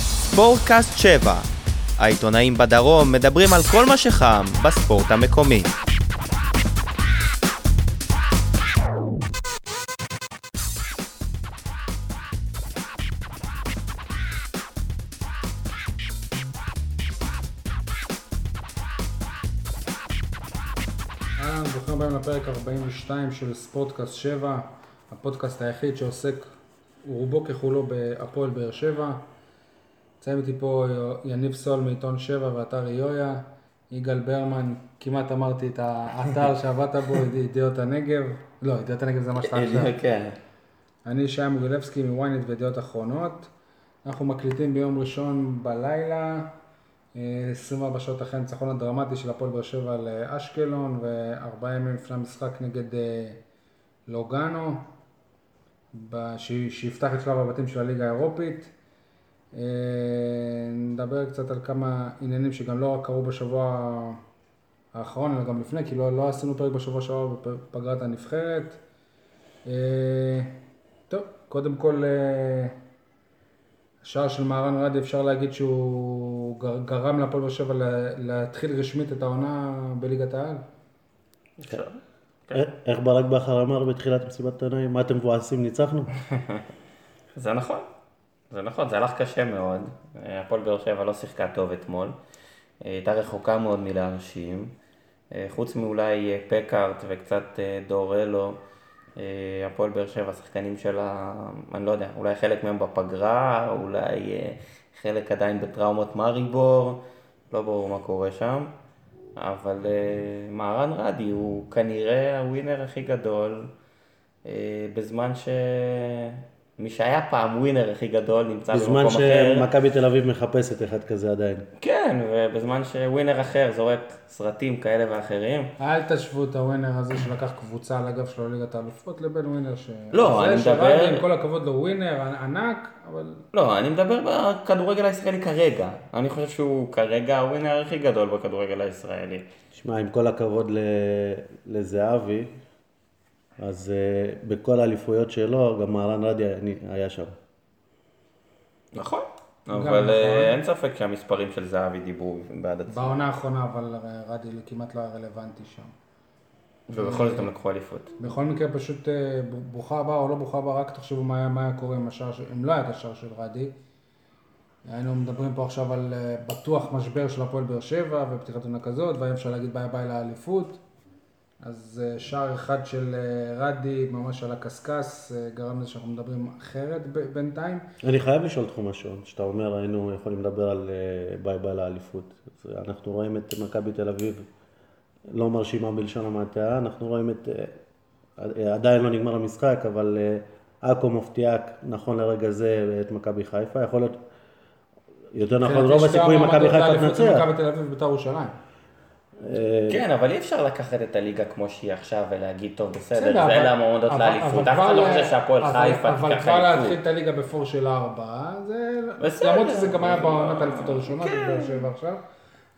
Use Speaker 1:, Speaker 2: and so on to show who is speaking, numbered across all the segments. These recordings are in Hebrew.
Speaker 1: ספורטקאסט 7. העיתונאים בדרום מדברים על כל מה שחם בספורט המקומי.
Speaker 2: אהלן, ברוכים הבאים לפרק 42 של ספורטקאסט 7, הפודקאסט היחיד שעוסק רובו ככולו בהפועל באר שבע. נמצאים איתי פה אה, יניב סול מעיתון 7 ואתר איויה, יגאל ברמן, כמעט אמרתי את האתר שעבדת בו, ידיעות הנגב, לא, ידיעות הנגב זה מה שאתה עכשיו.
Speaker 3: כן.
Speaker 2: אני שי מוגילבסקי מוויינט וידיעות אחרונות. אנחנו מקליטים ביום ראשון בלילה, אה, 24 שעות אחרי הניצחון הדרמטי של הפועל באר שבע על אה, אשקלון, וארבעה ימים לפני המשחק נגד אה, לוגאנו, ב- ש- שיפתח את שלב הבתים של הליגה האירופית. אה, נדבר קצת על כמה עניינים שגם לא רק קרו בשבוע האחרון, אלא גם לפני, כי לא, לא עשינו פרק בשבוע שעבר בפגרת הנבחרת. אה, טוב, קודם כל, אה, השער של מהרן רדי, אפשר להגיד שהוא גר- גרם להפועל באר שבע לה- להתחיל רשמית את העונה בליגת העל.
Speaker 4: כן.
Speaker 3: א- אה, איך ברק בכר אמר בתחילת מסיבת העיניים, מה אתם מבואסים, ניצחנו?
Speaker 4: זה נכון, זה נכון, זה הלך קשה מאוד. אה, הפועל באר שבע לא שיחקה טוב אתמול. אה, הייתה רחוקה מאוד מלהרשים. אה, חוץ מאולי אה, פקארט וקצת אה, דורלו, אה, הפועל באר שבע, השחקנים שלה, אני לא יודע, אולי חלק מהם בפגרה, אולי אה, חלק עדיין בטראומות מאריבור, לא ברור מה קורה שם. אבל אה, מהרן רדי הוא כנראה הווינר הכי גדול אה, בזמן ש... מי שהיה פעם ווינר הכי גדול נמצא
Speaker 3: בזמן
Speaker 4: במקום אחר.
Speaker 3: שמכבי תל אביב מחפשת אחד כזה עדיין.
Speaker 4: כן, ובזמן שווינר אחר זורק סרטים כאלה ואחרים.
Speaker 2: אל תשוו את הווינר הזה שלקח קבוצה על הגב שלו לליגת האלופות לבין ווינר ש...
Speaker 4: לא,
Speaker 2: זה
Speaker 4: אני
Speaker 2: שרדי,
Speaker 4: מדבר-
Speaker 2: עם כל הכבוד לו, ווינר ענק, אבל
Speaker 4: לא, אני מדבר בכדורגל הישראלי כרגע. אני חושב שהוא כרגע הווינר הכי גדול בכדורגל הישראלי.
Speaker 3: שמע, עם כל הכבוד ל- לזהבי, אז אה, בכל האליפויות שלו, גם מהרן רדי אני- היה שם.
Speaker 4: נכון.
Speaker 2: נכון.
Speaker 4: אבל אה, אין ספק שהמספרים של זהבי דיברו בעד עצמם.
Speaker 2: בעונה האחרונה, אבל רדי כמעט לא היה רלוונטי שם.
Speaker 4: ובכל זאת הם לקחו אליפות.
Speaker 2: בכל מקרה, פשוט אה, ב- ברוכה הבאה או לא ברוכה הבאה, רק תחשבו מה היה, מה היה קורה עם השער, של- אם לא היה את השער של רדי. היינו מדברים פה עכשיו על אה, בטוח משבר של הפועל באר שבע ופתיחת עונה כזאת, והיה אפשר להגיד ביי ביי לאליפות. אז אה, שער אחד של אה, רדי, ממש על הקשקש, אה, גרם לזה שאנחנו מדברים אחרת ב- בינתיים.
Speaker 3: אני חייב לשאול אותך משהו, שאתה אומר היינו יכולים לדבר על אה, ביי ביי לאליפות. אז אנחנו רואים את מכבי תל אביב לא מרשימה בלשון המעטה, אנחנו רואים את, אה, אה, עדיין לא נגמר המשחק, אבל אה, עכו מפתיעה נכון לרגע זה את מכבי חיפה, יכול להיות, יותר נכון, רוב הסיכויים מכבי חיפה תנצח.
Speaker 2: מכבי תל אביב ובית"ר ירושלים.
Speaker 4: כן, אבל אי אפשר לקחת את הליגה כמו שהיא עכשיו ולהגיד, טוב, בסדר,
Speaker 2: בסדר,
Speaker 4: זה
Speaker 2: אבל-
Speaker 4: אלה המועמדות
Speaker 2: אבל-
Speaker 4: לאליפות.
Speaker 2: אבל
Speaker 4: אף אחד לא
Speaker 2: כבר- אה,
Speaker 4: חושב שהפועל
Speaker 2: אבל-
Speaker 4: חיפה
Speaker 2: אבל
Speaker 4: תיקח
Speaker 2: כבר להתחיל
Speaker 4: אליפות.
Speaker 2: את הליגה בפור של הארבעה, זה...
Speaker 4: בסדר. כן.
Speaker 2: למרות שזה גם היה בעונת האליפות הראשונה, של באר שבע עכשיו.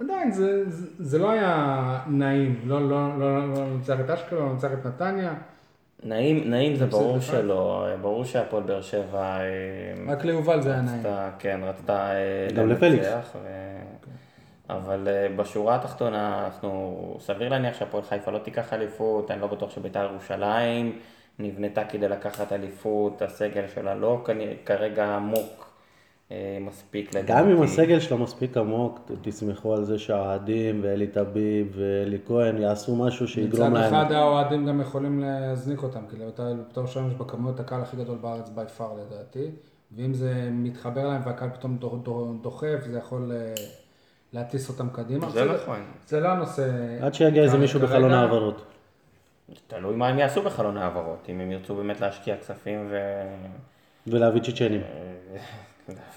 Speaker 2: עדיין, זה- זה זה לא היה נעים, לא- לא לא- לא לנצח את אשקלון, לא לנצח את נתניה,
Speaker 4: נעים, נעים זה ברור
Speaker 2: בחיפה.
Speaker 4: שלא, אה, ברור שהפועל באר שבע... אה,
Speaker 2: רק ליובל זה היה נעים.
Speaker 4: רצתה, כן, רצתה אה,
Speaker 3: גם לפליקס.
Speaker 4: לנצח, ו... אבל אה, בשורה התחתונה, אנחנו, סביר להניח שהפועל חיפה לא תיקח אליפות, אני לא בטוח שבית"ר ירושלים נבנתה כדי לקחת אליפות, הסגל שלה לא כנראה- כרגע עמוק אה, מספיק לדעתי.
Speaker 3: גם אם הסגל שלה מספיק עמוק, ת- תסמכו על זה שהאוהדים ואלי טביב ואלי כהן יעשו משהו שיגרום
Speaker 2: מצד
Speaker 3: להם.
Speaker 2: אחד האוהדים גם יכולים להזניק אותם, כאילו, כי לבית"ר ירושלים יש בכמויות הקהל הכי גדול בארץ בי פאר לדעתי, ואם זה מתחבר להם והקהל פתאום דו- דו- דוחף, זה יכול אה, להטיס אותם קדימה.
Speaker 4: זה
Speaker 2: בסדר,
Speaker 4: נכון.
Speaker 2: זה לא הנושא.
Speaker 3: עד שיגיע איזה
Speaker 2: כרגע.
Speaker 3: מישהו בחלון העברות.
Speaker 4: תלוי מה הם יעשו בחלון העברות, אם הם ירצו באמת להשקיע כספים ו...
Speaker 3: ולהביא צ'צ'נים.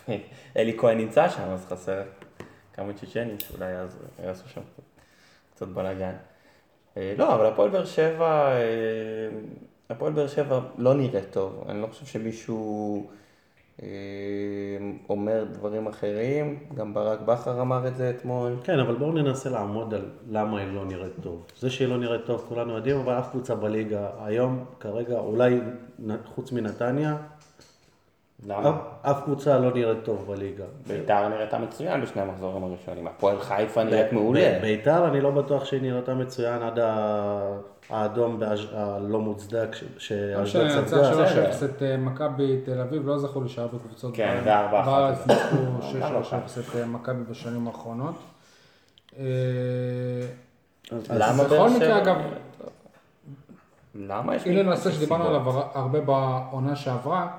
Speaker 4: אה, אלי כהן נמצא שם, אז חסר כמה צ'צ'נים שאולי יעז- יעשו שם קצת בלאגן. אה, לא, אבל הפועל באר שבע, אה, הפועל באר שבע לא נראה טוב. אני לא חושב שמישהו אה, אומר דברים אחרים. גם ברק בכר אמר את זה אתמול.
Speaker 3: כן, אבל בואו ננסה לעמוד על למה היא לא נראית טוב. זה שהיא לא נראית טוב כולנו יודעים, אבל אף קבוצה בליגה היום, כרגע, אולי נ- חוץ מנתניה,
Speaker 4: למה?
Speaker 3: אף- אף קבוצה לא נראית טוב בליגה.
Speaker 4: ביתר נראתה מצוין בשני המחזורים הראשונים, הפועל חיפה נראית מעולה.
Speaker 3: ב- ביתר, אני לא בטוח שהיא נראתה מצוין עד ה- האדום באש- הלא מוצדק ש-
Speaker 4: לא
Speaker 2: גם
Speaker 3: שאשדוד
Speaker 2: שנצח
Speaker 3: ספגה.
Speaker 2: שלוש אפס את אה, מכבי תל אביב, לא זכו להישאר בקבוצות
Speaker 4: כן,
Speaker 2: בארץ.
Speaker 4: וארבע אחת. לא
Speaker 2: בארץ ניצחו שש
Speaker 4: ארבע
Speaker 2: שלוש אפס את אה, מכבי בשנים האחרונות. אה,
Speaker 4: למה
Speaker 2: אז בכל
Speaker 4: באר
Speaker 2: מקרה,
Speaker 4: שבע?
Speaker 2: אגב,
Speaker 4: למה יש...
Speaker 2: אילו
Speaker 4: לי-
Speaker 2: נושא שדיברנו
Speaker 4: סיבות?
Speaker 2: עליו הר- הרבה בעונה שעברה,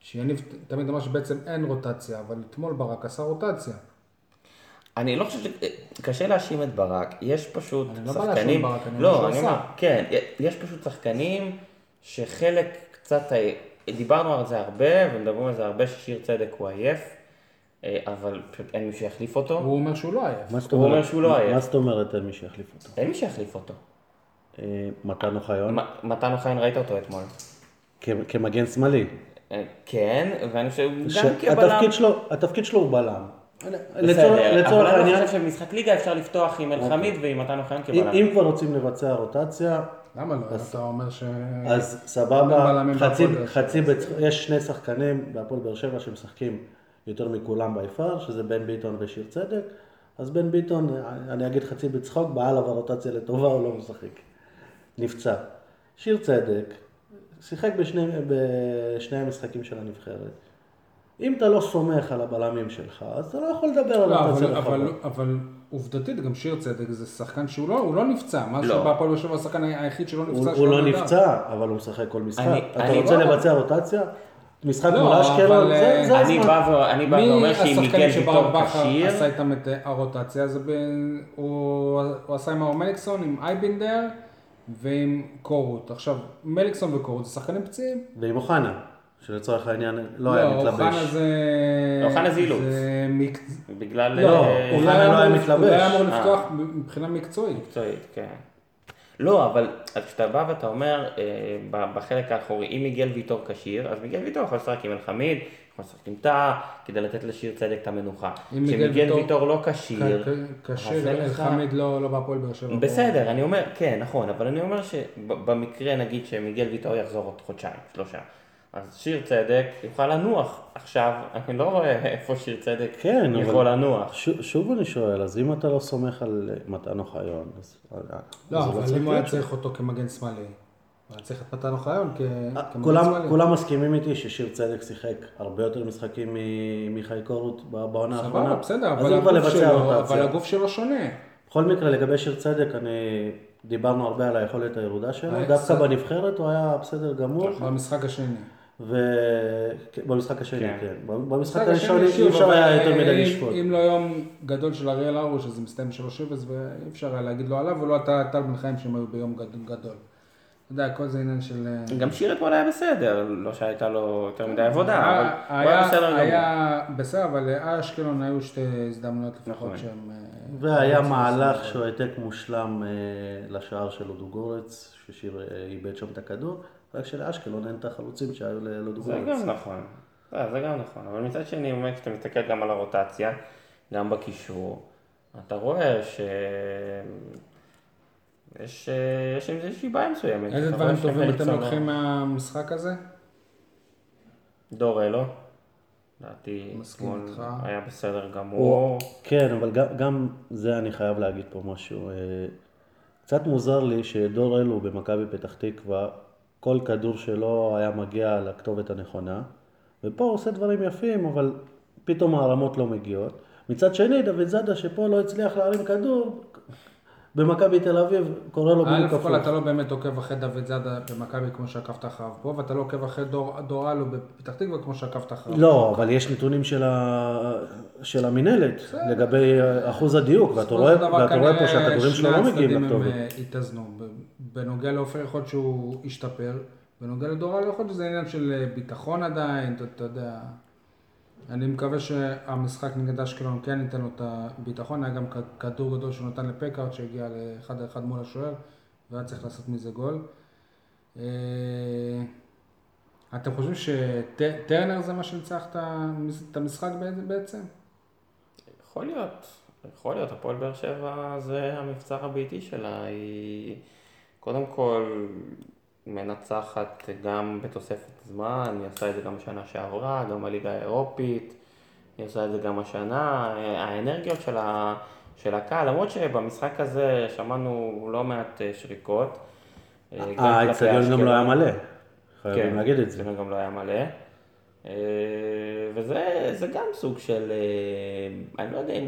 Speaker 2: שיניב תמיד אמר שבעצם אין רוטציה, אבל אתמול ברק עשה רוטציה.
Speaker 4: אני לא חושב ש... קשה להאשים את ברק, יש פשוט
Speaker 2: אני לא בא להאשים
Speaker 4: שחקנים...
Speaker 2: את ברק, אני אומר
Speaker 4: לא,
Speaker 2: שהוא
Speaker 4: אני
Speaker 2: עשה.
Speaker 4: אומר, כן, יש פשוט שחקנים שחלק קצת... ה- דיברנו על זה הרבה, ומדברים על זה הרבה, ששיר צדק הוא עייף, אה, אבל פשוט אין מי שיחליף אותו.
Speaker 2: הוא אומר שהוא לא עייף.
Speaker 3: מה זאת
Speaker 4: הוא
Speaker 3: אומרת-
Speaker 4: אומר שהוא לא
Speaker 3: מה-
Speaker 4: היה.
Speaker 3: מה זאת אומרת אין מי שיחליף אותו?
Speaker 4: אין מי שיחליף אותו.
Speaker 3: אה, מתן אוחיון?
Speaker 4: מ- מתן אוחיון ראית אותו אתמול.
Speaker 3: כ- כמגן שמאלי.
Speaker 4: אה, כן, ואני חושב, גם כבלם...
Speaker 3: שהתפקיד שלו- התפקיד שלו הוא בלם. לצורך-
Speaker 4: בסדר, אבל
Speaker 3: לצורך
Speaker 4: אני
Speaker 3: העניין,
Speaker 4: לא חושב שבמשחק ליגה אפשר לפתוח עם
Speaker 2: אוקיי.
Speaker 4: אלחמיד ועם מתן אוחיון
Speaker 3: אם
Speaker 4: כבלם.
Speaker 3: אם כבר רוצים לבצע רוטציה,
Speaker 2: למה לא? אתה אומר ש...
Speaker 3: אז
Speaker 2: גם
Speaker 3: סבבה,
Speaker 2: בלמים
Speaker 3: חצי,
Speaker 2: בהפועל באר שבע.
Speaker 3: חצי, בצ- יש שני שחקנים בהפועל באר שבע שמשחקים יותר מכולם ביפר, שזה בן ביטון ושיר צדק, אז בן ביטון, אני אגיד חצי בצחוק, באה עליו הרוטציה לטובה, הוא לא משחק. נפצע. שיר צדק, שיחק בשני, בשני המשחקים של הנבחרת. אם אתה לא סומך על הבלמים שלך, אז אתה לא יכול לדבר על
Speaker 2: לא,
Speaker 3: הרוטציה
Speaker 2: אבל,
Speaker 3: לחברה.
Speaker 2: אבל, אבל עובדתית גם שיר צדק זה שחקן שהוא לא, הוא לא נפצע, מה
Speaker 4: לא.
Speaker 2: שבהפועל באר שבע הוא השחקן היחיד שלא
Speaker 3: הוא,
Speaker 2: נפצע.
Speaker 3: הוא
Speaker 2: שלא
Speaker 3: לא
Speaker 2: נדע.
Speaker 3: נפצע, אבל הוא משחק כל משחק.
Speaker 4: אני-
Speaker 3: אתה
Speaker 4: אני-
Speaker 3: רוצה לבצע רוטציה? משחק
Speaker 2: לא,
Speaker 3: מול
Speaker 2: אבל,
Speaker 3: אשקלון, זה,
Speaker 2: אה,
Speaker 3: זה
Speaker 4: אני
Speaker 3: הזמן.
Speaker 4: בא ו- אני בא
Speaker 2: מי
Speaker 4: ואומר שאם מיגל
Speaker 2: השחקנים שברק
Speaker 4: ויטור
Speaker 2: בכר
Speaker 4: כשיר...
Speaker 2: עשה איתם את אה, הרוטציה, זה בין, הוא, הוא עשה עם האור מליקסון, עם אייבינדר ועם קורות. עכשיו, מליקסון וקורות זה שחקנים פציעים.
Speaker 3: ועם אוחנה, שלצורך העניין לא היה
Speaker 2: אוחנה
Speaker 3: מתלבש.
Speaker 2: זה...
Speaker 4: אוחנה זה אילוץ.
Speaker 2: זה מק-
Speaker 4: בגלל...
Speaker 3: לא,
Speaker 4: אה,
Speaker 3: הוא
Speaker 2: הוא
Speaker 3: אוחנה לא היה
Speaker 2: אמור-
Speaker 3: מתלבש.
Speaker 2: הוא לא היה אמור
Speaker 4: אה.
Speaker 2: לפתוח מבחינה מקצועית.
Speaker 4: מקצועית, כן. לא, אבל אז כשאתה בא ואתה אומר, אה, ב- בחלק האחורי, אם מיגל ויטור כשיר, אז מיגל ויטור יכול לשחק עם אלחמיד, יכול לשחק עם טאה, כדי לתת לשיר צדק את המנוחה.
Speaker 2: אם מיגל
Speaker 4: כשמיגל
Speaker 2: ויטור- כן,
Speaker 4: ויטור לא כשיר... אז
Speaker 2: קשה,
Speaker 4: אין לך-
Speaker 2: אלחמיד לא לא בהפועל באר שבע.
Speaker 4: בסדר, אני אומר, כן, נכון, אבל אני אומר שבמקרה, נגיד, שמיגל ויטור יחזור עוד חודשיים, שלושה, אז שיר צדק יוכל לנוח. עכשיו, אני לא רואה איפה שיר צדק
Speaker 3: כן, אבל-
Speaker 4: יכול לנוח.
Speaker 3: ש- שוב אני שואל, אז אם אתה לא סומך על אה, מתן אוחיון, אז... אה,
Speaker 2: לא,
Speaker 3: אז הוא
Speaker 2: אבל
Speaker 3: צריך
Speaker 2: אם הוא היה
Speaker 3: להיות שם.
Speaker 2: צריך אותו כמגן שמאלי, הוא היה צריך את מתן אוחיון כ- כמגן
Speaker 3: אה, כולם,
Speaker 2: שמאלי.
Speaker 3: כולם מסכימים איתי ששיר צדק שיחק הרבה יותר משחקים ממיכאי קורות ב- בעונה האחרונה.
Speaker 2: סבבה, בסדר,
Speaker 3: נכון. אז
Speaker 2: אבל
Speaker 3: אין כבר
Speaker 2: הגוף
Speaker 3: לבצע
Speaker 2: שלו- אבל
Speaker 3: רוטציה.
Speaker 2: הגוף שלו שונה.
Speaker 3: בכל מקרה, לגבי שיר צדק, אני... דיברנו הרבה על היכולת הירודה שלו,
Speaker 2: אה,
Speaker 3: דווקא
Speaker 2: בסדר.
Speaker 3: בנבחרת הוא היה בסדר גמור,
Speaker 2: במשחק השני.
Speaker 3: ובמשחק השני,
Speaker 4: כן.
Speaker 3: כן. במשחק
Speaker 2: המשחק
Speaker 3: הראשון
Speaker 2: השני, שוב,
Speaker 3: אי אפשר
Speaker 2: אבל,
Speaker 3: היה יותר
Speaker 2: אה,
Speaker 3: מדי
Speaker 2: אם-
Speaker 3: לשפוט.
Speaker 2: אם לא יום גדול של אריאל הרוש, אז זה מסתיים 3-0, ואי אפשר היה להגיד לא עליו, ולא אתה, טל בן חיים שהם היו ביום גד- גדול. אתה יודע, הכל זה עניין של... אה,
Speaker 4: גם שיר אתמול היה בסדר, לא שהייתה לו יותר מדי עבודה, אבל
Speaker 2: אה, היה-
Speaker 4: הוא היה בסדר
Speaker 2: היה-
Speaker 4: גמור.
Speaker 2: היה בסדר, אבל לאשקלון היו שתי הזדמנויות לפחות
Speaker 4: נכון.
Speaker 2: שהם... אה,
Speaker 3: והיה מהלך שהוא העתק מושלם אה, לשער של לודוגורץ, ששיר אה, איבד שם את הכדור, רק שלאשקלון אין את החלוצים שהיו
Speaker 4: זה
Speaker 3: ללודוגורץ.
Speaker 4: גם נכון, אה, זה גם נכון, אבל מצד שני, באמת, כשאתה מסתכל גם על הרוטציה, גם בקישור, אתה רואה ש... יש אה, יש עם זה איזושהי בעיה מסוימת.
Speaker 2: איזה
Speaker 4: אתה
Speaker 2: דברים
Speaker 4: רואה
Speaker 2: טובים אתם
Speaker 4: שמליקסון לא-
Speaker 2: לוקחים מהמשחק הזה?
Speaker 4: דורלו, לדעתי,
Speaker 2: מסכים
Speaker 4: אתמול
Speaker 2: איתך.
Speaker 4: היה בסדר
Speaker 3: הוא-
Speaker 4: גמור.
Speaker 3: כן, אבל גם- גם זה אני חייב להגיד פה משהו. אה, קצת מוזר לי שדור אלו במכבי פתח תקווה, כל כדור שלו היה מגיע לכתובת הנכונה, ופה הוא עושה דברים יפים, אבל פתאום הערמות לא מגיעות. מצד שני, דוד זאדה שפה לא הצליח להרים כדור, במכבי תל אביב קורא לו בדיוק
Speaker 2: א'
Speaker 3: הפוך.
Speaker 2: כל אתה לא באמת עוקב אחרי דוד זאדה במכבי כמו שעקבת אחריו פה, ואתה לא עוקב אחרי דור- דור אלו בפתח תקווה כמו שעקבת אחריו.
Speaker 3: לא, אבל יש נתונים של, ה... של המינהלת לגבי אחוז הדיוק, ואתה רואה,
Speaker 2: בסופו של דבר
Speaker 3: ואתה רואה פה
Speaker 2: כנראה
Speaker 3: שהכדורים שלו לא מגיעים
Speaker 2: שני
Speaker 3: לכתובת.
Speaker 2: הצדדים הם, אה, התאזנו. ב- בנוגע לעופר יכול להיות שהוא השתפר, בנוגע לדור אלו יכול להיות שזה עניין של אה, ביטחון עדיין, אתה- אתה יודע. אני מקווה שהמשחק נגד אשקלון כן ייתן לו את הביטחון, היה גם כ- כדור גדול שהוא נתן לפקארט שהגיע לאחד על אחד מול השוער, והיה צריך לעשות מזה גול. אה, אתם חושבים שטרנר זה מה שניצח את המש- את המשחק בעצם?
Speaker 4: יכול להיות, יכול להיות, הפועל באר שבע זה המבצר הביתי שלה, היא קודם כל מנצחת גם בתוספת זמן, היא עשתה את זה גם בשנה שעברה, גם בליגה האירופית, היא עושה את זה גם השנה, אה, האנרגיות של, ה, של הקהל, למרות שבמשחק הזה שמענו לא מעט אה, שריקות. אה, גם כלפי
Speaker 3: האצטדיון גם לא היה
Speaker 4: אשקלון.
Speaker 3: מלא, חייבים להגיד את זה.
Speaker 2: כן.
Speaker 4: זה גם לא היה מלא. אה, וזה זה גם סוג של, אה, אני לא יודע אם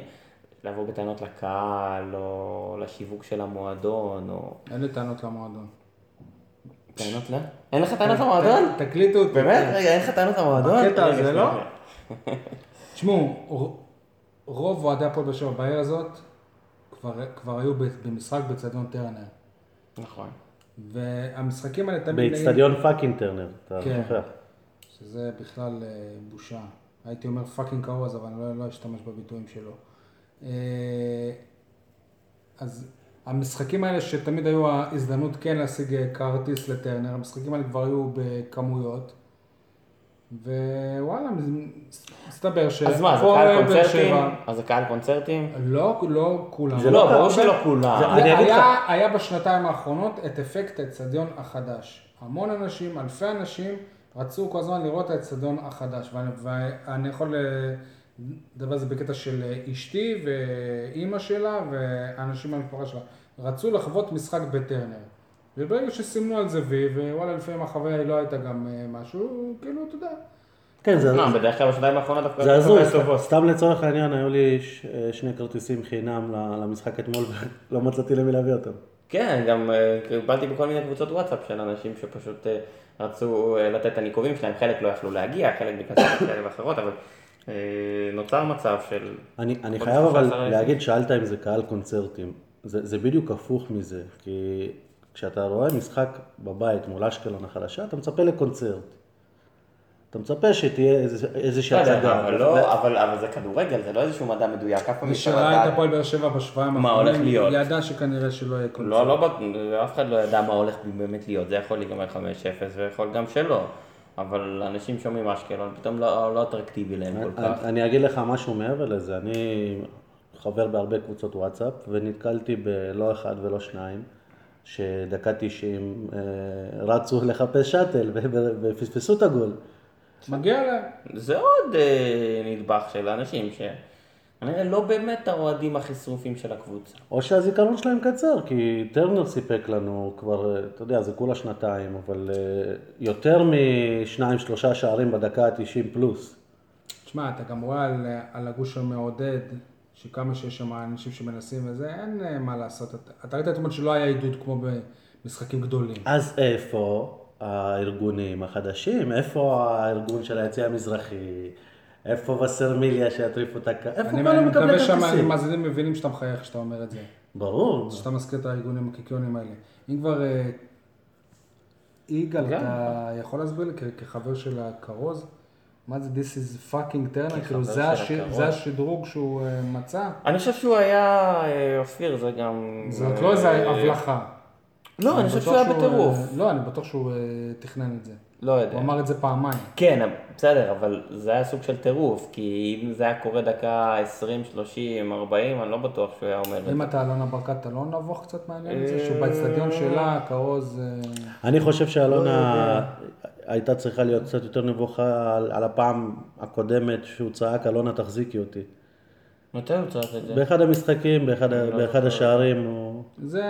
Speaker 4: לבוא בטענות לקהל, או לשיווק של המועדון, או
Speaker 2: אין לי טענות למועדון.
Speaker 4: טענות ל... אין לך טענות למועדון?
Speaker 2: ת- תקליטו אותי.
Speaker 4: באמת? רגע, אין לך טענות למועדון?
Speaker 2: כן, הקטע הזה,
Speaker 4: רגע,
Speaker 2: לא?
Speaker 4: שנייה.
Speaker 2: תשמעו, ר- רוב אוהדי הפועל באר שבע בעיר הזאת כבר, כבר היו ב- במשחק באצטדיון טרנר.
Speaker 4: נכון.
Speaker 2: והמשחקים האלה תמיד... נגד-
Speaker 3: באיצטדיון פאקינג טרנר, אתה
Speaker 2: כן.
Speaker 4: לא,
Speaker 3: שוכח.
Speaker 2: שזה בכלל אה, בושה. הייתי אומר פאקינג כרוז, אבל אני לא, לא אשתמש בביטויים שלו. אה, אז המשחקים האלה שתמיד היו ההזדמנות כן להשיג אה, כרטיס לטרנר, המשחקים האלה כבר היו בכמויות. ווואלה, מס- מסתבר ש...
Speaker 4: אז מה, זה
Speaker 2: הפועל
Speaker 4: קהל
Speaker 2: כן. באר
Speaker 4: קונצרטים?
Speaker 2: שבע-
Speaker 4: אז זה קהל קונצרטים?
Speaker 2: לא, לא כולם.
Speaker 4: זה לא, ברור
Speaker 2: אבל-
Speaker 4: שלא כולם.
Speaker 3: זה- אה, אני אגיד לך.
Speaker 2: היה, היה בשנתיים האחרונות את אפקט האצטדיון החדש. המון אנשים, אלפי אנשים, רצו כל הזמן לראות את האצטדיון החדש. ואני, ואני יכול אה, לדבר על זה בקטע של אה, אשתי ואימא שלה ואנשים מהמשפחה שלה. רצו לחוות משחק בטרנר. וברגע שסימנו על זה וי, ווואלה לפעמים החוויה לא הייתה גם אה, משהו, כאילו, אתה יודע.
Speaker 3: כן, זה
Speaker 4: מה, בדרך כלל בשנתיים האחרונות דווקא
Speaker 3: זה
Speaker 4: חוויות
Speaker 3: הזוי, סת-
Speaker 4: אה, טובות.
Speaker 3: סתם לצורך העניין, היו לי ש- אה, שני כרטיסים חינם ל- למשחק אתמול ולא מצאתי למי להביא אותם.
Speaker 4: כן, גם אה, קיבלתי בכל מיני קבוצות וואטסאפ של אנשים שפשוט אה, רצו אה, לתת את הניקובים שלהם, חלק לא יכלו להגיע, חלק בגלל סיבות כאלה ואחרות, אבל אה, נוצר מצב של...
Speaker 3: אני, אני
Speaker 4: עוד
Speaker 3: חייב
Speaker 4: שלושה
Speaker 3: אבל
Speaker 4: עשרה
Speaker 3: להגיד, שאלת אם זה קהל קונצרטים. זה, זה בדיוק הפוך מזה, כי כשאתה רואה משחק בבית מול אשקלון החדשה, אתה מצפה לקונצרט. אתה מצפה שתהיה איזה- איזושהי
Speaker 4: בסדר,
Speaker 3: הצגה.
Speaker 4: אבל
Speaker 3: ו-
Speaker 4: לא, אבל אבל זה כדורגל, זה לא איזשהו מדע מדויק, אף פעם
Speaker 2: מי
Speaker 4: אי אפשר
Speaker 2: שראה את
Speaker 4: לדעת.
Speaker 2: הפועל באר שבע בשבועיים
Speaker 4: מה הולך להיות?
Speaker 2: ידע שכנראה שלא יהיה קונצרט.
Speaker 4: לא, לא, בט- אף אחד לא ידע מה הולך באמת להיות, זה יכול להיגמר 5-0 ויכול גם שלא, אבל אנשים שומעים אשקלון, פתאום לא לא אטרקטיבי להם כל כך.
Speaker 3: אני, אני אגיד לך משהו מעבר לזה, אני חבר בהרבה קבוצות וואטסאפ, ונתקלתי בלא אחד ולא שניים, שדקה 90 אה, רצו לחפש שאטל ו- ו- ופספסו את הגול.
Speaker 2: מגיע להם.
Speaker 4: זה עוד אה, נדבך של אנשים ש... כנראה לא באמת האוהדים הכי שרופים של הקבוצה.
Speaker 3: או שהזיכרון שלהם קצר, כי טרנר סיפק לנו כבר, אה, אתה יודע, זה כולה שנתיים, אבל אה, יותר משניים, שלושה שערים בדקה ה-90 פלוס.
Speaker 2: תשמע, אתה גם רואה על, על הגוש המעודד, שכמה שיש שם אנשים שמנסים וזה, אין אה, מה לעשות. אתה- אתה ראית אתמול שלא היה עידוד כמו במשחקים גדולים.
Speaker 3: אז איפה הארגונים החדשים? איפה הארגון של היציא המזרחי? איפה וסרמיליה שיטריפו את הקהל? איפה
Speaker 2: אני,
Speaker 3: כל
Speaker 2: אני
Speaker 3: המקבלי
Speaker 2: מקווה
Speaker 3: הכרטיסים?
Speaker 2: שהמאזינים מבינים שאתה מחייך כשאתה אומר את זה.
Speaker 3: ברור.
Speaker 2: שאתה מזכיר את הארגונים הקיקיונים האלה. אם כבר... אה, יגאל,
Speaker 4: גם.
Speaker 2: אתה יכול להסביר לי כ- כחבר של הכרוז? מה זה This is fucking turner? כאילו
Speaker 4: של
Speaker 2: זה הש-
Speaker 4: הכרוז.
Speaker 2: זה השדרוג שהוא אה, מצא?
Speaker 4: אני חושב שהוא היה, אה, אופיר, זה גם...
Speaker 2: זאת
Speaker 4: אה,
Speaker 2: לא איזה
Speaker 4: אה,
Speaker 2: הבלחה.
Speaker 4: לא, אני חושב
Speaker 2: בטוח
Speaker 4: שהוא היה בטירוף.
Speaker 2: אה, לא, אני בטוח שהוא אה, תכנן את זה.
Speaker 4: לא יודע.
Speaker 2: הוא אמר את זה פעמיים.
Speaker 4: כן, בסדר, אבל זה היה סוג של טירוף, כי אם זה היה קורה דקה 20, 30, 40, אני לא בטוח שהוא היה אומר את זה.
Speaker 2: אם אתה אלונה ברקת, אתה לא נבוך קצת מהעניין
Speaker 4: אה,
Speaker 2: הזה? שהוא באצטדיון שלה, כרוז... אה,
Speaker 3: אני חושב
Speaker 2: לא
Speaker 3: שאלונה הייתה צריכה להיות קצת יותר נבוכה על- על הפעם הקודמת שהוא צעק, אלונה תחזיקי אותי.
Speaker 4: מתי הוא צריך את זה?
Speaker 3: באחד המשחקים, באחד
Speaker 2: לא
Speaker 3: ה- באחד השערים, הוא-
Speaker 2: זה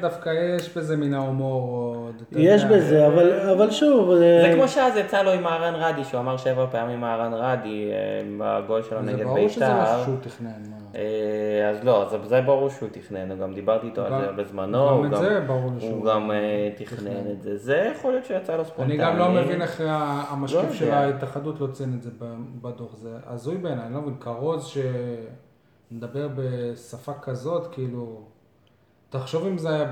Speaker 2: דווקא, יש בזה מן ההומור עוד. אתה
Speaker 3: יש
Speaker 2: יודע. אה,
Speaker 3: בזה, אבל- אבל שוב,
Speaker 4: זה
Speaker 3: אה,
Speaker 4: כמו שאז יצא לו עם אהרן רדי, שהוא אמר שבע פעמים אהרן רדי אה, בגול שלו
Speaker 2: זה
Speaker 4: נגד
Speaker 2: ברור שזה משהו
Speaker 4: בית"ר.
Speaker 2: שהוא תכנן. מה.
Speaker 4: אה, אז לא, זה, זה ברור שהוא תכנן, הוא גם דיברתי איתו על
Speaker 2: גם-
Speaker 4: זה בזמנו,
Speaker 2: גם
Speaker 4: הוא
Speaker 2: את
Speaker 4: גם,
Speaker 2: זה ברור לי
Speaker 4: הוא
Speaker 2: שהוא
Speaker 4: גם אה, תכנן את זה, זה יכול להיות שיצא לו ספונטני.
Speaker 2: אני גם לא מבין איך ה- המשקיף
Speaker 4: לא
Speaker 2: של
Speaker 4: יודע.
Speaker 2: ההתאחדות לא ציין את זה ב- בדוח. זה הזוי בעיניי, אני לא מבין. כרוז שמדבר בשפה כזאת, כאילו... תחשוב אם זה היה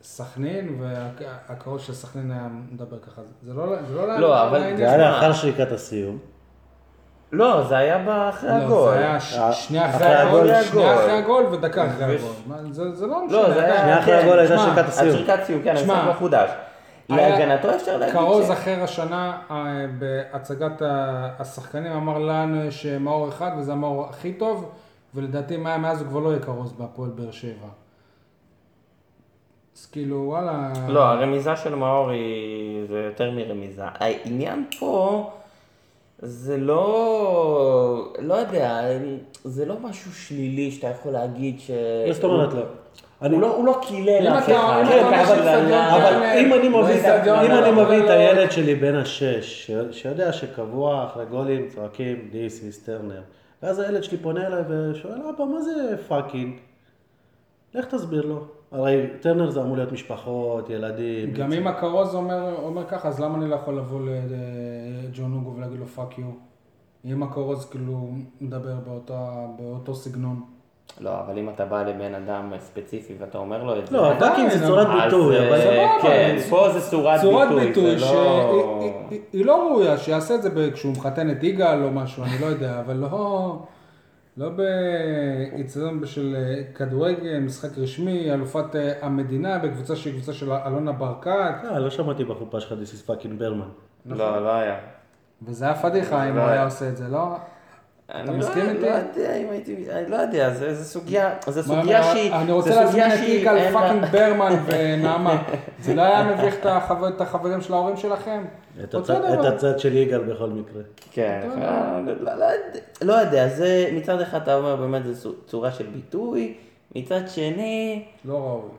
Speaker 2: בסכנין, והכרוז של סכנין היה מדבר ככה. זה לא... זה לא...
Speaker 4: לא, אבל
Speaker 2: לעניין.
Speaker 3: זה היה
Speaker 4: תשמע.
Speaker 3: לאחר שריקת הסיום.
Speaker 4: לא, זה היה ב- אחרי
Speaker 2: לא,
Speaker 4: הגול.
Speaker 2: זה היה ש-
Speaker 3: אה,
Speaker 2: שנייה
Speaker 3: אחרי
Speaker 2: אחרי הגול,
Speaker 4: הגול.
Speaker 2: שנייה אחרי הגול ודקה אחרי
Speaker 4: ויש-
Speaker 2: הגול. מה, זה זה לא משנה.
Speaker 4: לא, זה היה...
Speaker 2: אתה-
Speaker 3: שנייה אחרי
Speaker 4: כן,
Speaker 3: הגול הייתה
Speaker 4: תשמע,
Speaker 3: שריקת הסיום.
Speaker 4: השריקת סיום, כן,
Speaker 2: תשמע,
Speaker 4: המשחק לא חודש.
Speaker 2: היה-
Speaker 4: להגנתו אפשר להגיד
Speaker 2: כרוז
Speaker 4: ש-
Speaker 2: אחר השנה אה, בהצגת ה- השחקנים אמר לנו שמאור אחד וזה המאור הכי טוב ולדעתי מה- מאז הוא כבר לא יהיה כרוז בהפועל באר שבע. אז כאילו, וואלה...
Speaker 4: לא, הרמיזה של מאור היא... זה יותר מרמיזה. העניין פה זה לא... לא יודע, זה לא משהו שלילי שאתה יכול להגיד ש...
Speaker 3: מה
Speaker 2: אה,
Speaker 3: זאת אומרת לא? אני-
Speaker 4: הוא לא- הוא לא קילל
Speaker 2: אם
Speaker 4: אף
Speaker 2: אתה-
Speaker 4: אחד.
Speaker 2: אם
Speaker 3: כן,
Speaker 2: אתה
Speaker 3: אבל-
Speaker 2: באיצטדיון,
Speaker 3: אבל
Speaker 2: כן,
Speaker 3: אם אני מביא את ה-
Speaker 2: באיצטדיון,
Speaker 3: אם אני
Speaker 2: לא,
Speaker 3: מביא את
Speaker 2: לא.
Speaker 3: הילד שלי בן השש, ש- שיודע שקבוע אחרי גולים צועקים דיס מיסטרנר, ואז הילד שלי פונה אליי ושואל, אבא, מה זה פאקינג? לך תסביר לו. הרי טרנר זה אמור להיות משפחות, ילדים.
Speaker 2: גם
Speaker 4: לא
Speaker 2: אם הכרוז אומר, אומר ככה, אז למה אני לא יכול לבוא לג'ון הוגו ולהגיד לו פאק יו? אם הכרוז כאילו מדבר באותה, באותו סגנון.
Speaker 4: לא, אבל אם אתה בא לבן אדם ספציפי ואתה אומר לו את זה...
Speaker 3: לא, פאקינג זה
Speaker 2: עדיין,
Speaker 3: צורת
Speaker 4: אז,
Speaker 3: ביטוי, אבל
Speaker 4: אה,
Speaker 2: סבבה.
Speaker 4: כן, פה זה צורת ביטוי.
Speaker 2: צורת ביטוי אה,
Speaker 4: זה
Speaker 2: שהיא
Speaker 4: לא-
Speaker 2: היא- היא- היא לא ראויה, שיעשה את זה ב- כשהוא מחתן את יגאל או משהו, אני לא יודע, אבל לא... לא באיצטדיון של אה, כדורגל, משחק רשמי, אלופת אה, המדינה בקבוצה שהיא קבוצה של אלונה ברקת,
Speaker 3: אה, לא שמעתי בחופה שלך דיס איס פאקינג ברמן.
Speaker 4: לא,
Speaker 2: נכון.
Speaker 4: לא היה.
Speaker 2: וזה היה פדיחה אם
Speaker 4: לא
Speaker 2: הוא היה
Speaker 4: היה.
Speaker 2: עושה את זה, לא?
Speaker 4: אני לא-
Speaker 2: מסכים איתי?
Speaker 4: לא יודע אם הייתי... אני לא יודע, זה זה סוגיה... זה
Speaker 2: מה,
Speaker 4: סוגיה
Speaker 2: מה,
Speaker 4: שהיא...
Speaker 2: אני
Speaker 4: זה
Speaker 2: רוצה
Speaker 4: סוגיה
Speaker 2: להזמין את
Speaker 4: שהיא-
Speaker 2: יגאל
Speaker 4: אין לה-
Speaker 2: פאקינג ברמן ונעמה. זה לא היה מביך את החבר- את החברים של ההורים שלכם?
Speaker 3: את
Speaker 2: אותו
Speaker 3: הצד- את
Speaker 2: דבר.
Speaker 3: הצד של יגאל בכל מקרה.
Speaker 4: כן, אה, לא- לא- לא יודע- לא יודע, זה מצד אחד אתה אומר באמת זה סו- צורה של ביטוי, מצד שני
Speaker 2: לא ראוי.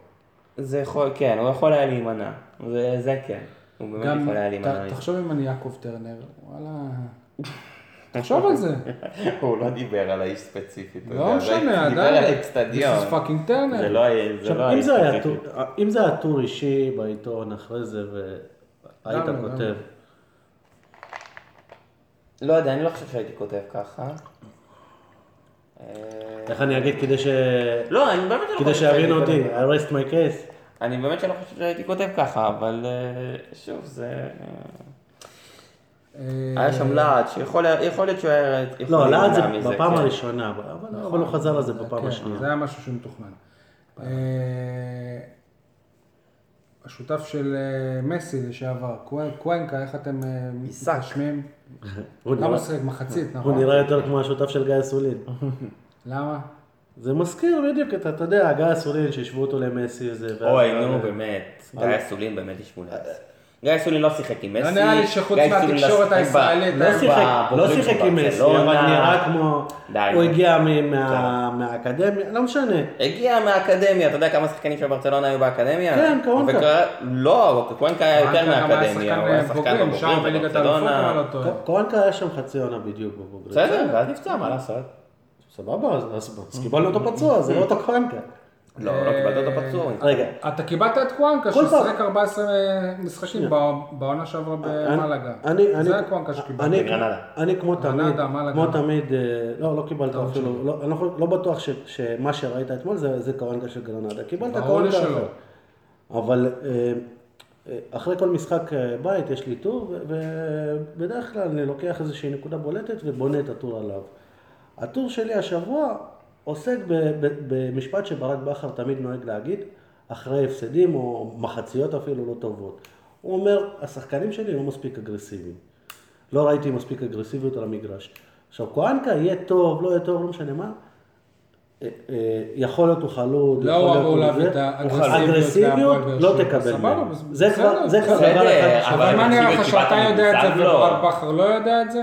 Speaker 4: זה יכול, כן, הוא יכול היה להימנע, זה זה כן, הוא באמת
Speaker 2: גם,
Speaker 4: יכול היה
Speaker 2: ת-
Speaker 4: להימנע. מזה.
Speaker 2: תחשוב אם אני יעקב טרנר, וואלה. תחשוב על זה.
Speaker 4: הוא לא דיבר על האיש ספציפית, אתה
Speaker 2: לא
Speaker 4: יודע, זה
Speaker 2: משנה,
Speaker 4: דיבר על
Speaker 2: עדיין.
Speaker 4: האצטדיון.
Speaker 2: This is fucking Turner.
Speaker 4: זה לא היה, זה לא
Speaker 3: עכשיו, אם
Speaker 4: היה
Speaker 3: זה היה
Speaker 4: ספציפית.
Speaker 3: טור- אם זה היה טור אישי בעיתון אחרי זה, והיית
Speaker 2: למה,
Speaker 3: כותב,
Speaker 4: לא יודע, אני לא חושב שהייתי כותב ככה. אה,
Speaker 3: איך אני אגיד כדי ש...
Speaker 4: לא, אני באמת לא
Speaker 3: כדי
Speaker 4: חושב שהייתי
Speaker 3: שיבינו
Speaker 4: כותב
Speaker 3: אותי,
Speaker 4: ככה.
Speaker 3: I rest my case.
Speaker 4: אני באמת שלא חושב שהייתי כותב ככה, אבל אה, שוב, זה...
Speaker 2: אה,
Speaker 4: היה שם לעד, שיכול היה- יכול להיות שהוא היה... יכול
Speaker 3: לא,
Speaker 4: להימנע
Speaker 3: לאט
Speaker 4: מזה,
Speaker 3: זה בפעם
Speaker 4: כן.
Speaker 3: הראשונה, אבל לא, אבל הוא חזר לזה בפעם
Speaker 2: כן,
Speaker 3: השנייה.
Speaker 2: זה היה משהו שמתוכנן. אה, השותף של אה, מסי לשעבר, קוו- קוונקה, איך אתם אה,
Speaker 4: עיסק.
Speaker 2: מתרשמים? למה
Speaker 3: הוא נראה-
Speaker 2: הוא שיחק מחצית,
Speaker 3: הוא
Speaker 2: נכון?
Speaker 3: נראה יותר כמו השותף של גיא סולין.
Speaker 2: למה?
Speaker 3: זה מזכיר בדיוק, אתה אתה יודע, גיא סולין, שהשוו אותו למסי וזה. ואז-
Speaker 4: אוי, נו, באמת. גיא סולין באמת יש מולץ. גיא סולין לא שיחק עם מסי.
Speaker 2: לא נראה לי שחוץ
Speaker 4: גיא סולין לא
Speaker 2: מהתקשורת
Speaker 4: שיחק ב-
Speaker 2: הישראלית,
Speaker 3: לא
Speaker 2: אה,
Speaker 3: שיחק- לא
Speaker 4: בבוגרים
Speaker 3: שיחק
Speaker 4: של
Speaker 3: עם מסי, אבל
Speaker 4: ברצלונה.
Speaker 3: נראה כמו...
Speaker 4: די.
Speaker 3: הוא הגיע מ- מה- מהאקדמיה, לא משנה.
Speaker 4: הגיע מהאקדמיה, אתה יודע כמה שחקנים של ברצלונה היו באקדמיה?
Speaker 3: כן, קוונקה.
Speaker 4: וקרא- לא, קוונקה היה יותר
Speaker 2: קוונקה גם היה
Speaker 4: מהאקדמיה, הוא היה
Speaker 2: שחקן אה,
Speaker 4: שחקן
Speaker 2: בוגרים, שער
Speaker 4: בבוגרים
Speaker 2: בליגת האלופות, אם אני
Speaker 4: בברצלונה.
Speaker 2: לא טועה.
Speaker 3: קורנקה היה שם חצי עונה בדיוק בבוגרים.
Speaker 4: בסדר, ואז נפצע, מה לעשות?
Speaker 3: סבבה, אז- אז אז קיבלנו אותו פצוע, זה לא אותו קורנקה.
Speaker 4: לא, לא קיבלת אותו פצוע.
Speaker 3: רגע,
Speaker 2: אתה קיבלת את קוואנקה
Speaker 3: כל פעם. כן.
Speaker 2: ששיחק 14 אה, משחקים בע- בעונה שעברה במלאגה.
Speaker 3: אני- אני-
Speaker 2: זה הקוואנקה שקיבלת.
Speaker 3: אני-
Speaker 4: בגרנדה.
Speaker 3: אני כמו תמיד,
Speaker 2: גרנדה, מלאגה.
Speaker 3: כמו תמיד, אה, לא, לא קיבלת אפילו, לא- אני לא- לא בטוח ש- שמה שראית אתמול זה זה קרנקה של גרנדה, קיבלת
Speaker 2: ברור לי
Speaker 3: קרנקה
Speaker 2: שלא.
Speaker 3: אחר. אבל אה, אה, אחרי כל משחק אה, בית יש לי טור, ו- ובדרך כלל אני לוקח איזושהי נקודה בולטת ובונה את הטור עליו. הטור שלי השבוע עוסק ב- ב- במשפט שברק בכר תמיד נוהג להגיד, אחרי הפסדים או מחציות אפילו לא טובות. הוא אומר, השחקנים שלי לא מספיק אגרסיביים. לא ראיתי מספיק אגרסיביות על המגרש. עכשיו, קואנקה יהיה טוב, לא יהיה טוב, לא משנה מה. אה, אה, יכול להיות הוא חלוד,
Speaker 2: לא,
Speaker 3: יכול
Speaker 2: הוא
Speaker 3: להיות
Speaker 2: אמור
Speaker 3: הוא
Speaker 2: להביא
Speaker 3: זה.
Speaker 2: את האגרסיביות
Speaker 3: הוא חלוד. אגרסיביות
Speaker 2: להפועל באר
Speaker 3: לא
Speaker 2: שבע.
Speaker 3: תקבל
Speaker 2: סבבה,
Speaker 3: מהם.
Speaker 2: אז
Speaker 3: זה
Speaker 2: בסדר.
Speaker 3: כבר זה כבר
Speaker 4: בסדר,
Speaker 3: דבר אחד חשוב.
Speaker 4: אבל
Speaker 2: אבל מה נראה לך
Speaker 4: תקציבית
Speaker 2: שאתה
Speaker 4: קיבלתם
Speaker 2: יודע את
Speaker 4: מצד
Speaker 2: זה
Speaker 4: כאילו לא.
Speaker 2: וברק בכר לא יודע את זה?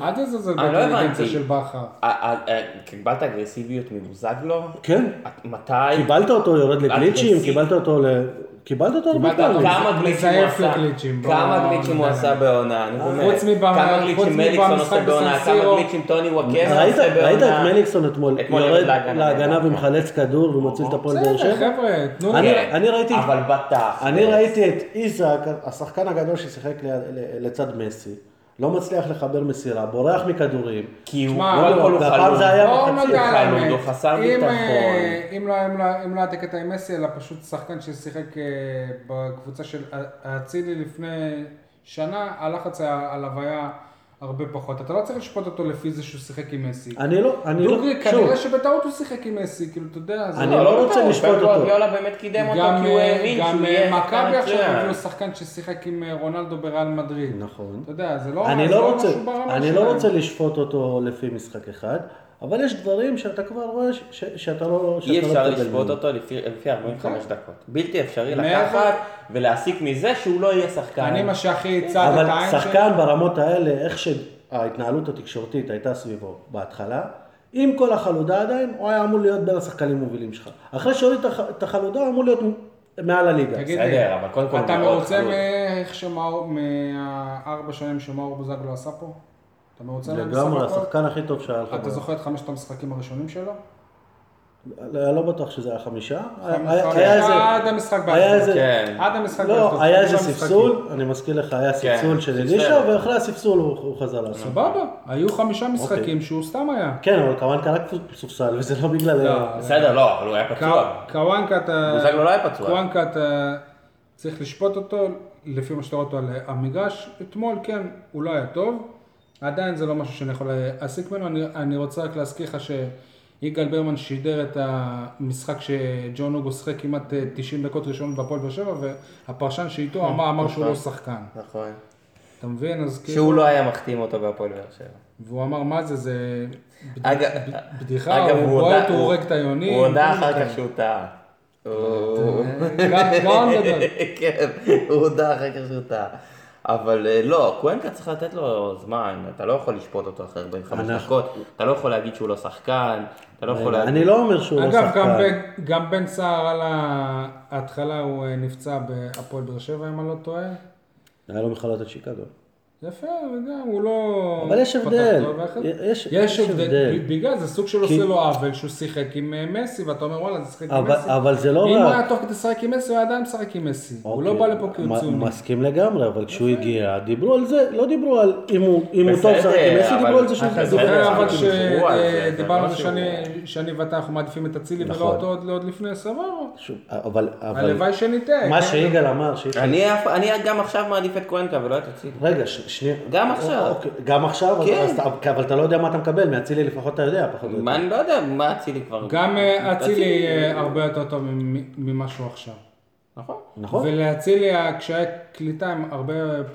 Speaker 2: אל תזלזל
Speaker 4: אני לא
Speaker 2: באינטליגנציה
Speaker 4: הבנתי.
Speaker 2: של בכר.
Speaker 4: אה, אה, אה, קיבלת אגרסיביות מבוזגלו?
Speaker 3: כן,
Speaker 4: את- מתי?
Speaker 3: קיבלת אותו יורד לגליצ'ים,
Speaker 4: אגרסיבי.
Speaker 3: קיבלת אותו ל... קיבלת אותו הרבה
Speaker 2: קיבלת אותו.
Speaker 3: פעמים.
Speaker 4: כמה גליצ'ים הוא
Speaker 2: מזייף
Speaker 4: עשה?
Speaker 2: לגליצ'ים, בוא-
Speaker 4: כמה גליצ'ים הוא
Speaker 2: בוא-
Speaker 4: עשה בעונה? אני באמת.
Speaker 2: חוץ מבמ-
Speaker 4: כמה
Speaker 2: חוץ
Speaker 4: גליצ'ים מליקסון
Speaker 2: מבמשחק
Speaker 4: עושה בעונה? כמה
Speaker 2: בסנסירו.
Speaker 4: גליצ'ים טוני וואקמה
Speaker 3: ראית
Speaker 4: עושה בעונה?
Speaker 3: ראית את מליקסון אתמול,
Speaker 4: אתמול
Speaker 3: יורד
Speaker 4: להגנה.
Speaker 3: להגנה ומחלץ כדור ומציל את הפועל באר
Speaker 2: בסדר,
Speaker 3: שבע?
Speaker 2: חבר'ה, תנו
Speaker 3: אני-
Speaker 2: לי.
Speaker 4: כן,
Speaker 3: אני ראיתי-
Speaker 4: אבל בטח.
Speaker 3: אני ראיתי את איזק, השחקן הגדול ששיחק ליד- ל- לצד מסי, לא מצליח לחבר מסירה, בורח מכדורים.
Speaker 4: כי הוא
Speaker 2: שמע,
Speaker 4: קודם
Speaker 2: אבל-
Speaker 4: כל הוא
Speaker 3: והפעם
Speaker 4: חלוד.
Speaker 3: זה היה
Speaker 2: בואו
Speaker 3: בחצי,
Speaker 2: נודה על
Speaker 4: חלוד,
Speaker 2: האמת.
Speaker 4: הוא לא חסר
Speaker 2: אם,
Speaker 4: ביטחון.
Speaker 2: אה, אם לא- אם לא- אם לא היה קטע עם מסי, אלא פשוט שחקן ששיחק אה, בקבוצה של א- אצילי לפני שנה, הלחץ היה- עליו היה הרבה פחות. אתה לא צריך לשפוט אותו לפי זה שהוא שיחק עם מסי.
Speaker 3: אני לא, אני לא,
Speaker 2: דוגרי,
Speaker 3: שוב,
Speaker 2: כנראה שבטעות הוא שיחק עם מסי, כאילו, אתה יודע, זה
Speaker 3: אני
Speaker 2: לא-
Speaker 3: לא רוצה
Speaker 4: בטעות,
Speaker 3: לשפוט
Speaker 4: פפ
Speaker 3: אותו.
Speaker 4: גוורדיולה באמת קידם אותו
Speaker 2: גם
Speaker 4: כי הוא האמין
Speaker 2: גם,
Speaker 4: שהוא
Speaker 2: אה,
Speaker 4: יהיה
Speaker 2: מכבי
Speaker 4: שחקן
Speaker 2: עכשיו
Speaker 4: מצוין.
Speaker 2: הביאו שחקן ששיחק עם אה, רונלדו בריאל מדריד.
Speaker 3: נכון.
Speaker 2: אתה יודע, זה לא
Speaker 3: אני
Speaker 2: זה
Speaker 3: לא רוצה,
Speaker 2: משהו ברמה
Speaker 3: אני
Speaker 2: שלהם.
Speaker 3: לא רוצה לשפוט אותו לפי משחק אחד, אבל יש דברים שאתה כבר רואה ש- ש- שאתה לא... שאתה
Speaker 4: אי
Speaker 3: לא
Speaker 4: אפשר
Speaker 3: מקבל
Speaker 4: לשפוט
Speaker 3: ממנו.
Speaker 4: אותו לפי לפי 45 דקות. בלתי אפשרי
Speaker 2: נכון. מעבר-
Speaker 4: לקחת ולהסיק מזה שהוא לא יהיה שחקן.
Speaker 2: אני מה שהכי הצעת את
Speaker 3: אבל
Speaker 2: העין שלי.
Speaker 3: שחקן ברמות האלה, איך שההתנהלות התקשורתית הייתה סביבו בהתחלה, עם כל החלודה עדיין, הוא היה אמור להיות בין השחקנים המובילים שלך. אחרי שהוריד את הח- את החלודה, הוא אמור להיות מעל הליגה.
Speaker 2: תגיד
Speaker 4: בסדר,
Speaker 2: לי,
Speaker 4: אבל קודם כל
Speaker 2: אתה
Speaker 4: מאוד
Speaker 2: מרוצה
Speaker 4: חלוד.
Speaker 2: מאיך שמאור, מהארבע שנים שמאור בוזגלו עשה פה? אתה מרוצה מהם בסך
Speaker 3: לגמרי,
Speaker 2: הכל?
Speaker 3: השחקן הכי טוב שהיה לך.
Speaker 2: נכון? אתה
Speaker 3: בעולם.
Speaker 2: זוכר את חמשת המשחקים הראשונים שלו?
Speaker 3: לא לא בטוח שזה היה חמישה. היה- היה- היה איזה-
Speaker 2: עד המשחק
Speaker 3: היה
Speaker 2: באשדוד.
Speaker 3: איזה-
Speaker 4: כן.
Speaker 2: עד המשחק באשדוד,
Speaker 3: לא, היה
Speaker 2: כל
Speaker 3: איזה
Speaker 2: המשחקים.
Speaker 3: ספסול, אני מזכיר לך, היה
Speaker 2: כן,
Speaker 3: ספסול של
Speaker 4: ספסל.
Speaker 3: אלישע, ואחרי הספסול הוא הוא חזר לעשות.
Speaker 2: סבבה, היו חמישה
Speaker 4: אוקיי.
Speaker 2: משחקים שהוא סתם היה.
Speaker 3: כן, אבל כמובן קרה ספסל, וזה לא בגלל...
Speaker 2: לא,
Speaker 4: בסדר, לא, אבל הוא היה פצוע.
Speaker 2: ק- קוואנקה אתה...
Speaker 4: בוזגלו לא היה פצוע.
Speaker 2: קוואנקה אתה צריך לשפוט אותו לפי מה שאתה רואה אותו על המגרש. אתמול כן, הוא לא היה טוב. עדיין זה לא משהו שאני יכול להסיק ממנו. אני, אני רוצה רק להזכיר לך שיגאל ברמן שידר את המשחק שג'ון הוגו שיחק כמעט אה, 90 דקות ראשון בהפועל באר שבע, והפרשן שאיתו אמר, אמר שהוא לא שחקן.
Speaker 4: כן, נכון.
Speaker 2: אתה מבין? אז כאילו...
Speaker 4: שהוא לא היה מחתים אותו בהפועל באר שבע.
Speaker 2: והוא אמר, מה זה, זה בד-
Speaker 4: אגב-
Speaker 2: ב- בדיחה,
Speaker 4: אגב,
Speaker 2: הוא
Speaker 4: הודה-
Speaker 2: בועט, הוא הורג את היונים.
Speaker 4: הוא הודה
Speaker 2: כל מיני
Speaker 4: אחר
Speaker 2: כאלה.
Speaker 4: כך שהוא טעה. הוא-
Speaker 2: גם- גם גדול.
Speaker 4: כן, הוא הודה אחר כך שהוא טעה. אבל אה, לא, קוונקה צריך לתת לו זמן, אתה לא יכול לשפוט אותו אחרי 45
Speaker 3: אנחנו-
Speaker 4: דקות, אתה לא יכול להגיד שהוא לא שחקן, אתה לא יכול להגיד...
Speaker 3: אני לא אומר שהוא לא
Speaker 2: אגב, גם
Speaker 3: שחקן.
Speaker 2: בן- גם בן סער על ההתחלה הוא אה, נפצע בהפועל באר שבע, אם אני לא טועה.
Speaker 3: היה לו מחלות על שיקגו.
Speaker 2: יפה, וגם הוא לא...
Speaker 3: אבל יש
Speaker 2: פתח
Speaker 3: הבדל.
Speaker 2: טוב, ואחרי-
Speaker 3: יש-
Speaker 2: יש
Speaker 3: יש
Speaker 2: הבדל.
Speaker 3: הבדל.
Speaker 2: ב- בגלל זה סוג של עושה לו עוול שהוא שיחק עם אה, מסי, ואתה אומר וואלה, זה שיחק עם
Speaker 3: אבל-
Speaker 2: מסי.
Speaker 3: אבל זה לא
Speaker 2: אם הוא
Speaker 3: רק-
Speaker 2: היה טוב כדי לשחק עם מסי, הוא היה עדיין משחק עם מסי. הוא לא
Speaker 3: אוקיי,
Speaker 2: בא לפה כי
Speaker 3: מ-
Speaker 2: הוא ציוני.
Speaker 3: מסכים לגמרי, אבל כשהוא הגיע, דיברו על זה, לא דיברו על אם הוא אם הוא טוב
Speaker 4: בסדר,
Speaker 3: שחק עם מסי,
Speaker 4: אבל-
Speaker 3: דיברו על זה שהוא...
Speaker 2: אתה
Speaker 4: בסדר,
Speaker 2: זוכר אבל
Speaker 4: אבל דיברו על זה, זה
Speaker 2: שדיברנו
Speaker 4: לא שהוא-
Speaker 2: שאני- שאני ואתה, אנחנו מעדיפים את אצילי ולא
Speaker 3: נכון.
Speaker 2: אותו עוד- עוד לפני, סבבה.
Speaker 3: שוב, אבל... אבל-
Speaker 2: הלוואי שנטעה.
Speaker 3: מה
Speaker 2: כן?
Speaker 3: שיגאל אמר, שיגאל...
Speaker 4: אני אף- אני גם עכשיו מעדיף את קוונקה ולא את אצילי.
Speaker 3: רגע, ש- שנייה.
Speaker 4: גם עכשיו.
Speaker 3: אוקיי, גם עכשיו?
Speaker 4: כן.
Speaker 3: אז אתה- אבל אתה לא יודע מה אתה מקבל, מאצילי לפחות אתה יודע, פחות או יותר.
Speaker 4: מה, אני לא יודע מה אצילי כבר...
Speaker 2: גם אה,
Speaker 3: אוקיי.
Speaker 2: אצילי אה, הרבה יותר טוב ממ- ממה שהוא עכשיו.
Speaker 4: נכון.
Speaker 3: נכון?
Speaker 2: ולאצילי הקשיי קליטה הם הרבה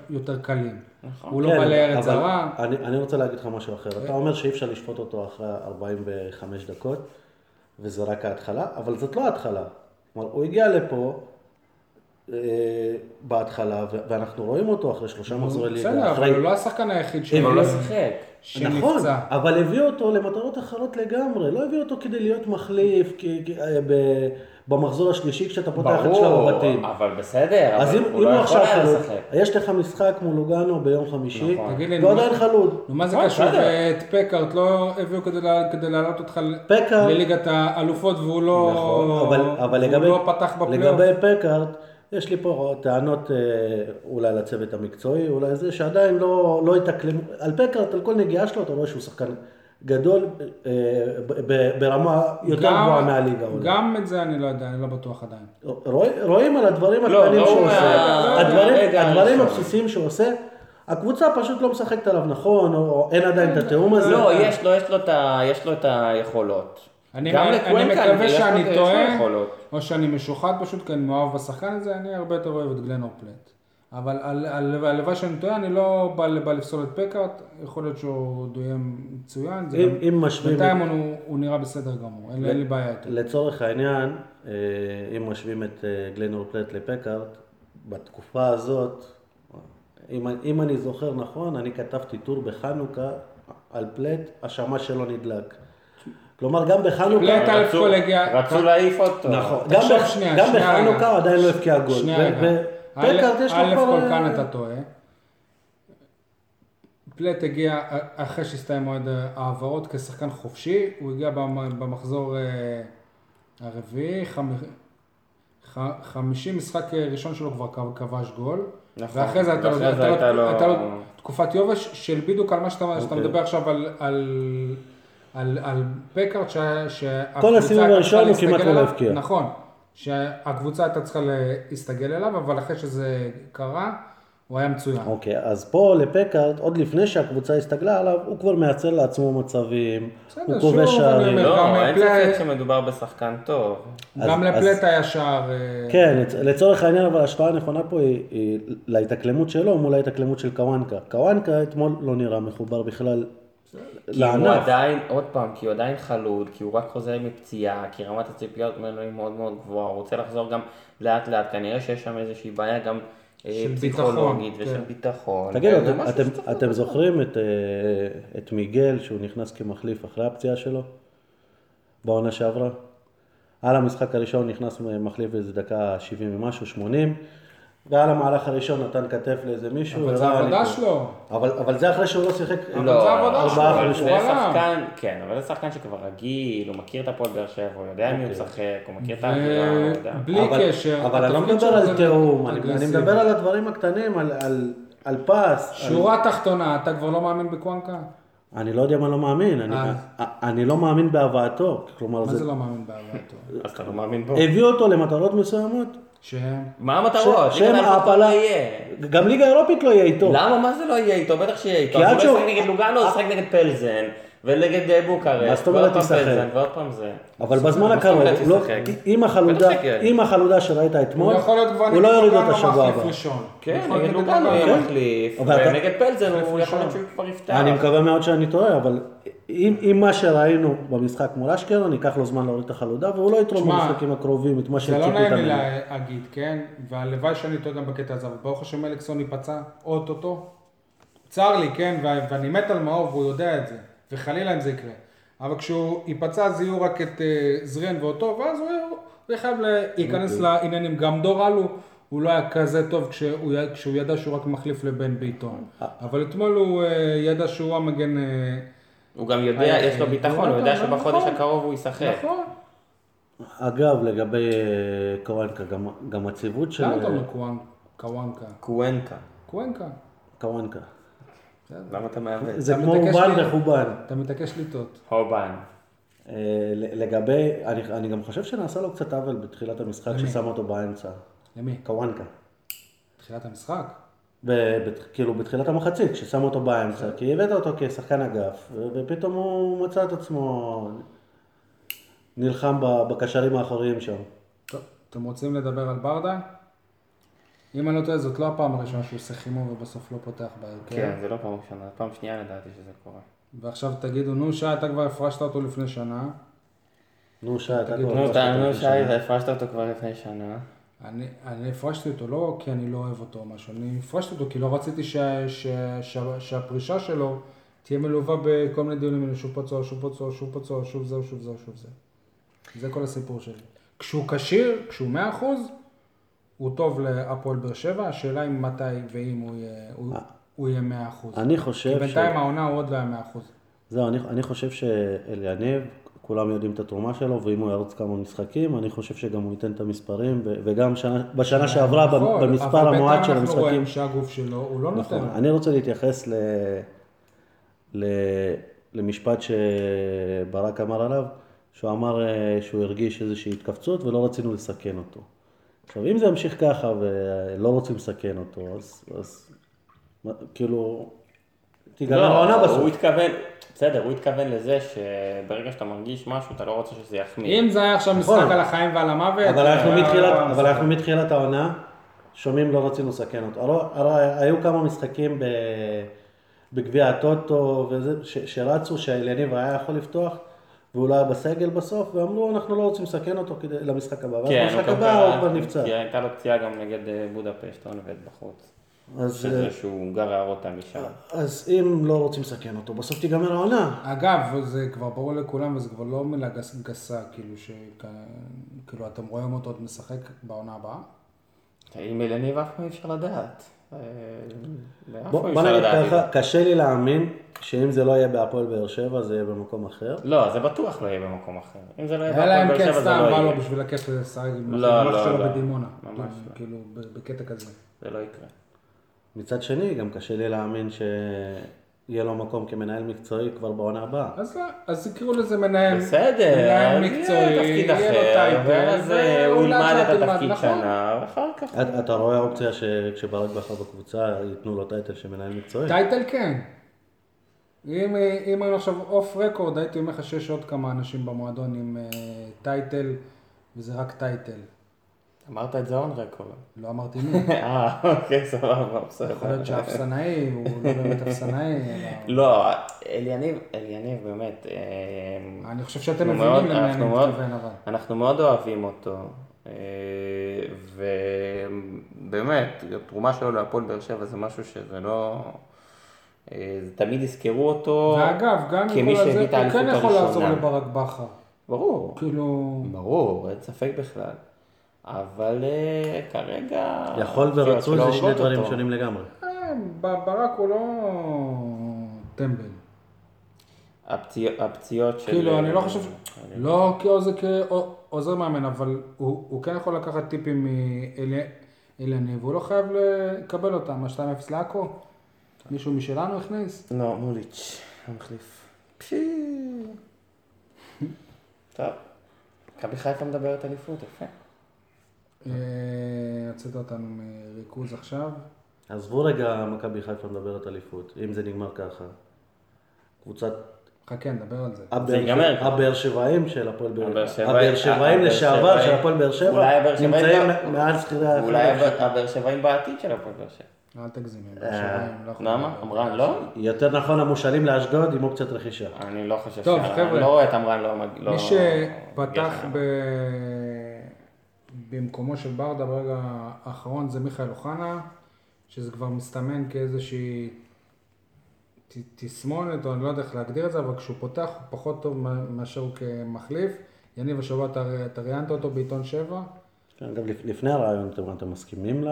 Speaker 2: יותר קלים. הוא לא
Speaker 3: כן,
Speaker 2: בא לארץ
Speaker 3: אבל
Speaker 2: זרה.
Speaker 3: אני, אני רוצה להגיד לך משהו אחר. אתה אומר שאי אפשר לשפוט אותו אחרי 45 דקות, וזה רק ההתחלה, אבל זאת לא ההתחלה. כלומר, הוא הגיע לפה אה, בהתחלה, ו- ואנחנו רואים אותו אחרי שלושה מחזורי ליגה.
Speaker 2: בסדר,
Speaker 3: אחרי...
Speaker 2: אבל הוא לא השחקן היחיד
Speaker 4: אבל הוא
Speaker 2: שלו
Speaker 4: לא שיחק.
Speaker 3: נכון,
Speaker 2: שנפצע.
Speaker 3: אבל הביאו אותו למטרות אחרות לגמרי. לא הביאו אותו כדי להיות מחליף כי, כי, אה, ב, במחזור השלישי כשאתה פותח את שלב הבתים.
Speaker 4: ברור, אבל בסדר,
Speaker 3: אז אם
Speaker 4: אבל
Speaker 3: אם
Speaker 4: הוא
Speaker 3: הוא
Speaker 4: לא יכול
Speaker 3: עכשיו
Speaker 4: היה
Speaker 3: חלוד,
Speaker 4: לשחק.
Speaker 3: יש לך משחק מול לוגאנו ביום חמישי,
Speaker 4: נכון.
Speaker 2: תגיד לי,
Speaker 3: והוא
Speaker 2: נו,
Speaker 3: עדיין חלוד.
Speaker 2: נו, מה זה
Speaker 4: נכון,
Speaker 2: קשור?
Speaker 4: בסדר.
Speaker 2: ואת פקארט לא הביאו כדי לה- כדי להעלות אותך ל-
Speaker 3: פקארט.
Speaker 2: לליגת האלופות והוא לא...
Speaker 3: נכון, אבל, אבל
Speaker 2: והוא
Speaker 3: לגבי,
Speaker 2: לא פתח בפלייאוף.
Speaker 3: לגבי פקארט, יש לי פה טענות אה, אולי לצוות המקצועי, אולי זה שעדיין לא, לא התאקלמו, על פקארט, על כל נגיעה שלו, אתה רואה שהוא שחקן גדול אה, ב- ב- ברמה יותר
Speaker 2: גם-
Speaker 3: גבוהה מהליגה. אולי.
Speaker 2: גם את זה אני לא יודע, אני לא בטוח עדיין.
Speaker 3: רוא- רואים על הדברים הקטנים
Speaker 4: לא
Speaker 3: שהוא
Speaker 4: מה-
Speaker 3: עושה,
Speaker 4: לא
Speaker 3: הדברים-
Speaker 4: מהרגע
Speaker 3: הדברים
Speaker 4: הראשון.
Speaker 3: הבסיסיים שהוא עושה, הקבוצה פשוט לא משחקת עליו נכון, או- או אין עדיין את התיאום הזה.
Speaker 4: לא, יש לו, יש לו את ה- יש לו את היכולות.
Speaker 2: אני,
Speaker 4: גם
Speaker 2: אני
Speaker 4: לקוונקה,
Speaker 2: מקווה
Speaker 4: יש לו- יש
Speaker 2: שאני
Speaker 4: לו
Speaker 2: טועה,
Speaker 4: יכולות.
Speaker 2: או שאני משוחד פשוט, כי אני מאוהב בשחקן הזה, אני הרבה יותר אוהב את גלן אורפלט. אבל על- על- הלוואי שאני טועה, אני לא בא בא לפסול את פקארט, יכול להיות שהוא דויים מצוין, זה
Speaker 3: אם-
Speaker 2: גם-
Speaker 3: אם משווים-
Speaker 2: בינתיים הוא- הוא נראה בסדר גמור, אין אין לי בעיה איתו.
Speaker 3: לצורך העניין, אה, אם משווים את אה, גלנור פלט לפקארט, בתקופה הזאת, אם, אם אני זוכר נכון, אני כתבתי טור בחנוכה על פלט, האשמה שלא נדלק. כלומר, גם
Speaker 2: פלט
Speaker 3: בחנוכה...
Speaker 2: על-
Speaker 4: רצו-
Speaker 2: קולגיה-
Speaker 4: רצו להעיף אותו.
Speaker 3: נכון, גם,
Speaker 2: תחשוב
Speaker 3: בח-
Speaker 2: שנייה,
Speaker 3: גם
Speaker 2: שנייה
Speaker 3: בחנוכה
Speaker 2: רגע.
Speaker 3: הוא עדיין לא הבקיע גול.
Speaker 2: שנייה
Speaker 3: ו-
Speaker 2: רגע.
Speaker 3: ופקארט יש לו
Speaker 2: א'
Speaker 3: כבר...
Speaker 2: כל
Speaker 3: אה,
Speaker 2: כאן אתה טועה. פלט הגיע א- אחרי שהסתיים מועד ההעברות כשחקן חופשי, הוא הגיע במ- במחזור אה, הרביעי, חמ- ח- חמישים משחק אה, ראשון שלו כבר כב- כבש גול.
Speaker 4: נכון,
Speaker 2: ואחרי זה לא הייתה לו-
Speaker 4: ואחרי זה
Speaker 2: הייתה לו-
Speaker 4: הייתה
Speaker 2: הייתה לו
Speaker 4: לו-
Speaker 2: לא- תקופת יובש של בדיוק על מה
Speaker 3: אוקיי.
Speaker 2: שאתה שאתה מדבר עכשיו על- על- על על פקארט, שה- שהקבוצה
Speaker 3: כל הסיבוב
Speaker 2: הייתה
Speaker 3: הראשון
Speaker 2: צריכה
Speaker 3: הוא כמעט
Speaker 2: להסתגל
Speaker 3: לא
Speaker 2: עליו.
Speaker 3: הבקיע.
Speaker 2: נכון, שהקבוצה הייתה צריכה להסתגל אליו, אבל אחרי שזה קרה, הוא היה מצוין.
Speaker 3: אוקיי, אז פה לפקארט, עוד לפני שהקבוצה הסתגלה עליו, הוא כבר מייצר לעצמו מצבים,
Speaker 2: בסדר,
Speaker 3: הוא
Speaker 2: שוב,
Speaker 3: כובש
Speaker 2: אני
Speaker 3: שערים.
Speaker 2: אומר, גם
Speaker 4: לא, אין
Speaker 2: פלט-
Speaker 4: ספק שמדובר בשחקן טוב.
Speaker 3: אז-
Speaker 2: גם
Speaker 3: אז-
Speaker 2: לפלט היה שער... אה,
Speaker 3: כן, לצ- לצורך העניין, אבל ההשפעה הנכונה פה היא, היא להתאקלמות שלו מול ההתאקלמות של קוואנקה. קוואנקה אתמול לא נראה מחובר בכלל
Speaker 4: כי הוא
Speaker 3: לענף.
Speaker 4: עדיין, עוד פעם, כי הוא עדיין חלוד, כי הוא רק חוזר מפציעה, כי רמת הציפיות ממנו היא מאוד מאוד גבוהה, הוא רוצה לחזור גם לאט לאט, כנראה שיש שם איזושהי בעיה גם אה,
Speaker 2: של
Speaker 4: פסיכולוגית
Speaker 2: ביטחון,
Speaker 4: ושל
Speaker 2: כן.
Speaker 4: ביטחון.
Speaker 3: תגידו,
Speaker 4: וזה
Speaker 3: אתם-
Speaker 4: משהו
Speaker 3: אתם-
Speaker 4: שצריך
Speaker 3: אתם זוכרים את, אה, את מיגל, שהוא נכנס כמחליף אחרי הפציעה שלו, בעונה שעברה? על המשחק הראשון נכנס מחליף איזה דקה 70 ומשהו, 80, ועל המהלך הראשון נתן כתף לאיזה מישהו.
Speaker 2: אבל זה
Speaker 3: הראה
Speaker 2: העבודה
Speaker 3: אליפות.
Speaker 2: שלו.
Speaker 3: אבל, אבל זה אחרי שהוא לא שיחק.
Speaker 2: אבל זה העבודה
Speaker 4: אבל
Speaker 2: שלו,
Speaker 4: אבל
Speaker 2: הוא
Speaker 4: זה
Speaker 2: עולם.
Speaker 4: שחקן, כן, אבל זה שחקן שכבר רגיל, הוא מכיר את הפועל באר שבע, הוא יודע מי הוא
Speaker 3: אוקיי.
Speaker 4: משחק, הוא מכיר את האווירה, הוא יודע.
Speaker 2: ובלי
Speaker 3: אה, אבל-
Speaker 2: אה, קשר,
Speaker 3: אבל אני לא
Speaker 2: התפקיד
Speaker 3: מדבר
Speaker 2: שלו
Speaker 3: על
Speaker 2: זה
Speaker 3: תיאום, אני- אני
Speaker 2: אגרסיבי.
Speaker 3: מדבר על הדברים הקטנים, על- על- על פס. על-
Speaker 2: שורה תחתונה, אתה כבר לא מאמין בקוואנקה?
Speaker 3: אני לא יודע מה לא מאמין, אני-
Speaker 2: אה.
Speaker 3: אני לא מאמין בהבאתו, כלומר
Speaker 2: מה
Speaker 3: זה...
Speaker 2: זה לא מאמין בהבאתו?
Speaker 4: אז אתה לא מאמין בו.
Speaker 3: הביאו אותו למטרות מסוימות,
Speaker 2: שהם?
Speaker 4: מה
Speaker 3: ש-
Speaker 4: המטרות? ליגת
Speaker 3: שם
Speaker 4: האלופות לא
Speaker 3: ההעפלה,
Speaker 4: יהיה.
Speaker 3: גם ליגה אירופית לא יהיה איתו.
Speaker 4: למה? מה זה לא יהיה איתו? בטח שיהיה איתו.
Speaker 3: כי
Speaker 4: אז
Speaker 3: עד
Speaker 4: הוא לא
Speaker 3: שהוא- אה.
Speaker 4: ישחק נגד לוגאנו, הוא ישחק נגד פלזן, ונגד אה, בוקרשט.
Speaker 3: מה זאת אומרת
Speaker 4: ועוד פעם
Speaker 3: ישחק?
Speaker 4: פלזן, ועוד פעם זה.
Speaker 3: אבל בזמן
Speaker 4: מה זאת
Speaker 3: הקרוב,
Speaker 4: אומרת
Speaker 3: לא-
Speaker 4: ישחק?
Speaker 3: עם החלודה,
Speaker 4: בטח שכן.
Speaker 3: עם החלודה שראית
Speaker 2: הוא
Speaker 3: אתמול,
Speaker 2: יכול להיות כבר
Speaker 3: הוא לא יוריד אותה שבוע
Speaker 2: מחליף
Speaker 3: הבא.
Speaker 2: ראשון.
Speaker 4: כן,
Speaker 2: יכול להיות
Speaker 4: נגד לוגאנו
Speaker 2: לוגאנו.
Speaker 4: יהיה
Speaker 3: כן.
Speaker 4: מחליף,
Speaker 3: אבל אתה-
Speaker 4: ונגד פלזן הוא
Speaker 2: ראשון.
Speaker 4: יכול להיות שהוא כבר יפתח.
Speaker 3: אני מקווה מאוד שאני טועה, אבל אם אם מה שראינו במשחק מול אשקלון, ייקח לו זמן להוריד את החלודה, והוא לא יתרום
Speaker 2: שמע,
Speaker 3: במשחקים הקרובים את מה
Speaker 2: זה
Speaker 3: שהם
Speaker 2: לא
Speaker 3: ציפו
Speaker 2: נעים לי
Speaker 3: ממנו.
Speaker 2: להגיד, כן? והלוואי שאני טועה גם בקטע הזה, אבל ברוך השם אליקסון ייפצע, אוטוטו. צר לי, כן? ו- ואני מת על מאור והוא יודע את זה, וחלילה אם זה יקרה. אבל כשהוא ייפצע אז יהיו רק את אה, זריאן ואותו, ואז הוא יהיה- הוא יהיה חייב ל- להיכנס
Speaker 3: אוקיי.
Speaker 2: לעניינים. גם דור אלו, הוא לא היה כזה טוב כשהוא, י- כשהוא ידע שהוא רק מחליף לבן ביטון.
Speaker 3: אה.
Speaker 2: אבל אתמול הוא אה, ידע שהוא המגן... אה,
Speaker 4: הוא גם יודע,
Speaker 2: היחיד.
Speaker 4: יש לו ביטחון, הוא יודע
Speaker 2: נכון,
Speaker 4: שבחודש
Speaker 2: נכון.
Speaker 4: הקרוב הוא ישחק.
Speaker 2: נכון.
Speaker 3: אגב, לגבי אה, קוואנקה, גם- גם הציוות של אה,
Speaker 2: למה אתה אומר קוואנ- קוואנקה?
Speaker 4: קוונקה.
Speaker 2: קוואנקה.
Speaker 3: אה, קוואנקה,
Speaker 4: למה אתה מעוות?
Speaker 3: זה
Speaker 2: אתה
Speaker 3: כמו
Speaker 2: מתעקש
Speaker 3: אובן
Speaker 2: לי-
Speaker 3: וחובן.
Speaker 2: אתה מתעקש לטעות.
Speaker 4: הובן.
Speaker 3: אה, לגבי, אני, אני גם חושב שנעשה לו קצת עוול בתחילת המשחק ששם אותו באמצע,
Speaker 2: למי?
Speaker 3: קוואנקה.
Speaker 2: תחילת המשחק?
Speaker 3: ב- בת- כאילו בתחילת המחצית, ששם אותו באמצע, כי הבאת אותו כשחקן אגף, ו- ופתאום הוא מצא את עצמו נלחם ב- בקשרים האחוריים שם.
Speaker 2: טוב, אתם רוצים לדבר על ברדה? אם אני לא טועה, זאת לא הפעם הראשונה שהוא עושה חימום ובסוף לא פותח בהרכב.
Speaker 4: כן, זה לא פעם ראשונה, פעם שנייה לדעתי שזה קורה.
Speaker 2: ועכשיו תגידו, נו, שי, אתה כבר הפרשת אותו לפני שנה.
Speaker 3: נו שי, אתה כבר...
Speaker 4: נו,
Speaker 3: הפרשת
Speaker 4: תענו
Speaker 3: אותי
Speaker 4: שי,
Speaker 3: שם.
Speaker 4: הפרשת אותו כבר לפני שנה.
Speaker 2: אני, אני הפרשתי אותו לא כי אני לא אוהב אותו או משהו, אני הפרשתי אותו כי לא רציתי ש, ש, ש, שהפרישה שלו תהיה מלווה בכל מיני דיונים, הנה, שוב פצוע, שוב פצוע, שוב פצוע, שוב זה, שוב זה, שוב זה. זה כל הסיפור שלי. כשהוא כשיר, כשהוא 100%, הוא טוב להפועל באר שבע, השאלה היא מתי ואם הוא יהיה, הוא, הוא יהיה 100%.
Speaker 3: אה. אני חושב
Speaker 2: כי
Speaker 3: ש...
Speaker 2: בינתיים העונה הוא עוד לא היה 100%.
Speaker 3: זהו, אני, אני חושב שאליניב, כולם יודעים את התרומה שלו, ואם הוא ירוץ כמה משחקים, אני חושב שגם הוא ייתן את המספרים, ו- וגם שנה, בשנה שעברה, ב-
Speaker 2: נכון,
Speaker 3: במספר המועט של
Speaker 2: אבל בינתיים אנחנו
Speaker 3: המשחקים.
Speaker 2: רואים שהגוף שלו, הוא לא
Speaker 3: נכון.
Speaker 2: נותן.
Speaker 3: אני רוצה להתייחס ל... ל... למשפט שברק אמר עליו, שהוא אמר אה, שהוא הרגיש איזושהי התכווצות ולא רצינו לסכן אותו. עכשיו, אם זה ימשיך ככה ולא רוצים לסכן אותו, אז, אז מה- כאילו, תיגמר העונה
Speaker 4: לא, הוא
Speaker 3: בסוף.
Speaker 4: התכוון, בסדר, הוא התכוון לזה שברגע שאתה מרגיש משהו, אתה לא רוצה שזה יחמיא.
Speaker 2: אם זה היה עכשיו משחק
Speaker 3: נכון.
Speaker 2: על החיים ועל המוות, אה,
Speaker 3: אבל
Speaker 2: זה
Speaker 3: אנחנו
Speaker 4: אה,
Speaker 2: היה-
Speaker 3: מתחילת- אבל אנחנו מתחילת העונה, שומעים לא רצינו לסכן אותו. הלא- הרי היו כמה משחקים ב- בגביע הטוטו וזה, ש- שרצו, שהאליניב היה יכול לפתוח, והוא לא היה בסגל בסוף, ואמרו אנחנו לא רוצים לסכן אותו כדי- למשחק הבא. ואז
Speaker 4: כן,
Speaker 3: במשחק
Speaker 4: גם
Speaker 3: הבא הוא
Speaker 4: קרה,
Speaker 3: כבר נפצע.
Speaker 4: כי הייתה לו פציעה גם נגד אה, בודפשט, אונבד בחוץ.
Speaker 3: אז,
Speaker 4: שזה שהוא גרר אותה
Speaker 3: אה.
Speaker 4: משם.
Speaker 3: אז אם לא רוצים לסכן אותו, בסוף תיגמר העונה.
Speaker 2: אגב, זה כבר ברור לכולם, וזה כבר לא מילה גס, גסה, כאילו, ש... כאילו, אתם רואים אותו עוד משחק בעונה הבאה?
Speaker 4: עם אלניב אף פעם אי אפשר לדעת. אה, אף פעם
Speaker 3: בוא
Speaker 4: אי
Speaker 3: בוא
Speaker 4: אפשר
Speaker 3: נגיד
Speaker 4: לדעת.
Speaker 3: ככה, קשה לי להאמין שאם זה לא יהיה בהפועל באר שבע, זה יהיה במקום אחר.
Speaker 4: לא, זה בטוח לא יהיה במקום אחר. אם זה לא
Speaker 2: אלא
Speaker 4: יהיה
Speaker 2: אם
Speaker 4: בהפועל באר
Speaker 2: כן
Speaker 4: שבע זה
Speaker 2: סתם
Speaker 4: לא
Speaker 2: בא לו
Speaker 4: יהיה.
Speaker 2: בשביל הכיף לשחק עם
Speaker 4: לא,
Speaker 2: החינוך
Speaker 4: לא,
Speaker 2: שלו
Speaker 4: לא.
Speaker 2: בדימונה.
Speaker 4: ממש לא.
Speaker 2: כאילו, ב- בקטע כזה.
Speaker 4: זה לא יקרה.
Speaker 3: מצד שני, גם קשה לי להאמין שיהיה לו מקום כמנהל מקצועי כבר בעונה הבאה.
Speaker 2: אז לא, אז יקראו לזה מנהל.
Speaker 4: בסדר,
Speaker 2: מנהל
Speaker 4: יהיה
Speaker 2: מקצועי,
Speaker 4: תפקיד
Speaker 2: יהיה לו
Speaker 4: אחר,
Speaker 2: טייטל,
Speaker 4: ואז אה,
Speaker 2: והוא
Speaker 4: הוא
Speaker 2: לאט
Speaker 4: ילמד
Speaker 2: לאט
Speaker 4: את
Speaker 2: ילמד,
Speaker 4: התפקיד
Speaker 2: נכון.
Speaker 4: שנה, ואחר כך...
Speaker 3: את- אתה רואה אופציה שכשברק בכר בקבוצה ייתנו לו טייטל של מנהל מקצועי?
Speaker 2: טייטל כן. אם, אה, אם היינו עכשיו אוף רקורד, הייתי אומר לך שיש עוד כמה אנשים במועדון עם אה, טייטל, וזה רק טייטל.
Speaker 4: אמרת את זה און רקורד.
Speaker 2: לא אמרתי מי.
Speaker 4: אה, אוקיי, סבבה, בסדר.
Speaker 2: יכול להיות שהאפסנאי הוא לא באמת אפסנאי, אלא...
Speaker 4: לא, אליניב, אליניב באמת. אה,
Speaker 2: אני חושב שאתם
Speaker 4: אנחנו
Speaker 2: מבינים
Speaker 4: מאוד-
Speaker 2: למה
Speaker 4: אנחנו
Speaker 2: אני
Speaker 4: מאוד-
Speaker 2: מתכוון, אבל.
Speaker 4: אנחנו מאוד אוהבים אותו, אה, ובאמת, התרומה שלו להפועל באר שבע זה משהו שזה לא... אה, זה תמיד יזכרו אותו
Speaker 2: ואגב, גם עם
Speaker 4: כמי
Speaker 2: כל הזה,
Speaker 4: שהביא את
Speaker 2: הוא
Speaker 4: האליפות
Speaker 2: כן יכול לעזור
Speaker 4: הראשונה.
Speaker 2: לברק בכר.
Speaker 4: ברור,
Speaker 2: כאילו...
Speaker 4: ברור, אין ספק בכלל. אבל אה, כרגע...
Speaker 3: יכול ורצוי זה שני דברים שונים לגמרי.
Speaker 2: אה, ב- ברק הוא לא טמבל.
Speaker 4: כן, הפציע- הפציעות של... אה,
Speaker 2: כאילו, אני לא חושב... לא כעוזר- כעוזר מאמן, אבל הוא הוא כן יכול לקחת טיפים מאלני, והוא לא חייב לקבל אותם. ה-2-0 לעכו, מישהו משלנו הכניס.
Speaker 4: לא, מוליץ', המחליף. טוב, מכבי חיפה מדברת אליפות, יפה.
Speaker 2: אה, הוצאת אותנו מריכוז עכשיו.
Speaker 3: עזבו רגע, מכבי חיפה מדברת אליפות, אם זה נגמר ככה. קבוצת
Speaker 2: חכה, נדבר על זה.
Speaker 3: הבאר-
Speaker 4: ייגמר.
Speaker 3: הבאר שבעים של הפועל באר
Speaker 4: הבאר
Speaker 3: שבע.
Speaker 4: שבעי-
Speaker 3: הבאר שבעים
Speaker 4: הבאר
Speaker 3: לשעבר
Speaker 4: שבעי-
Speaker 3: של הפועל באר שבע.
Speaker 4: אולי הבאר שבעי
Speaker 3: נמצאים
Speaker 4: גם-
Speaker 3: מעל שכירי
Speaker 4: ואולי הבאר שבעים בעתיד של הפועל באר שבע.
Speaker 2: אל תגזימי,
Speaker 4: אה,
Speaker 2: בשבועיים, לא יכול
Speaker 4: למה?
Speaker 2: לדבר.
Speaker 4: אמרן לא?
Speaker 3: יותר נכון, המושאלים לאשדוד עם אופציית רכישה.
Speaker 4: אני לא חושב ש...
Speaker 2: טוב, חבר'ה.
Speaker 4: אני לא רואה את אמרן לא... מג- לא-
Speaker 2: מי שפתח
Speaker 4: גחן.
Speaker 2: ב... במקומו של ברדה ברגע האחרון זה מיכאל אוחנה, שזה כבר מסתמן כאיזושהי ת- תסמונת, או אני לא יודע איך להגדיר את זה, אבל כשהוא פותח הוא פחות טוב מה- מאשר הוא כמחליף. יניב השבוע אתה אתה ראיינת אותו בעיתון שבע.
Speaker 3: כן, גם לפ- לפני הרעיון, אתם- אתם מסכימים ל...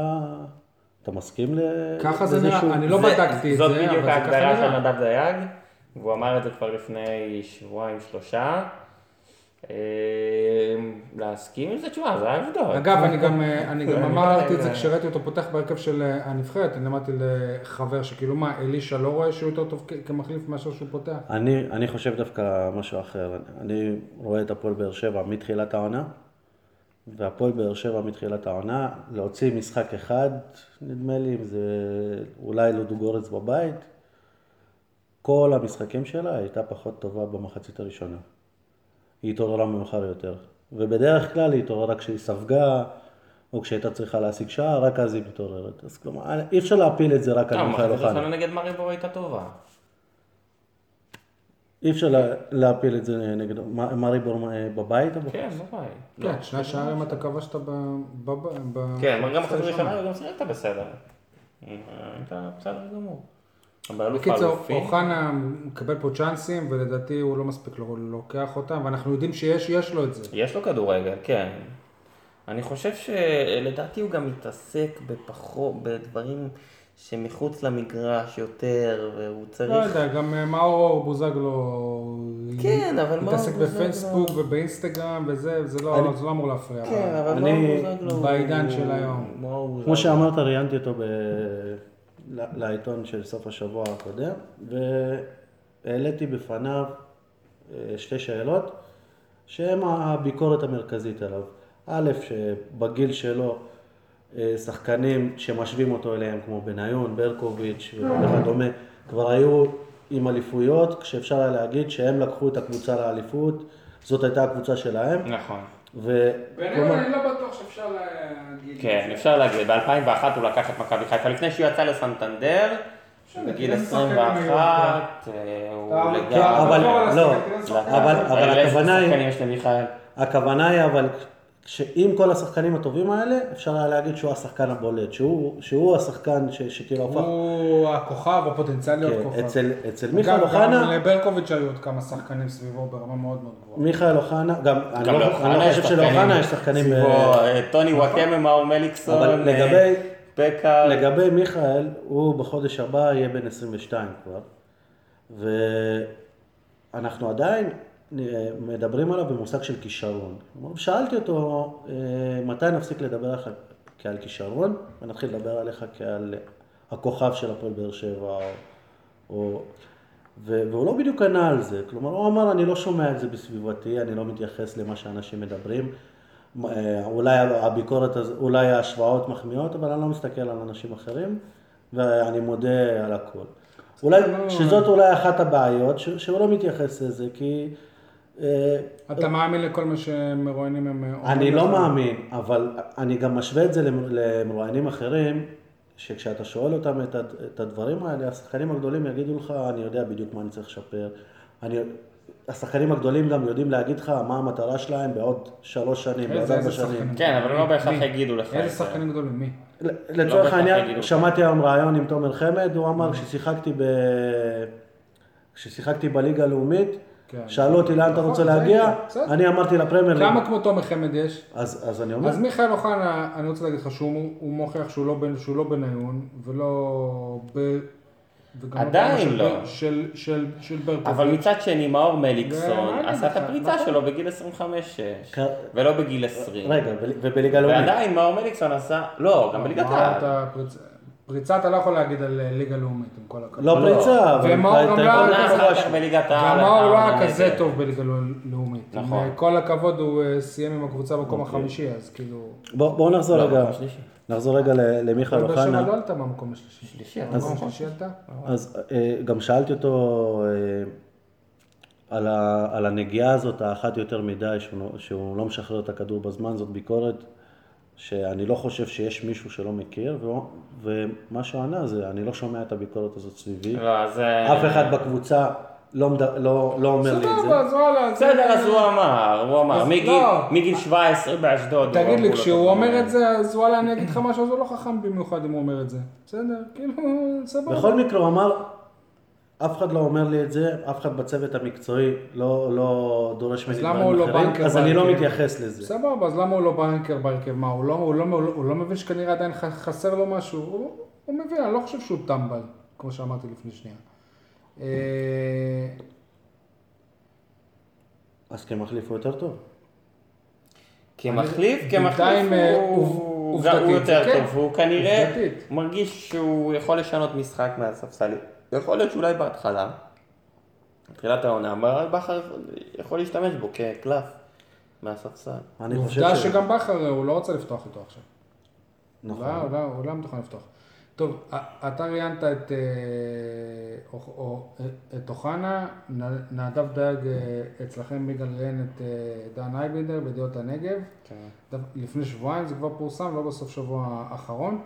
Speaker 3: אתה מסכים ל...
Speaker 2: ככה זה
Speaker 3: לזה
Speaker 2: נראה,
Speaker 3: שהוא-
Speaker 2: אני לא בדקתי את זה,
Speaker 4: זאת
Speaker 2: אבל זה
Speaker 4: בדיוק
Speaker 2: ככה
Speaker 4: ההגדרה של
Speaker 2: נראה.
Speaker 4: נדב דייג, והוא אמר את זה כבר לפני שבועיים שלושה. אה, להסכים עם זה? תשמע, זה העובדות.
Speaker 2: אגב, אני גם, אני גם אמרתי את זה
Speaker 4: אה,
Speaker 2: כשראיתי אותו פותח בהרכב של אה, הנבחרת, אני אמרתי לחבר שכאילו מה, אלישע לא רואה שהוא יותר טוב כ- כמחליף מאשר שהוא פותח?
Speaker 3: אני, אני חושב דווקא משהו אחר. אני- אני רואה את הפועל באר שבע מתחילת העונה, והפועל באר שבע מתחילת העונה, להוציא משחק אחד, נדמה לי, אם זה אולי לודוגורץ בבית, כל המשחקים שלה הייתה פחות טובה במחצית הראשונה. היא התעוררה מאוחר יותר. ובדרך כלל היא התעוררה כשהיא ספגה, או כשהייתה צריכה להשיג שער, רק אז היא מתעוררת. אז כלומר, אי אפשר להפיל את זה רק על
Speaker 4: טוב,
Speaker 3: מיכאל
Speaker 4: מחצית
Speaker 3: אוחנה.
Speaker 4: ראשונה נגד מריבור הייתה טובה.
Speaker 3: אי אפשר לה- להפיל את זה נגד מ- מרי בור אה, בבית או
Speaker 4: כן, בבית. לא.
Speaker 2: כן, שני שערים אתה כבשת ב- ב- ב...
Speaker 4: כן, אבל גם אחרי
Speaker 2: בראשונה.
Speaker 4: ראשונה גם שיחקת בסדר. אה, הייתה בסדר גמור. אבל אלוף
Speaker 2: בקיצור,
Speaker 4: האלופים,
Speaker 2: אוחנה מקבל פה צ'אנסים, ולדעתי הוא לא מספיק לו- לוקח אותם, ואנחנו יודעים שיש יש לו את זה.
Speaker 4: יש לו כדורגל, כן. אני חושב שלדעתי הוא גם מתעסק בפחות, בדברים שמחוץ למגרש יותר, והוא
Speaker 2: לא
Speaker 4: צריך...
Speaker 2: יודע, גם אה, מאור בוזגלו...
Speaker 4: כן, אבל מאור
Speaker 2: מתעסק
Speaker 4: בוזגלו-
Speaker 2: בפייסבוק ובאינסטגרם וזה, זה לא זה לא אמור להפריע.
Speaker 4: כן, אבל
Speaker 3: אני-
Speaker 4: מאור בוזגלו הוא-
Speaker 2: בעידן של היום.
Speaker 4: מאור
Speaker 3: כמו
Speaker 4: בוזגלו.
Speaker 3: שאמרת, ראיינתי אותו ב... ל- לעיתון של סוף השבוע הקודם, והעליתי בפניו אה, שתי שאלות שהן הביקורת המרכזית עליו. א', שבגיל שלו אה, שחקנים שמשווים אותו אליהם, כמו בניון, ברקוביץ' וכדומה, כבר היו עם אליפויות, כשאפשר היה להגיד שהם לקחו את הקבוצה לאליפות, זאת הייתה הקבוצה שלהם,
Speaker 4: נכון.
Speaker 3: ו...
Speaker 2: אני לא בטוח שאפשר להגיד
Speaker 4: כן, אפשר להגיד, ב-2001 הוא לקח את מכבי חיפה, לפני שהוא יצא לסנטנדר,
Speaker 2: בסדר,
Speaker 4: בגיל
Speaker 2: גם שחקן מיוחד.
Speaker 4: 21, אה, הוא
Speaker 2: אבל-
Speaker 4: לגמרי...
Speaker 2: אבל-
Speaker 3: כן,
Speaker 2: אבל-
Speaker 3: אבל לא,
Speaker 2: כן,
Speaker 3: אבל
Speaker 4: רגע,
Speaker 3: אבל הכוונה
Speaker 4: איזה
Speaker 3: היא...
Speaker 4: שחקנים יש למיכאל?
Speaker 3: הכוונה היא אבל שעם כל השחקנים הטובים האלה, אפשר היה להגיד שהוא השחקן הבולט, שהוא, שהוא השחקן ש, שכאילו הפך...
Speaker 2: הוא הכוכב, הפוטנציאל להיות
Speaker 3: כן,
Speaker 2: כוכב.
Speaker 3: אצל, אצל
Speaker 2: אגב,
Speaker 3: מיכאל
Speaker 2: גם
Speaker 3: אוחנה,
Speaker 2: לברקוביץ' היו עוד כמה שחקנים סביבו ברמה מאוד מאוד גבוהה.
Speaker 3: מיכאל אוחנה, גם, אני לא,
Speaker 4: לאוחנה
Speaker 3: אני לא
Speaker 4: יש
Speaker 3: חושב
Speaker 4: שחקנים.
Speaker 3: שלאוחנה יש שחקנים...
Speaker 4: סביבו,
Speaker 3: אה,
Speaker 4: אה, טוני וואקמה, מאור מליקסון,
Speaker 3: אבל לגבי-
Speaker 4: אה, פקה,
Speaker 3: לגבי מיכאל, הוא בחודש הבא יהיה בן 22 כבר, ואנחנו עדיין אה, מדברים עליו במושג של כישרון. כלומר, שאלתי אותו, אה, מתי נפסיק לדבר עליך כעל כישרון, ונתחיל לדבר עליך כעל הכוכב של הפועל באר שבע, או... או... ו- והוא לא בדיוק ענה על זה, כלומר הוא אמר אני לא שומע את זה בסביבתי, אני לא מתייחס למה שאנשים מדברים, אה, אולי הביקורת, הז- אולי ההשוואות מחמיאות, אבל אני לא מסתכל על אנשים אחרים, ואני מודה על הכל. אולי,
Speaker 2: לא-
Speaker 3: שזאת אולי אחת הבעיות, ש- שהוא לא מתייחס לזה, כי אה,
Speaker 2: אתה מאמין לכל מה שמרואיינים הם אומרים?
Speaker 3: אני
Speaker 2: לך?
Speaker 3: לא מאמין, אבל אני גם משווה את זה למ- למרואיינים אחרים, שכשאתה שואל אותם את, הד- את הדברים האלה, השחקנים הגדולים יגידו לך, אני יודע בדיוק מה אני צריך לשפר. אני, השחקנים הגדולים גם יודעים להגיד לך מה המטרה שלהם בעוד שלוש שנים, בעוד
Speaker 2: איזה
Speaker 3: ארבע
Speaker 2: איזה
Speaker 3: שנים.
Speaker 2: שחקנים?
Speaker 4: כן, אבל לא בהכרח
Speaker 2: מי?
Speaker 4: יגידו לך את
Speaker 2: איזה
Speaker 4: זה.
Speaker 2: שחקנים גדולים? מי?
Speaker 3: ל-
Speaker 4: לא Mm-hmm.
Speaker 3: לצורך
Speaker 4: בהכרח
Speaker 3: העניין,
Speaker 4: יגידו.
Speaker 3: שמעתי היום ראיון עם תומר חמד, הוא אמר, כששיחקתי ב... כששיחקתי בליגה הלאומית,
Speaker 2: כן.
Speaker 3: שאלו אותי לאן אתה
Speaker 2: נכון,
Speaker 3: רוצה
Speaker 2: זה
Speaker 3: להגיע,
Speaker 2: הגיע, בסדר.
Speaker 3: אני אמרתי לפרמייר ליג.
Speaker 2: כמה כמו תומר חמד יש?
Speaker 3: אז אז אני אומר,
Speaker 2: אז מיכאל אוחנה, אני רוצה להגיד לך שהוא הוא מוכיח שהוא לא בן- שהוא לא בניון, ולא ב... וגם לא
Speaker 4: עדיין
Speaker 2: ברמה של
Speaker 4: לא.
Speaker 2: בר- של- של- של ברקוביץ'.
Speaker 4: אבל מצד שני, מאור מליקסון
Speaker 3: אה,
Speaker 2: מה אני
Speaker 4: עשה את
Speaker 2: בכלל?
Speaker 4: הפריצה
Speaker 2: נכון.
Speaker 4: שלו בגיל 25,
Speaker 3: כן.
Speaker 4: ולא בגיל 20.
Speaker 3: רגע, ב- ובליגה הלאומית.
Speaker 4: ועדיין מאור מליקסון עשה, לא, גם בליגת
Speaker 2: מה
Speaker 4: העל.
Speaker 2: אתה פריצ- פריצה אתה לא יכול להגיד על אה, ליגה לאומית, עם כל הכבוד.
Speaker 3: לא
Speaker 4: לא.
Speaker 3: פריצה, אבל
Speaker 2: ומאור
Speaker 3: אתה-
Speaker 2: גם
Speaker 3: אתה
Speaker 2: לא
Speaker 3: יכול
Speaker 2: היה
Speaker 4: עונה
Speaker 3: לעשות
Speaker 4: אחר
Speaker 3: משהו.
Speaker 4: כך בליגת העל.
Speaker 2: והמאור לא
Speaker 4: אתה
Speaker 2: היה כזה
Speaker 4: נגד.
Speaker 2: טוב בליגה לא- לאומית.
Speaker 4: נכון. אוקיי.
Speaker 2: עם כל הכבוד, הוא אה, סיים עם הקבוצה במקום החמישי, אז כאילו...
Speaker 3: בוא- בואו נחזור
Speaker 4: לא,
Speaker 3: רגע,
Speaker 4: מקום שלישי.
Speaker 3: נחזור רגע ל- למיכאל
Speaker 2: באר שבע לא
Speaker 3: אוחנה.
Speaker 2: עלתה במקום השלישי.
Speaker 4: שלישי,
Speaker 2: במקום
Speaker 4: אז-
Speaker 2: השלישי עלתה?
Speaker 3: אז אה, גם שאלתי אותו אה, על ה- על הנגיעה הזאת, האחת יותר מדי, שהוא לא- שהוא לא משחרר את הכדור בזמן, זאת ביקורת שאני לא חושב שיש מישהו שלא מכיר, והוא- ומה שהוא ענה זה, אני לא שומע את הביקורת הזאת סביבי,
Speaker 4: לא, אז... אה,
Speaker 3: אף אחד בקבוצה לא מד- לא לא אומר לי את זה.
Speaker 2: סבבה, אז וואלה. זה-
Speaker 4: בסדר, אז הוא אמר, הוא אמר.
Speaker 2: אז
Speaker 4: מגיל-
Speaker 2: לא.
Speaker 4: מגיל 17 באשדוד.
Speaker 2: תגיד
Speaker 4: אמרו
Speaker 2: לי,
Speaker 4: לו
Speaker 2: כשהוא
Speaker 4: ככה.
Speaker 2: אומר את זה, אז וואלה, אני אגיד לך משהו, אז הוא לא חכם במיוחד אם הוא אומר את זה. בסדר, כאילו, סבבה.
Speaker 3: בכל מקרה הוא אמר, אף אחד לא אומר לי את זה, אף אחד בצוות המקצועי לא, לא דורש ממני
Speaker 2: למה הוא
Speaker 3: דברים
Speaker 2: לא
Speaker 3: אחרים,
Speaker 2: בנקר
Speaker 3: אז אני לא
Speaker 2: בהרכב?
Speaker 3: מתייחס לזה.
Speaker 2: סבבה, אז למה הוא לא בנקר בהרכב? מה, הוא לא, הוא, לא, הוא, לא, הוא לא מבין שכנראה עדיין ח- חסר לו משהו? הוא, הוא מבין, אני לא חושב שהוא טמבל, כמו שאמרתי לפני שנייה. אה,
Speaker 3: אז כמחליף הוא יותר טוב.
Speaker 4: כמחליף,
Speaker 2: אני-
Speaker 4: כמחליף
Speaker 2: בינתיים, אה,
Speaker 4: הוא-
Speaker 2: עוב-
Speaker 4: הוא
Speaker 2: עובדתית,
Speaker 4: הוא יותר
Speaker 2: כן.
Speaker 4: טוב, והוא כנראה
Speaker 2: עובדתית.
Speaker 4: מרגיש שהוא יכול לשנות משחק מהספסל. יכול להיות שאולי בהתחלה, בתחילת העונה, ברק בכר יכול להשתמש בו כקלף מהספסל.
Speaker 3: אני חושב
Speaker 2: עובדה
Speaker 3: ש...
Speaker 2: שגם בכר, הוא לא רוצה לפתוח איתו עכשיו.
Speaker 3: נכון.
Speaker 2: לא, הוא לא, הוא לא מתוכן לפתוח. טוב, א- אתה ראיינת את אה, אוח- או- אה, את אוחנה, נ- נדב דייג אה, אצלכם יגאל ראיין את אה, דן אייבנדר בדעות הנגב. דו- לפני שבועיים זה כבר פורסם, לא בסוף שבוע האחרון.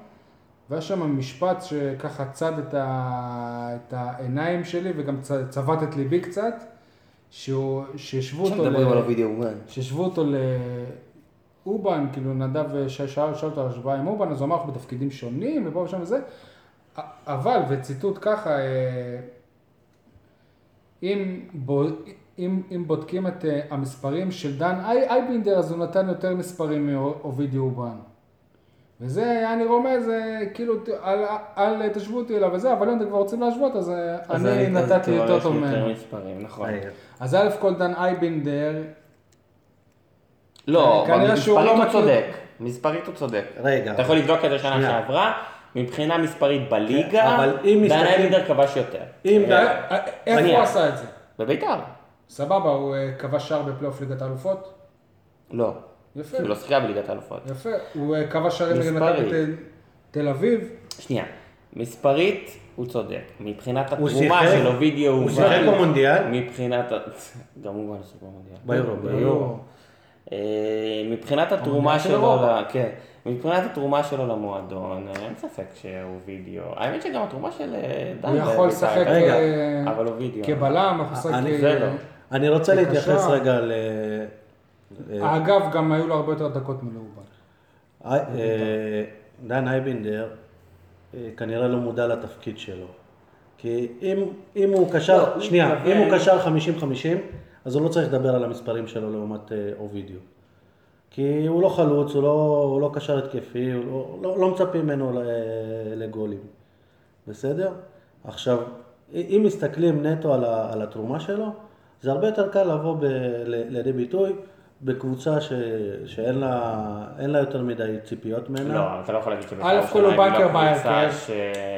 Speaker 2: והיה שם משפט שככה צד את, ה... את העיניים שלי וגם צ... צבט את ליבי קצת, שהוא... שישבו אותו... ל-
Speaker 4: וידאו גן.
Speaker 2: שהשוו אותו לאובן, כאילו נדב ש- שאל שאל אותו על השוואה עם אובן, אז הוא אמר אנחנו בתפקידים שונים ופה ושם וזה, א- אבל, וציטוט ככה, אה, אם, בו- אם, אם בודקים את אה, המספרים של דן אי, אייבינדר, אז הוא נתן יותר מספרים מאובידי אובן. וזה היה אני רומז, אה, כאילו, ת- אל, אל, אל תשוו אותי אליו וזה, אבל אם אתם כבר רוצים להשוות, אז, אה,
Speaker 4: אז
Speaker 2: אני
Speaker 4: אז
Speaker 2: נתתי
Speaker 4: כבר
Speaker 2: יותר
Speaker 4: יש
Speaker 2: טוב
Speaker 4: לי יותר
Speaker 2: ממנו.
Speaker 4: מספרים, נכון.
Speaker 3: אה,
Speaker 2: אז א' כל דן אייבינדר,
Speaker 4: לא,
Speaker 2: כנראה שהוא
Speaker 4: מספרית
Speaker 2: לא
Speaker 4: הוא
Speaker 2: מכיר.
Speaker 4: צודק. מספרית הוא צודק.
Speaker 3: רגע.
Speaker 4: אתה יכול לבדוק את זה שנה
Speaker 3: שנייה. כן,
Speaker 4: שעברה, מבחינה מספרית בליגה,
Speaker 3: אבל אם
Speaker 4: דן
Speaker 3: מסתכלים-
Speaker 4: אייבנדר כבש יותר.
Speaker 3: אם
Speaker 4: אה,
Speaker 3: דן-
Speaker 2: אה, אה, איפה הוא
Speaker 4: מניח.
Speaker 2: עשה את זה?
Speaker 4: בביתר.
Speaker 2: סבבה, הוא אה, כבש שער בפלייאוף ליגת האלופות?
Speaker 4: לא.
Speaker 2: יפה,
Speaker 4: כי הוא לא שיחק בליגת האלופות.
Speaker 2: יפה. הוא אה, כבש שערים נגד
Speaker 4: מספרי. אה,
Speaker 2: מכבי תל- תל אביב?
Speaker 4: שנייה, מספרית הוא צודק. מבחינת
Speaker 3: הוא
Speaker 4: התרומה
Speaker 3: שיחק-
Speaker 4: של אובידיו
Speaker 3: הוא
Speaker 4: הוא
Speaker 3: שיחק במונדיאל?
Speaker 4: מבחינת... ה- כמובן שיחק במונדיאל.
Speaker 3: ביורו, ביורו.
Speaker 4: אה, מבחינת התרומה
Speaker 2: המונדיאל של
Speaker 4: שלו,
Speaker 2: אירופה.
Speaker 4: ל- כן, מבחינת התרומה שלו למועדון, אה, אין ספק שהוא וידאו. האמת שגם התרומה של אה, דן,
Speaker 2: הוא
Speaker 4: בבית"ר
Speaker 2: יכול לשחק
Speaker 4: הייתה-
Speaker 3: רגע,
Speaker 2: אה,
Speaker 4: אבל הוא וידאו.
Speaker 2: כבלם, הוא שחק...
Speaker 3: אני-
Speaker 2: אה,
Speaker 4: זה לא.
Speaker 3: אני רוצה
Speaker 2: בבקשה.
Speaker 3: להתייחס רגע ל...
Speaker 2: אגב, גם היו לו הרבה יותר דקות מלאובן.
Speaker 3: אה, אה, דן אייבינדר אה, כנראה לא מודע לתפקיד שלו. כי אם, אם הוא קשר,
Speaker 4: לא,
Speaker 3: שנייה,
Speaker 4: אבל-
Speaker 3: אם הוא קשר 50-50, אז הוא לא צריך לדבר על המספרים שלו לעומת אה, אובידיו. כי הוא לא חלוץ, הוא לא, הוא לא קשר התקפי, הוא לא, לא, לא מצפים ממנו ל- לגולים. בסדר? עכשיו, אם מסתכלים נטו על, ה, על התרומה שלו, זה הרבה יותר קל לבוא ב, ל- לידי ביטוי בקבוצה ש, שאין לה, אין לה יותר מדי ציפיות ממנה.
Speaker 4: לא, אתה לא יכול להגיד שבית"ר
Speaker 2: אלף כל הוא
Speaker 4: ירושלים היא
Speaker 2: בנקר
Speaker 4: לא
Speaker 2: בהרכב.
Speaker 4: קבוצה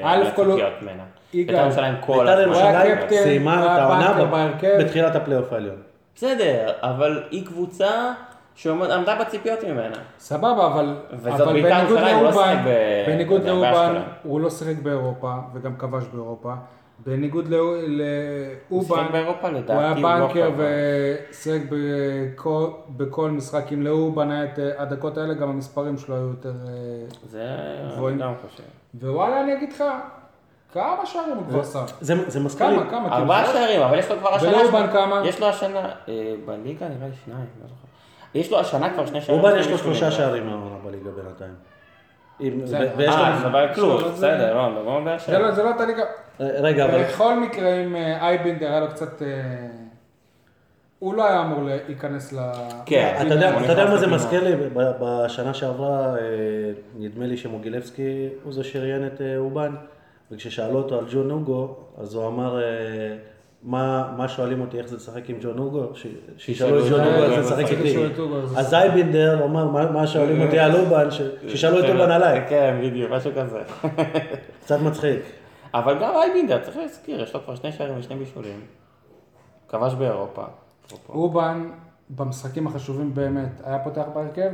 Speaker 2: אלף כל הוא-
Speaker 4: שלציפיות ממנה.
Speaker 2: יגאל,
Speaker 4: בית"ר ירושלים כל
Speaker 3: בית"ר
Speaker 4: הזמן.
Speaker 3: ירושלים
Speaker 2: הקפטן,
Speaker 3: סיימה את
Speaker 2: היה
Speaker 3: העונה
Speaker 2: בנקר
Speaker 3: ב-
Speaker 2: בהרכב.
Speaker 3: בתחילת הפלייאוף העליון.
Speaker 4: בסדר, אבל היא קבוצה שעמדה בציפיות ממנה.
Speaker 2: סבבה, אבל,
Speaker 4: וזאת
Speaker 2: אבל
Speaker 4: בית"ר
Speaker 2: בניגוד
Speaker 4: ירושלים, הוא לא
Speaker 2: לאובן,
Speaker 4: שיחק ב-
Speaker 2: בניגוד
Speaker 4: באשקלון.
Speaker 2: לאובן, הוא לא שיחק באירופה, וגם כבש באירופה. בניגוד לאו- לאובן,
Speaker 4: שיחק באירופה, לדעתי,
Speaker 2: הוא היה
Speaker 4: הוא לא
Speaker 2: בנקר
Speaker 4: קבע.
Speaker 2: ושיחק בכל, בכל משחק. אם לאובן היה את אה, הדקות האלה, גם המספרים שלו היו יותר... אה,
Speaker 4: זה
Speaker 2: גבוהים.
Speaker 4: אני גם חושב.
Speaker 2: ווואלה, אני אגיד לך, כמה שערים הוא כבר שם?
Speaker 3: זה, זה מזכיר לי,
Speaker 2: כמה, כמה?
Speaker 4: ארבעה
Speaker 2: כאילו,
Speaker 4: שערים, אבל יש לו כבר השנה...
Speaker 2: ולאובן כמה?
Speaker 4: יש לו השנה, אה, בליגה נראה לי שניים, לא זוכר. יש לו השנה כבר שני שערים.
Speaker 3: רובן יש לו שלושה שערים העונה בליגה בינתיים. עם-
Speaker 2: בסדר.
Speaker 3: ויש לו-
Speaker 4: אה, זה בעיה כלום,
Speaker 2: שלו, זה-
Speaker 4: בסדר, לא, לא, לא בעיה
Speaker 2: זה
Speaker 4: שלו.
Speaker 2: לא, זה לא את הליגה.
Speaker 3: רגע, אבל
Speaker 2: בכל מקרה, אם אה, אייבינדר היה לו קצת... אה, הוא לא היה אמור להיכנס ל...
Speaker 4: כן,
Speaker 3: אתה יודע,
Speaker 4: הוא
Speaker 3: אתה יודע מה
Speaker 4: נכנס
Speaker 3: זה
Speaker 4: לפנימה.
Speaker 3: מזכיר לי? ב- בשנה שעברה, אה, נדמה לי שמוגילבסקי הוא זה שראיין את אה, אובן, וכששאלו אותו על ג'ון אוגו, אז הוא אמר, אה, מה מה שואלים אותי איך זה לשחק עם ג'ון אוגו? ש- שישאלו את ג'ון
Speaker 2: אה,
Speaker 3: אוגו
Speaker 2: אה,
Speaker 3: איך זה לשחק
Speaker 2: רציתי
Speaker 3: איתי.
Speaker 2: לשאול את אוגו, אז-
Speaker 3: אז אייבינדר אמר, "מה- מה שואלים אותי על אובן? ש- שישאלו את אובן עליי.
Speaker 4: כן, בדיוק, משהו כזה.
Speaker 3: קצת מצחיק.
Speaker 4: אבל גם אייבינדר, צריך להזכיר, יש לו כבר שני שערים ושני בישולים. כבש באירופה. אפרופו.
Speaker 2: אובן, במשחקים החשובים באמת, היה פותח בהרכב?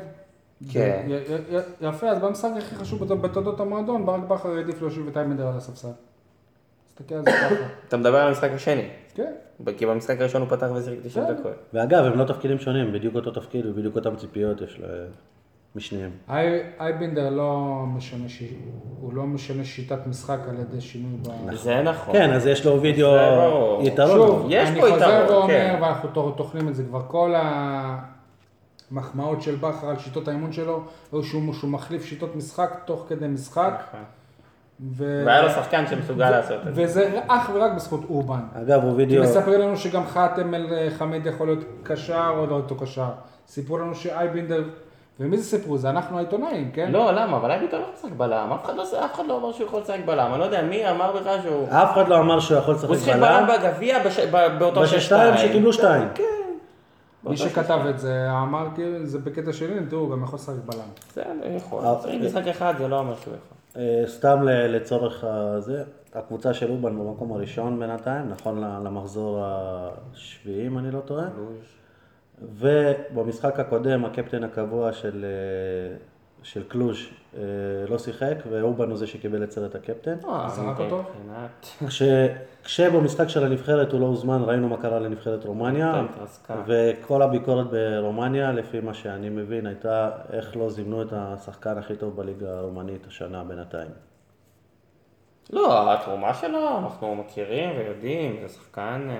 Speaker 4: כן.
Speaker 2: י- י- י- יפה, אז במשחק הכי חשוב בת- בתולדות המועדון, ברק בכר העדיף להושיב את אייבנדר על הספסל. תסתכל על זה ככה.
Speaker 4: אתה מדבר על המשחק השני.
Speaker 2: כן.
Speaker 4: כי במשחק הראשון הוא פתח ושיחק 90
Speaker 2: כן.
Speaker 4: דקות.
Speaker 3: ואגב, הם לא תפקידים שונים, בדיוק אותו תפקיד ובדיוק אותם ציפיות יש ל- משניהם.
Speaker 2: אי- אייבינדר לא משנה, ש... הוא לא משנה שיטת משחק על ידי שינוי ב...
Speaker 4: זה נכון.
Speaker 3: כן, אז יש לו וידאו
Speaker 4: זה ברור.
Speaker 3: יתרון.
Speaker 2: שוב,
Speaker 4: יש
Speaker 2: אני
Speaker 4: פה
Speaker 2: חוזר
Speaker 4: יתרון,
Speaker 2: ואומר,
Speaker 4: כן.
Speaker 2: ואנחנו טוע- טוחנים את זה כבר, כל המחמאות של בכר על שיטות האימון שלו, היו שהוא שהוא מחליף שיטות משחק תוך כדי משחק,
Speaker 4: כן.
Speaker 2: ו-
Speaker 4: והיה לו שחקן שמסוגל לעשות את זה.
Speaker 2: וזה אך ורק בזכות אורבן.
Speaker 3: אגב, הוא
Speaker 2: כי
Speaker 3: וידאו...
Speaker 2: מספרים לנו שגם חאתם אל חמיד יכול להיות קשר או לא אותו קשר. סיפרו לנו שאייבינדר, ומי זה סיפרו? זה אנחנו העיתונאים, כן?
Speaker 4: לא, למה? אבל אייבינדר לא משחק בלם. אף אחד לא- אף אחד לא אמר שהוא יכול לשחק בלם. אני לא יודע מי אמר בכלל שהוא...
Speaker 3: אף אחד לא אמר שהוא יכול
Speaker 4: הוא
Speaker 3: לשחק
Speaker 4: שיחק בלם
Speaker 3: בלם.
Speaker 4: בגביע בש- ב- באותו
Speaker 3: בשתיים
Speaker 4: שש-שתיים.
Speaker 3: שקיבלו שתיים.
Speaker 2: מי שכתב את זה אמר כאילו, זה בקטע שלי, תראו, גם יכול לשחק בלם.
Speaker 4: בסדר, יכול.
Speaker 3: אה,
Speaker 4: צריך משחק אחד, זה לא אומר שהוא יכול.
Speaker 3: אה, סתם ל- לצורך הזה, הקבוצה של אובן במקום הראשון בינתיים, נכון ל- למחזור השביעי, אם אני לא טועה. ובמשחק הקודם, הקפטן הקבוע של, אה, של קלוז' אה, לא שיחק, ואובן הוא זה שקיבל את סרט הקפטן.
Speaker 4: אה,
Speaker 2: זרק אותו?
Speaker 4: מבחינת-
Speaker 3: כש... כשבמשחק של הנבחרת הוא לא הוזמן, ראינו מה קרה לנבחרת רומניה,
Speaker 4: כן, התרסקה.
Speaker 3: וכל הביקורת ברומניה, לפי מה שאני מבין, הייתה איך לא זימנו את השחקן הכי טוב בליגה הרומנית השנה בינתיים.
Speaker 4: לא, התרומה שלו, אנחנו מכירים ויודעים, זה שחקן אה,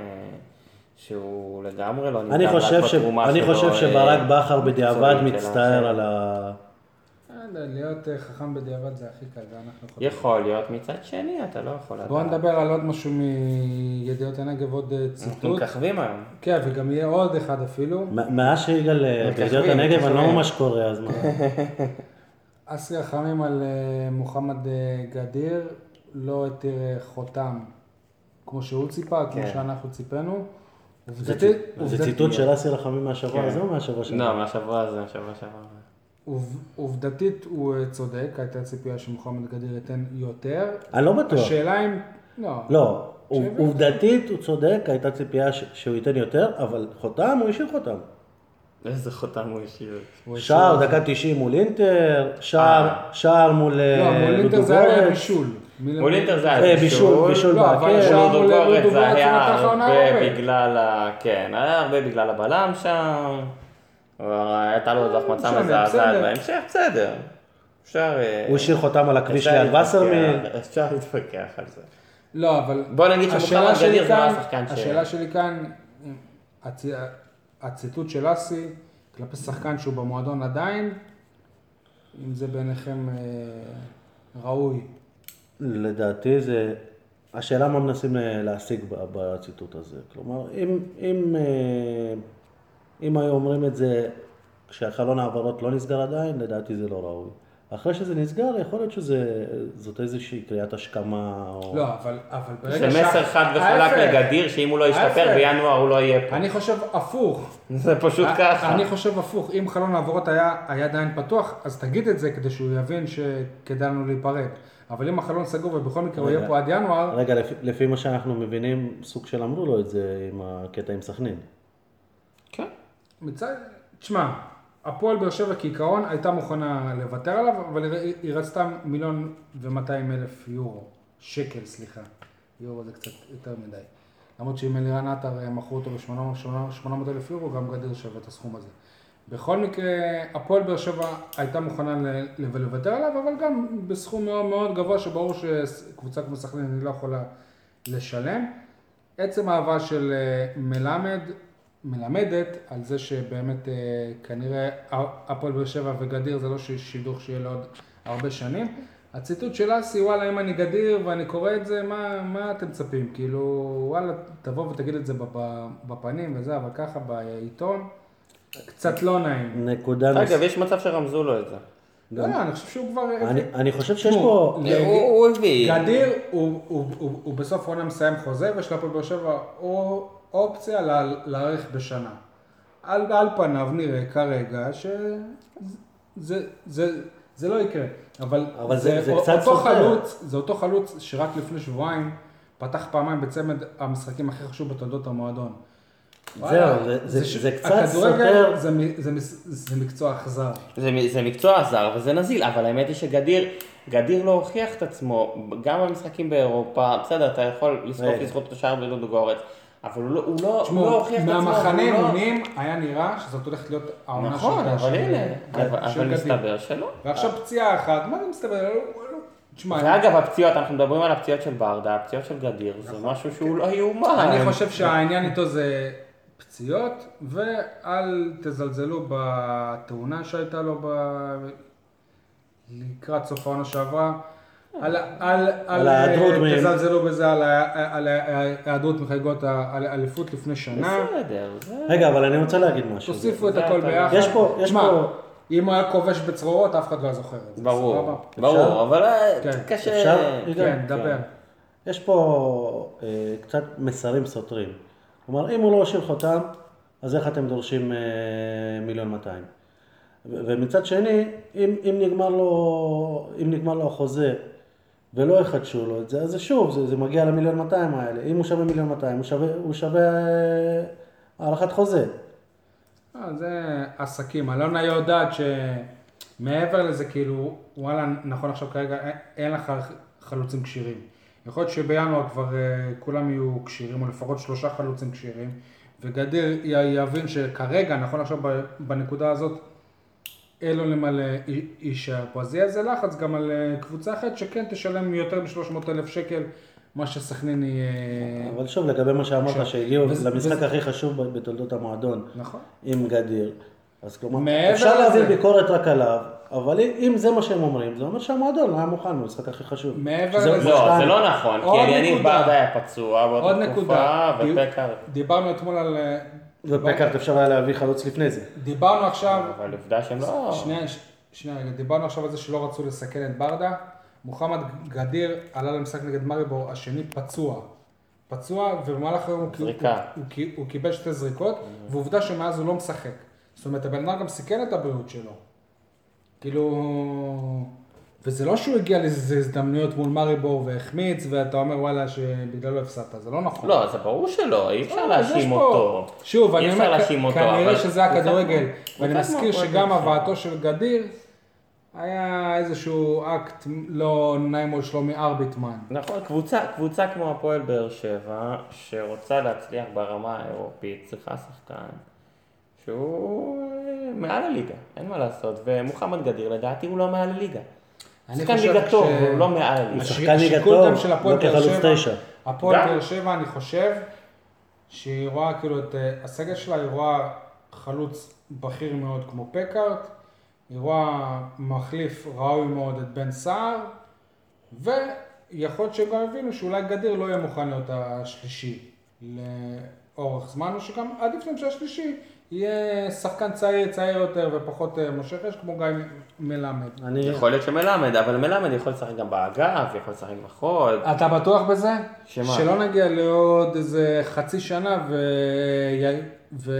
Speaker 4: שהוא לגמרי לא נמדד
Speaker 3: אני
Speaker 4: רק
Speaker 3: חושב, ש...
Speaker 4: בתרומה
Speaker 3: אני
Speaker 4: שלו,
Speaker 3: חושב
Speaker 4: אה, כן,
Speaker 3: שברק בכר בדיעבד
Speaker 4: המקצועית של
Speaker 3: מצטער
Speaker 4: ה-
Speaker 3: על ה...
Speaker 4: כן.
Speaker 2: אה, להיות אה, חכם בדיעבד זה הכי קל, זה אנחנו יכולים.
Speaker 4: יכול להיות, מצד שני אתה לא יכול לדעת.
Speaker 2: בואו נדבר על עוד משהו מידיעות הנגב, עוד אה,
Speaker 4: אנחנו
Speaker 2: ציטוט.
Speaker 4: מככבים היום.
Speaker 2: כן, וגם יהיה עוד אחד אפילו.
Speaker 3: מ- מאז שיגאל אה,
Speaker 4: מתיישבים,
Speaker 3: בידיעות הנגב אני לא
Speaker 4: מתיישבים.
Speaker 3: ממש קורא, אז מה?
Speaker 2: אסי רחמים על אה, מוחמד אה, גדיר, לא התיר אה, חותם כמו שהוא ציפה, כמו שאנחנו ציפינו.
Speaker 3: כן. זה
Speaker 2: עובדתית,
Speaker 3: צי- זה
Speaker 2: עובדתית,
Speaker 3: ציטוט של אסי רחמים מהשבוע הזה או מהשבוע
Speaker 4: לא,
Speaker 3: שעבר?
Speaker 4: מהשבוע הזה, מהשבוע שעבר.
Speaker 2: עוב- עובדתית הוא אה, צודק, הייתה ציפייה שמוחמד גדיר ייתן יותר.
Speaker 3: אני לא בטוח.
Speaker 2: השאלה אם... לא.
Speaker 3: לא, עוב- עובדתית הוא צודק, הייתה ציפייה ש- שהוא ייתן יותר, אבל חותם הוא השאיר חותם.
Speaker 4: איזה חותם הוא השאיר.
Speaker 2: הוא השאיר-
Speaker 3: שער דקה 90 מול אינטר, שער, שער מול
Speaker 2: לא,
Speaker 3: אה,
Speaker 2: מול אינטר זה היה
Speaker 3: לודוגורץ.
Speaker 2: בישול. מול
Speaker 4: מול אינטר זה
Speaker 3: אה,
Speaker 4: היה
Speaker 3: בישול,
Speaker 4: בישול.
Speaker 3: בישול
Speaker 2: לא, אבל
Speaker 3: בעקב.
Speaker 2: השער-
Speaker 4: מול לודוגורץ זה
Speaker 2: לודוגורץ הוא
Speaker 4: היה
Speaker 2: נתן לך עונה
Speaker 4: הרבה
Speaker 2: הרבה.
Speaker 4: בגלל ה... כן, היה הרבה בגלל הבלם שם. אבל הייתה לו עוד החמצה
Speaker 2: משנה,
Speaker 4: מזעזעת
Speaker 2: בסדר.
Speaker 4: בהמשך, בסדר. אפשר... אה,
Speaker 3: הוא השאיר חותם על הכביש
Speaker 4: אפשר
Speaker 3: ליד וסרמיל.
Speaker 4: להתווכח, אפשר להתווכח על זה.
Speaker 2: לא, אבל...
Speaker 4: בוא נגיד שמוחמד
Speaker 2: השאלה
Speaker 4: גדיר
Speaker 2: שלי
Speaker 4: זה לא
Speaker 2: כאן-
Speaker 4: השחקן ש-
Speaker 2: השאלה שלי כאן, הצ... הציטוט של אסי, כלפי שחקן שהוא במועדון עדיין, אם זה בעיניכם אה, ראוי.
Speaker 3: לדעתי זה... השאלה מה מנסים אה, להשיג ב- בציטוט הזה. כלומר, אם, אם, אה, אם היו אומרים את זה כשהחלון העברות לא נסגר עדיין, לדעתי זה לא ראוי. אחרי שזה נסגר, יכול להיות שזאת איזושהי קריאת השכמה או...
Speaker 2: לא, אבל, אבל ברגע
Speaker 4: זה מסר
Speaker 2: שה-
Speaker 4: חד וחלק
Speaker 2: ההפך.
Speaker 4: לגדיר, שאם הוא לא ישתפר
Speaker 2: ההפך.
Speaker 4: בינואר הוא לא יהיה פה.
Speaker 2: אני חושב הפוך. אה,
Speaker 4: זה פשוט לא ככה.
Speaker 2: אני חושב הפוך, אם חלון העברות היה, היה עדיין פתוח, אז תגיד את זה כדי שהוא יבין שכדאי לנו להיפרד. אבל אם החלון סגור ובכל מקרה הוא יהיה פה עד ינואר,
Speaker 3: רגע, לפי, לפי מה שאנחנו מבינים, סוג של אמרו לו את זה עם הקטע עם סכנין.
Speaker 4: כן.
Speaker 2: מצד... תשמע, הפועל באר שבע כעיקרון הייתה מוכנה לוותר עליו, אבל היא- היא רצתה מיליון ומאתיים אלף יורו, שקל סליחה. יורו זה קצת יותר מדי. למרות שאם אלירן עטר אה, מכרו אותו ב-800 אלף יורו, גם גדיר שווה את הסכום הזה. בכל מקרה, הפועל באר שבע הייתה מוכנה ל- ל- לוותר עליו, אבל גם בסכום מאוד מאוד גבוה, שברור שקבוצה כמו סכנין היא לא יכולה לשלם. עצם ההבאה של אה, מלמד מלמדת על זה שבאמת אה, כנראה ה- הפועל באר שבע וגדיר זה לא ש- שידוך שיהיה לעוד הרבה שנים. הציטוט של אסי, וואלה, אם אני גדיר ואני קורא את זה, מה, מה אתם מצפים? כאילו, וואלה, תבוא ותגיד את זה בפ- בפנים וזה, אבל ככה בעיתון, קצת לא נעים.
Speaker 3: נקודה נוספת.
Speaker 4: אגב, יש מצב שרמזו לו את זה.
Speaker 2: לא, לא, אני חושב שהוא כבר...
Speaker 3: אני, אני חושב שיש
Speaker 2: תשמעו,
Speaker 3: פה...
Speaker 2: ל-
Speaker 4: הוא- הוא הביא.
Speaker 2: גדיר הוא, הוא, הוא, הוא בסוף עונה מסיים חוזה, ויש להפועל באר שבע או- אופציה לה- להאריך בשנה. על, על פניו נראה כרגע שזה זה, זה, זה לא יקרה, אבל,
Speaker 3: אבל זה- זה קצת
Speaker 2: אותו
Speaker 3: סותר.
Speaker 2: חלוץ, זה אותו חלוץ שרק לפני שבועיים פתח פעמיים בצמד המשחקים הכי חשוב בתולדות המועדון. וואלה,
Speaker 3: זה- זה-
Speaker 2: ש-
Speaker 3: זה קצת
Speaker 2: הכדורגל
Speaker 3: סותר.
Speaker 2: זה, מ- זה, מ- זה מקצוע אכזר.
Speaker 4: זה, מ- זה מקצוע זר וזה נזיל, אבל האמת היא שגדיר, גדיר לא הוכיח את עצמו, גם במשחקים באירופה, בסדר, אתה יכול לזכות
Speaker 3: רגע.
Speaker 4: לזכות את השער בדודוגורץ, אבל הוא לא, הוא לא, הוא לא
Speaker 2: תשמעו,
Speaker 4: הוכיח את עצמו.
Speaker 2: מהמחנה
Speaker 4: הוא לא-
Speaker 2: אימונים היה נראה שזאת הולכת להיות העונה
Speaker 4: נכון,
Speaker 2: שלו
Speaker 4: אבל
Speaker 2: של-
Speaker 4: הנה, אבל-
Speaker 2: של
Speaker 4: אבל
Speaker 2: גדי.
Speaker 4: מסתבר שלא.
Speaker 2: ועכשיו פציעה אחת, מה זה מסתבר? לא, תשמע,
Speaker 4: ואגב, הפציעות, אנחנו מדברים על הפציעות של ברדה, הפציעות של גדיר, זה משהו שהוא לא יאומן.
Speaker 2: נכון. אני חושב שהעניין איתו זה פציעות, ואל תזלזלו בתאונה שהייתה לו ב- לקראת סוף העונה שעברה. על, על,
Speaker 3: על ההיעדרות מהם.
Speaker 2: תזלזלו בזה, על ה- על ההיעדרות מחגיגות האליפות לפני שנה.
Speaker 4: בסדר, זה...
Speaker 3: רגע, אבל אני רוצה להגיד משהו.
Speaker 2: תוסיפו את
Speaker 4: זה
Speaker 2: הכל
Speaker 4: אתה-
Speaker 2: ביחד.
Speaker 3: יש פה- יש
Speaker 2: תשמע,
Speaker 3: פה-
Speaker 2: אם הוא היה כובש בצרורות, אף אחד לא היה זוכר את זה. סבבה?
Speaker 4: ברור, ברור, אבל אה,
Speaker 2: כן.
Speaker 4: קשה...
Speaker 3: אפשר?
Speaker 2: כן, דבר.
Speaker 3: יש פה אה, קצת מסרים סותרים. כלומר, אם הוא לא השאיר חותם, אז איך אתם דורשים אה, מיליון מאתיים? ו- ומצד שני, אם, אם, נגמר לו, אם נגמר לו החוזה ולא יחדשו לו את זה, אז זה שוב, זה, זה מגיע למיליון 200 האלה. אם הוא שווה מיליון 200, הוא שווה, הוא שווה אה, הארכת חוזה.
Speaker 2: אה, זה עסקים. אלונה יודעת שמעבר לזה, כאילו, וואלה, נכון עכשיו כרגע אין- אין לך חלוצים כשירים. יכול להיות שבינואר כבר אה, כולם יהיו כשירים, או לפחות שלושה חלוצים כשירים, וגדיר י- יבין שכרגע, נכון עכשיו ב- בנקודה הזאת, אין לו למה להישאר פה. אז יהיה איזה לחץ גם על אה, קבוצה אחרת שכן תשלם יותר מ-300 אלף שקל, מה שסכנין יהיה...
Speaker 3: אבל שוב, לגבי מה שאמרת, שהגיעו
Speaker 2: וזה-
Speaker 3: למשחק
Speaker 2: וזה-
Speaker 3: הכי חשוב ב- בתולדות המועדון.
Speaker 2: נכון.
Speaker 3: עם גדיר. אז כלומר,
Speaker 2: מעבר
Speaker 3: אפשר
Speaker 2: לזה-
Speaker 3: להעביר ביקורת רק עליו, אבל אם אם זה מה שהם אומרים, זה אומר שהמועדון לא היה מוכן במשחק הכי חשוב.
Speaker 2: מעבר
Speaker 3: שזה-
Speaker 2: לזה-
Speaker 4: לא, זה
Speaker 3: שתיים.
Speaker 4: לא נכון,
Speaker 2: עוד
Speaker 4: כי אליניב
Speaker 2: נקודה.
Speaker 4: ברדה היה פצוע
Speaker 2: נכון? עוד
Speaker 4: באותה תקופה,
Speaker 2: נקודה, דיו-
Speaker 4: ופקארט.
Speaker 2: דיברנו אתמול על... אה,
Speaker 3: ופקארט לא, אפשר היה להביא חלוץ לפני זה.
Speaker 2: נכון. דיברנו עכשיו,
Speaker 4: אבל עובדה שהם לא...
Speaker 2: שנייה, ש- שנייה, רגע, דיברנו עכשיו על זה שלא רצו לסכן את ברדה. מוחמד גדיר עלה למשחק נגד מריבור, השני פצוע. פצוע, ובמהלך היום הוא, הוא,
Speaker 4: זריקה.
Speaker 2: הוא, הוא, הוא קיבל שתי זריקות, ועובדה שמאז הוא לא משחק. זאת אומרת, הבן אדם גם סיכן את הבריאות שלו. כאילו... וזה לא שהוא הגיע לאיזה הזדמנויות מול מריבור והחמיץ, ואתה אומר וואלה שבגללו הפסדת, זה לא נכון.
Speaker 4: לא, זה ברור שלא, אי אפשר
Speaker 2: אה, אז יש
Speaker 4: להאשים
Speaker 2: פה-
Speaker 4: אותו.
Speaker 2: שוב,
Speaker 4: אי
Speaker 2: אני
Speaker 4: אפשר
Speaker 2: אומר, כ-
Speaker 4: להאשים אותו, אבל-
Speaker 2: כנראה שזה
Speaker 4: הוא
Speaker 2: הכדורגל.
Speaker 4: קצת כמו-
Speaker 2: ואני
Speaker 4: הוא קצת כמו נכון,
Speaker 2: מזכיר שגם
Speaker 4: הפועל
Speaker 2: הבאתו של גדיר, היה איזשהו אקט לא נעים מול שלומי ארביטמן.
Speaker 4: נכון, קבוצה, קבוצה כמו הפועל באר שבע, שרוצה להצליח ברמה האירופית, צריכה שחקן שהוא אה, מעל הליגה, אין מה לעשות, ומוחמד גדיר לדעתי הוא לא מעל הליגה.
Speaker 2: אני
Speaker 4: שחקן
Speaker 2: חושב
Speaker 4: ליגה טוב,
Speaker 2: ש-
Speaker 4: הוא לא מעל הליגה.
Speaker 2: הש-
Speaker 3: שחקן ליגה
Speaker 2: השיקול
Speaker 3: טוב,
Speaker 2: גם של הפועל
Speaker 3: לא
Speaker 2: באר
Speaker 3: כחלוץ
Speaker 2: שבע-
Speaker 3: תשע.
Speaker 2: הפועל
Speaker 4: גם.
Speaker 2: באר שבע, אני חושב, שהיא רואה כאילו את אה, הסגל שלה, היא רואה חלוץ בכיר מאוד כמו פקארט, היא רואה מחליף ראוי מאוד את בן סער, ויכול להיות שהם גם הבינו שאולי גדיר לא יהיה מוכן להיות השלישי לאורך זמן, או שגם עדיף להם שהשלישי יהיה שחקן צעיר, צעיר יותר ופחות אה, מושך אש, כמו גיא מלמד.
Speaker 3: אני...
Speaker 4: יכול להיות שמלמד, אבל מלמד יכול לשחק גם באגף, יכול לשחק בחול.
Speaker 2: אתה בטוח בזה?
Speaker 4: שמה?
Speaker 2: שלא נגיע לעוד איזה חצי שנה ו... ו...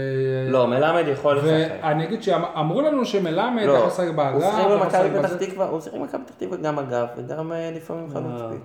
Speaker 4: לא, מלמד יכול לשחק.
Speaker 2: ואני אגיד שאמרו לנו שמלמד
Speaker 4: לא,
Speaker 2: אה, כן, יכול לשחק באגף,
Speaker 4: הוא שיחק
Speaker 2: יכול לשחק
Speaker 4: במכבי
Speaker 2: בזה.
Speaker 4: פתח תקווה, הוא שיחק במכבי פתח תקווה גם אגף, וגם אה, לפעמים חלוץ
Speaker 3: אה.
Speaker 4: פיץ.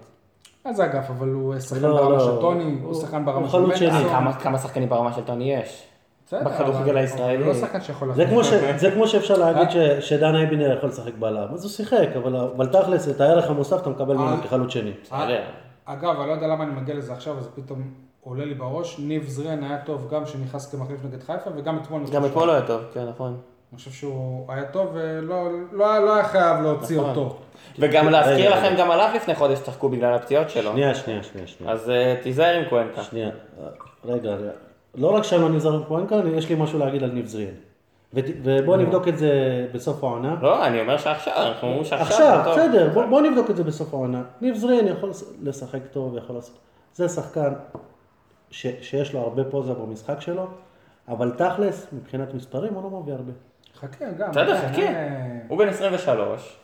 Speaker 2: מה זה אגף? אבל הוא שחקן
Speaker 3: לא,
Speaker 2: ברמה
Speaker 3: לא.
Speaker 2: של טוני, הוא
Speaker 3: הוא-
Speaker 2: שחקן ברמה
Speaker 3: הוא
Speaker 2: של
Speaker 3: חלוץ שני.
Speaker 4: אה,
Speaker 2: מנדלסון.
Speaker 4: כמה- כמה שחקנים ברמה של טוני יש?
Speaker 2: בסדר,
Speaker 4: בכדורגל
Speaker 2: אבל
Speaker 4: הישראלי.
Speaker 2: הוא לא שחקן שיכול
Speaker 3: זה
Speaker 2: להחליף.
Speaker 3: כמו, ש... זה כמו שאפשר להגיד
Speaker 2: אה?
Speaker 3: ש... שדן אייבינר יכול לשחק בלם, אז הוא שיחק, אבל, אבל תכלס, את הערך המוסף אתה מקבל ממנו
Speaker 2: אה.
Speaker 3: כחלוץ שני.
Speaker 2: ה-
Speaker 4: בסדר.
Speaker 2: אגב, אני לא יודע למה אני מגיע לזה עכשיו, אז פתאום עולה לי בראש, ניב זרין היה טוב גם שנכנס כמחליף נגד חיפה, וגם אתמול. אני
Speaker 4: גם
Speaker 2: חושב שהוא-
Speaker 4: אתמול לא היה טוב, כן, נכון.
Speaker 2: אני חושב שהוא היה טוב, ולא לא היה- לא היה חייב להוציא
Speaker 3: נכון.
Speaker 2: אותו.
Speaker 4: וגם
Speaker 3: רגע,
Speaker 4: להזכיר
Speaker 3: רגע.
Speaker 4: לכם, גם עליו לפני חודש צחקו בגלל הפציעות שלו.
Speaker 3: שנייה, שנייה, שנייה, שנייה.
Speaker 4: אז אה, תיזהר עם קוונקה.
Speaker 3: שנייה, רגע, רגע. לא רק שלא נזהר עם קוונקה, אני- יש לי משהו להגיד על ניב זריאל. ות- ובוא
Speaker 2: לא.
Speaker 3: נבדוק את זה בסוף העונה.
Speaker 4: לא, אני אומר שעכשיו, אנחנו אומרים שעכשיו.
Speaker 3: עכשיו,
Speaker 4: זה טוב.
Speaker 3: בסדר, בוא- בוא נבדוק את זה בסוף העונה. ניב זרין יכול לשחק טוב, יכול לעשות... זה שחקן ש- שיש לו הרבה פוזה במשחק שלו, אבל תכלס, מבחינת מספרים, הוא לא מביא הרבה.
Speaker 2: חכה, גם.
Speaker 4: בסדר,
Speaker 2: אה,
Speaker 4: חכה.
Speaker 2: אה,
Speaker 4: הוא בן 23.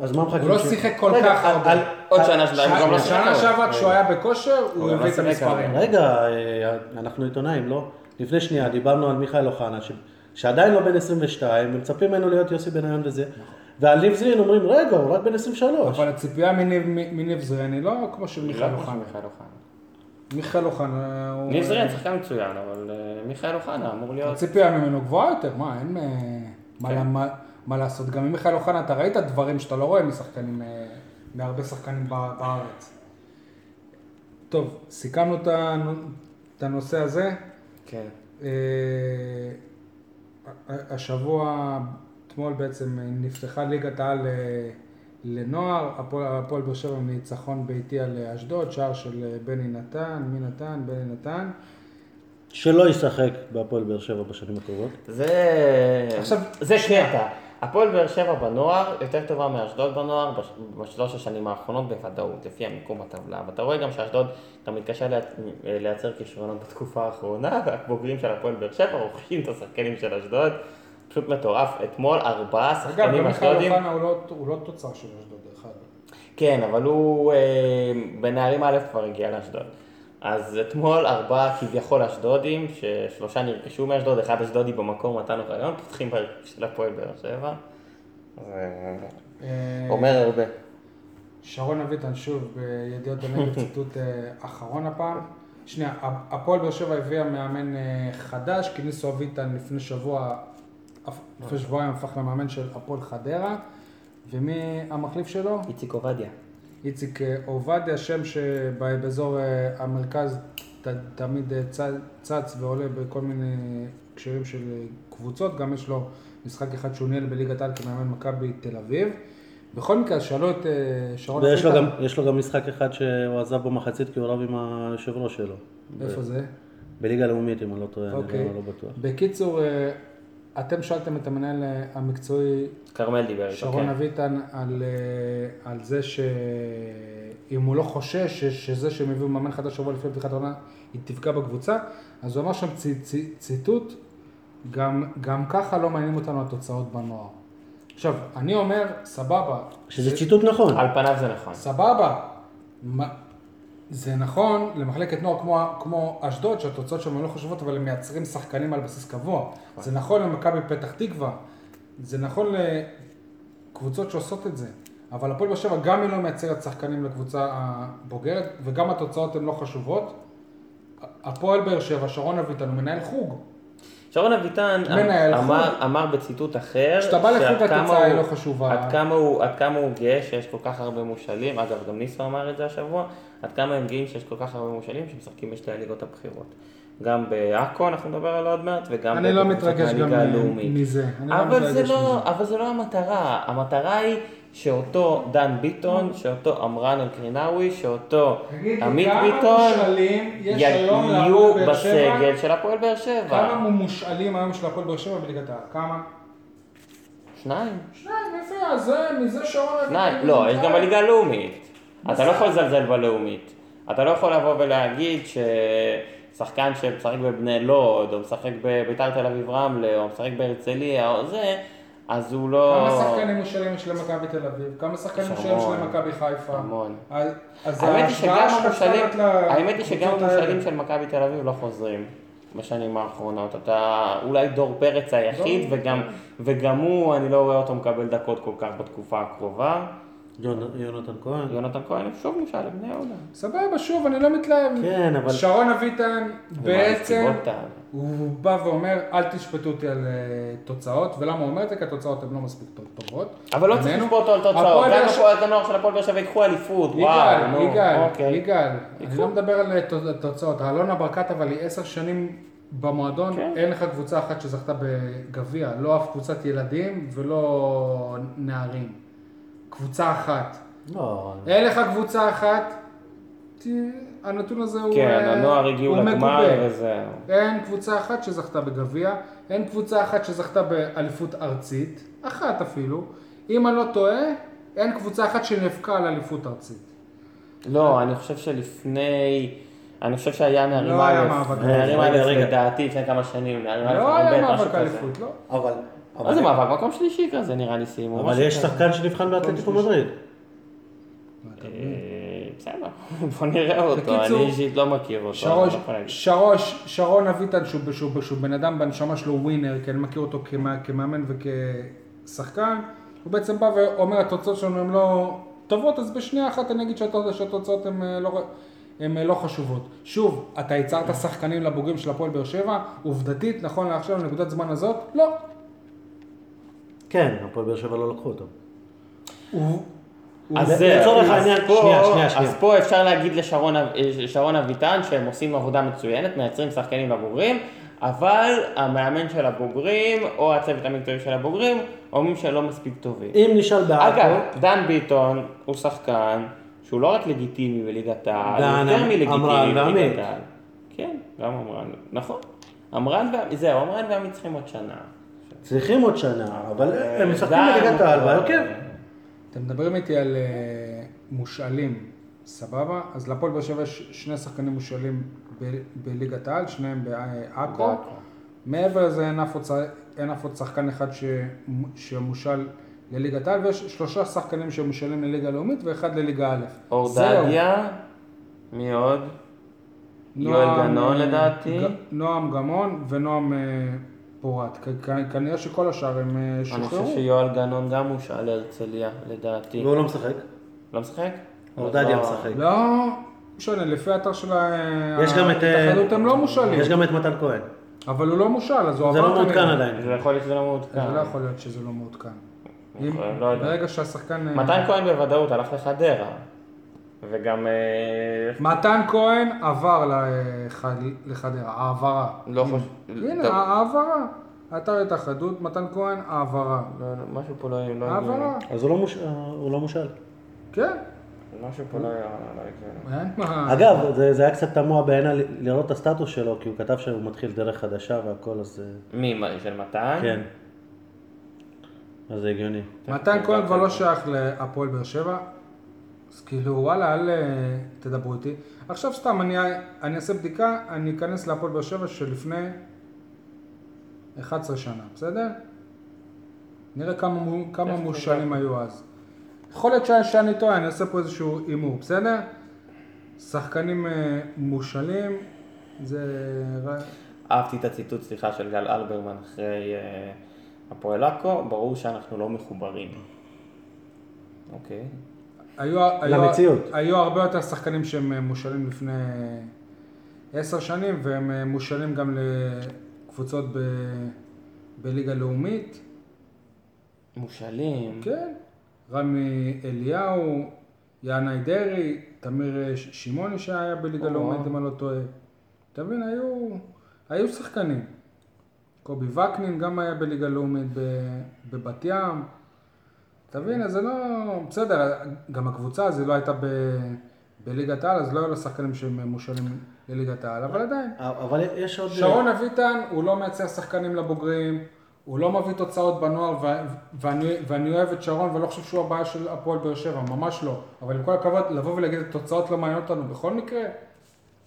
Speaker 3: אז מה מחכים?
Speaker 2: הוא לא
Speaker 3: ש-
Speaker 2: שיחק כל
Speaker 3: רגע,
Speaker 2: כך
Speaker 3: על-
Speaker 2: הרבה.
Speaker 3: על-
Speaker 4: עוד
Speaker 3: על-
Speaker 4: שנה שלהם, גם לא שיחק.
Speaker 2: שנה
Speaker 4: אבל.
Speaker 2: שעברה כשהוא היה בכושר, הוא
Speaker 4: אבל
Speaker 2: הביא את
Speaker 4: לא שיחק,
Speaker 2: המספרים.
Speaker 3: רגע, אה, אנחנו עיתונאים, לא? לפני שנייה דיברנו על מיכאל אוחנה, ש- שעדיין לא בן 22, ומצפים ממנו להיות יוסי בניון וזה. ועל ניב זרין אומרים, רגע, הוא רק בן 23.
Speaker 2: אבל הציפייה מניב- מניב זרין היא לא כמו של מיכאל
Speaker 5: לא כמו
Speaker 2: אוחנה.
Speaker 5: מיכאל אוחנה.
Speaker 2: מיכאל אוחנה הוא...
Speaker 5: ניב זרין שחקן מצוין, אבל אה, מיכאל אוחנה אמור להיות...
Speaker 2: הציפייה ממנו גבוהה יותר, מה, אין אה, מה
Speaker 4: כן.
Speaker 2: לה- מה- מה לעשות. גם עם מיכאל אוחנה אתה ראית דברים שאתה לא רואה משחקנים, אה, מהרבה שחקנים בא- בארץ. טוב, סיכמנו את הנו- את הנושא הזה.
Speaker 5: כן.
Speaker 2: אה, ה- השבוע, אתמול בעצם, אה, נפתחה ליגת העל אה, לנוער, הפועל- הפועל באר שבע עם ניצחון ביתי על אה, אשדוד, שער של אה, בני נתן, מי נתן, בני נתן.
Speaker 3: שלא ישחק בהפועל באר שבע בשנים הקרובות.
Speaker 4: זה...
Speaker 2: עכשיו,
Speaker 4: זה קטע. הפועל באר שבע בנוער יותר טובה מאשדוד בנוער בש- בשלוש השנים האחרונות בוודאות, לפי המיקום הטבלה. ואתה רואה גם שאשדוד, אתה מתקשה לה- לייצר כישרונות בתקופה האחרונה, והבוגרים של הפועל באר שבע רוכשים את השחקנים של אשדוד. פשוט מטורף. אתמול ארבעה
Speaker 2: אגב, גם
Speaker 4: שחקנים
Speaker 2: מיכאל
Speaker 4: אשדודים.
Speaker 2: אוחנה הוא לא- הוא לא תוצר של אשדוד, דרך אגב.
Speaker 4: כן, אבל הוא אה, בנערים א' כבר הגיע לאשדוד. אז אתמול ארבעה כביכול אשדודים, ששלושה נרכשו מאשדוד, אחד אשדודי במקום מתן אוחיון, פותחים בהרכב של הפועל באר שבע. זה
Speaker 2: אה,
Speaker 4: אומר הרבה.
Speaker 2: שרון אביטן, שוב, בידיעות בנגב, ציטוט אה, אחרון הפעם. שנייה, הפועל באר שבע הביאה מאמן אה, חדש, כי ניסו אביטן לפני שבוע, הפ- לפני שבועיים הפך למאמן של הפועל חדרה. ומי המחליף שלו?
Speaker 4: איציק עובדיה.
Speaker 2: איציק אה, עובדיה, שם שבאזור אה, המרכז ת- תמיד אה, צ- צץ ועולה בכל מיני הקשרים של אה, קבוצות, גם יש לו משחק אחד שהוא ניהל בליגת העל כמאמן מכבי תל אביב. בכל מקרה, שאלו את אה, שרון
Speaker 3: ויש לו
Speaker 2: אביטן-
Speaker 3: גם- יש לו גם משחק אחד שהוא עזב במחצית כי הוא רב עם היושב ראש שלו.
Speaker 2: איפה זה?
Speaker 3: בליגה הלאומית, אם אני לא טועה, אני
Speaker 2: אוקיי.
Speaker 3: לא- לא בטוח.
Speaker 2: בקיצור, אה, אתם שאלתם את המנהל אה, המקצועי
Speaker 3: אוקיי.
Speaker 4: כרמל דיבר איתו,
Speaker 2: שרון
Speaker 4: כן.
Speaker 2: אביטן על, אה, על זה שאם הוא לא חושש ש- שזה שהם הביאו מאמן חדש שבוע לפני פתיחת העונה, היא תפגע בקבוצה, אז הוא אמר שם צ, צ, ציטוט, גם, גם ככה לא מעניינים אותנו התוצאות בנוער. עכשיו, אני אומר, סבבה,
Speaker 3: שזה ציטוט נכון.
Speaker 4: על פניו זה נכון.
Speaker 2: סבבה, מה- זה נכון למחלקת נוער כמו, כמו אשדוד, שהתוצאות שם הן לא חשובות, אבל הם מייצרים שחקנים על בסיס קבוע. זה נכון למכבי פתח תקווה, זה נכון לקבוצות שעושות את זה, אבל הפועל באר שבע גם היא לא מייצרת שחקנים לקבוצה הבוגרת, וגם התוצאות הן לא חשובות. הפועל באר שבע, שרון אביטן, הוא מנהל חוג.
Speaker 4: שרון אביטן אמ-
Speaker 2: מנהל
Speaker 4: אמר, אמר בציטוט אחר,
Speaker 2: כשאתה בא לחוג
Speaker 4: שעד כמה
Speaker 2: התוצאה היא
Speaker 4: הוא-
Speaker 2: לא חשובה.
Speaker 4: עד כמה, הוא, עד כמה הוא גאה שיש כל כך הרבה מושאלים, אגב גם ניסו אמר את זה השבוע, עד כמה הם גאים שיש כל כך הרבה מושאלים שמשחקים בשתי הליגות הבכירות. גם בעכו אנחנו נדבר עליה עוד מעט, וגם
Speaker 2: אני לא
Speaker 4: בקבוצות
Speaker 2: מתרגש
Speaker 4: מהליגה
Speaker 2: גם אה,
Speaker 4: הלאומית.
Speaker 2: מזה. אני לא
Speaker 4: אבל זה
Speaker 2: מתרגש
Speaker 4: לא,
Speaker 2: מזה.
Speaker 4: אבל זה לא המטרה, המטרה היא שאותו דן ביטון, שאותו עמרן אלקרינאווי, שאותו
Speaker 2: תגיד לי,
Speaker 4: עמית
Speaker 2: כמה
Speaker 4: ביטון,
Speaker 2: מושאלים יש היום
Speaker 4: יהיו
Speaker 2: להפועל באר שבע?
Speaker 4: בסגל של הפועל באר
Speaker 2: כמה
Speaker 4: שבע.
Speaker 2: מושאלים היום של הפועל באר שבע בליגת העל? כמה?
Speaker 4: שניים.
Speaker 2: שניים, יפה, אז זה מזה שרון אביטן.
Speaker 4: שניים, לא, יש גם
Speaker 2: בליגה.
Speaker 4: בליגה הלאומית. אתה לא יכול לזלזל בלאומית. אתה לא יכול לבוא ולהגיד ששחקן שמשחק בבני לוד, או משחק בביתר תל אביב רמלה, או משחק בהרצליה, או זה, אז הוא לא...
Speaker 2: כמה שחקנים מושאלים יש למכבי תל אביב? כמה שחקנים
Speaker 4: יש
Speaker 2: מושאלים יש
Speaker 4: המון.
Speaker 2: למכבי חיפה?
Speaker 4: המון.
Speaker 2: אז- אז
Speaker 4: האמת היא שגם
Speaker 2: ההשוואה שלך
Speaker 4: המושאלים,
Speaker 2: מתחת ל-
Speaker 4: האמת היא שגם
Speaker 2: לקבוצות
Speaker 4: המושאלים
Speaker 2: האלה.
Speaker 4: של מכבי תל אביב לא חוזרים בשנים האחרונות. אתה אולי דור פרץ היחיד, וגם, וגם הוא, אני לא רואה אותו מקבל דקות כל כך בתקופה הקרובה.
Speaker 3: יונ- יונתן כהן.
Speaker 4: יונתן כהן שוב נשאל לבני יהודה.
Speaker 2: סבבה, שוב, אני לא מתלהב.
Speaker 3: כן, אבל-
Speaker 2: שרון אביטן בעצם,
Speaker 4: ומעל סיבותה.
Speaker 2: הוא בא ואומר, אל תשפטו אותי על אה, תוצאות, ולמה הוא אומר את זה? כי התוצאות הן לא מספיק טוב- טובות.
Speaker 4: אבל לא צריך
Speaker 2: בינינו.
Speaker 4: לשפוט אותו על תוצאות.
Speaker 2: הפועל
Speaker 4: גם
Speaker 2: באר שבע-
Speaker 4: הפועל הנוער של הפועל באר שבע ייקחו אליפות.
Speaker 2: יגאל,
Speaker 4: וואו, נו,
Speaker 2: יגאל,
Speaker 4: אוקיי.
Speaker 2: יגאל, אני לא מדבר על תוצ- תוצאות. אלונה ברקת אבל היא עשר שנים במועדון,
Speaker 4: כן.
Speaker 2: אין לך קבוצה אחת שזכתה בגביע, לא אף קבוצת ילדים ולא נערים. קבוצה אחת.
Speaker 3: לא,
Speaker 2: אין לך קבוצה אחת, ת- הנתון הזה הוא...
Speaker 4: כן,
Speaker 2: אה,
Speaker 4: הנוער הגיעו
Speaker 2: הוא
Speaker 4: לגמר
Speaker 2: מגובה.
Speaker 4: וזהו.
Speaker 2: אין קבוצה אחת שזכתה בגביע, אין קבוצה אחת שזכתה באליפות ארצית, אחת אפילו. אם אני לא טועה, אין קבוצה אחת שנאבקה על אליפות ארצית.
Speaker 4: לא, אני חושב שלפני... אני חושב שהיה נערים
Speaker 2: לא היה
Speaker 4: א',
Speaker 2: מאבק
Speaker 4: נערים
Speaker 3: אליפות.
Speaker 4: א',
Speaker 3: רגע, רגע.
Speaker 4: לדעתי, לפני כמה שנים, נערים א',
Speaker 2: לא
Speaker 4: נערים
Speaker 2: היה
Speaker 4: ב', משהו
Speaker 2: מאבק
Speaker 4: כזה.
Speaker 2: אליפות, לא.
Speaker 3: אבל...
Speaker 4: מה זה מאבק? מקום שלישי כזה נראה לי סיימו.
Speaker 3: אוקיי.
Speaker 4: אה,
Speaker 3: אבל
Speaker 4: משהו
Speaker 3: יש
Speaker 4: כזה.
Speaker 3: שחקן שנבחן באתלטיקו מדריד.
Speaker 4: אה, בסדר, בוא נראה אותו, אני
Speaker 2: בקיצור,
Speaker 4: אישית לא מכיר אותו.
Speaker 2: שרוש,
Speaker 4: אני לא יכול להגיד.
Speaker 2: שרוש, שרון אביטן שהוא, שהוא, שהוא בן אדם בנשמה שלו ווינר, כי אני מכיר אותו כמה, כמאמן וכשחקן, הוא בעצם בא ואומר התוצאות שלנו הן לא טובות, אז בשנייה אחת אני אגיד שהתוצאות, שהתוצאות הן אה, לא, הן אה, לא חשובות. שוב, אתה ייצרת שחקנים לבוגרים של הפועל באר שבע, עובדתית, נכון לעכשיו, לנקודת זמן הזאת, לא.
Speaker 3: כן, הפועל באר שבע לא לקחו אותו.
Speaker 4: אז
Speaker 3: ל-
Speaker 4: זהו,
Speaker 3: לצורך
Speaker 4: אז
Speaker 3: העניין,
Speaker 4: לא- פה-
Speaker 3: שנייה, שנייה, שנייה.
Speaker 4: אז פה אפשר להגיד לשרון אב- אה, שרון אביטן שהם עושים עבודה מצוינת, מייצרים שחקנים לבוגרים, אבל המאמן של הבוגרים, או הצוות המקצועי של הבוגרים, אומרים שהם לא מספיק טובים.
Speaker 3: אם נשאל
Speaker 4: אגב,
Speaker 3: בעכו...
Speaker 4: דן ביטון הוא שחקן שהוא לא רק לגיטימי בליגת העל, הוא
Speaker 3: דן,
Speaker 4: יותר
Speaker 3: עמרן
Speaker 4: מלגיטימי בליגת
Speaker 3: ועמית.
Speaker 4: העל. כן, גם עמרן, נכון. עמרן ועמית, זהו, עמרן ועמית צריכים עוד שנה.
Speaker 3: צריכים עוד שנה, אבל הם משחקים
Speaker 4: דן,
Speaker 3: בליגת העל כן.
Speaker 4: הוא-
Speaker 3: בהרכב.
Speaker 2: אתם מדברים איתי על אה, מושאלים, סבבה? אז להפועל באר שבע יש שני שחקנים מושאלים ב- בליגת העל, שניהם בעכו.
Speaker 4: בעכו.
Speaker 2: מעבר לזה אין אף עוד, ש- אין אף עוד שחקן אחד ש- שמושל לליגת העל, ויש שלושה שחקנים שמושאלים לליגה הלאומית ואחד לליגה א'.
Speaker 4: אורדדיה, מי עוד?
Speaker 2: זהו.
Speaker 4: יואל
Speaker 2: נועם,
Speaker 4: גנון
Speaker 2: אה,
Speaker 4: לדעתי.
Speaker 2: ג- נועם גמון ונועם אה, פורט. כ- כ- כנראה שכל השאר הם אה,
Speaker 4: אני חושב
Speaker 2: שוחררו.
Speaker 4: שיואל גנון גם הושאל להרצליה, לדעתי.
Speaker 3: והוא לא משחק.
Speaker 4: לא משחק?
Speaker 3: אורדדיה
Speaker 4: לא.
Speaker 3: משחק.
Speaker 2: לא, משנה, לפי האתר של ה-
Speaker 3: יש גם את... אה,
Speaker 2: ההתאחדות הם לא מושאלים.
Speaker 3: יש גם את מתן כהן.
Speaker 2: אבל הוא לא מושאל, אז הוא
Speaker 3: זה
Speaker 2: עבר
Speaker 3: לא מעודכן
Speaker 2: כנראה.
Speaker 3: עדיין.
Speaker 4: זה יכול להיות שזה לא מעודכן.
Speaker 2: זה לא יכול להיות שזה לא מעודכן. אם-
Speaker 4: אוקיי, לא יודע.
Speaker 2: ברגע שהשחקן... אה,
Speaker 4: מתן כהן בוודאות הלך לחדרה. וגם... אה,
Speaker 2: מתן כהן עבר לח- לחדרה, העברה.
Speaker 4: לא חושב...
Speaker 2: הנה,
Speaker 4: טוב,
Speaker 2: העברה. אתר התאחדות, מתן כהן, העברה.
Speaker 4: לא, לא, משהו פה לא לא
Speaker 2: אה,
Speaker 4: הגיוני.
Speaker 2: העברה,
Speaker 3: אז הוא לא מוש- אה, הוא לא מושאל.
Speaker 2: כן.
Speaker 4: משהו פה לא לא הגיוני.
Speaker 2: אין מה.
Speaker 3: אגב, זה זה היה קצת תמוה בעיניי ל- לראות את הסטטוס שלו, כי הוא כתב שהוא מתחיל דרך חדשה והכל, אז... אה,
Speaker 4: מי? מה, של מתן?
Speaker 3: כן. אז זה הגיוני.
Speaker 2: מתן כהן כבר לא שייך להפועל באר שבע, אז כאילו וואלה, אל אה, תדברו איתי. עכשיו סתם, אני, אני אעשה בדיקה, אני אכנס להפועל באר שבע שלפני 11 שנה, בסדר? נראה כמה, מו- כמה מושאלים היו אז. יכול להיות ש- שאני טועה, אני אעשה פה איזשהו הימור, בסדר? שחקנים אה, מושאלים, זה... ר-
Speaker 4: אהבתי את הציטוט, סליחה, של גל אלברמן אחרי אה, הפועל עכו, ברור שאנחנו לא מחוברים. אוקיי.
Speaker 2: היו, היו,
Speaker 3: למציאות.
Speaker 2: היו הרבה יותר שחקנים שהם אה, מושאלים לפני אה, עשר שנים, והם אה, מושאלים גם לקבוצות ב, בליגה לאומית.
Speaker 4: מושאלים.
Speaker 2: כן, רמי אליהו, יענאי דרעי, תמיר אה, ש- שמעוני שהיה בליגה לאומית, אם אני לא טועה. אתה מבין, היו, היו שחקנים. קובי וקנין גם היה בליגה לאומית ב- בבת ים. אתה מבין, אז זה לא... בסדר, גם הקבוצה הזו לא הייתה ב... בליגת העל, אז לא היו לה שחקנים שהם מושאלים לליגת העל, אבל עדיין.
Speaker 3: אה, אבל יש עוד...
Speaker 2: שרון אביטן, הוא לא מייצר שחקנים לבוגרים, הוא לא מביא תוצאות בנוער, ו- ואני, ואני אוהב את שרון ולא חושב שהוא הבעיה של הפועל באר שבע, ממש לא. אבל עם כל הכבוד, לבוא ולהגיד, התוצאות לא מעניינות אותנו בכל מקרה,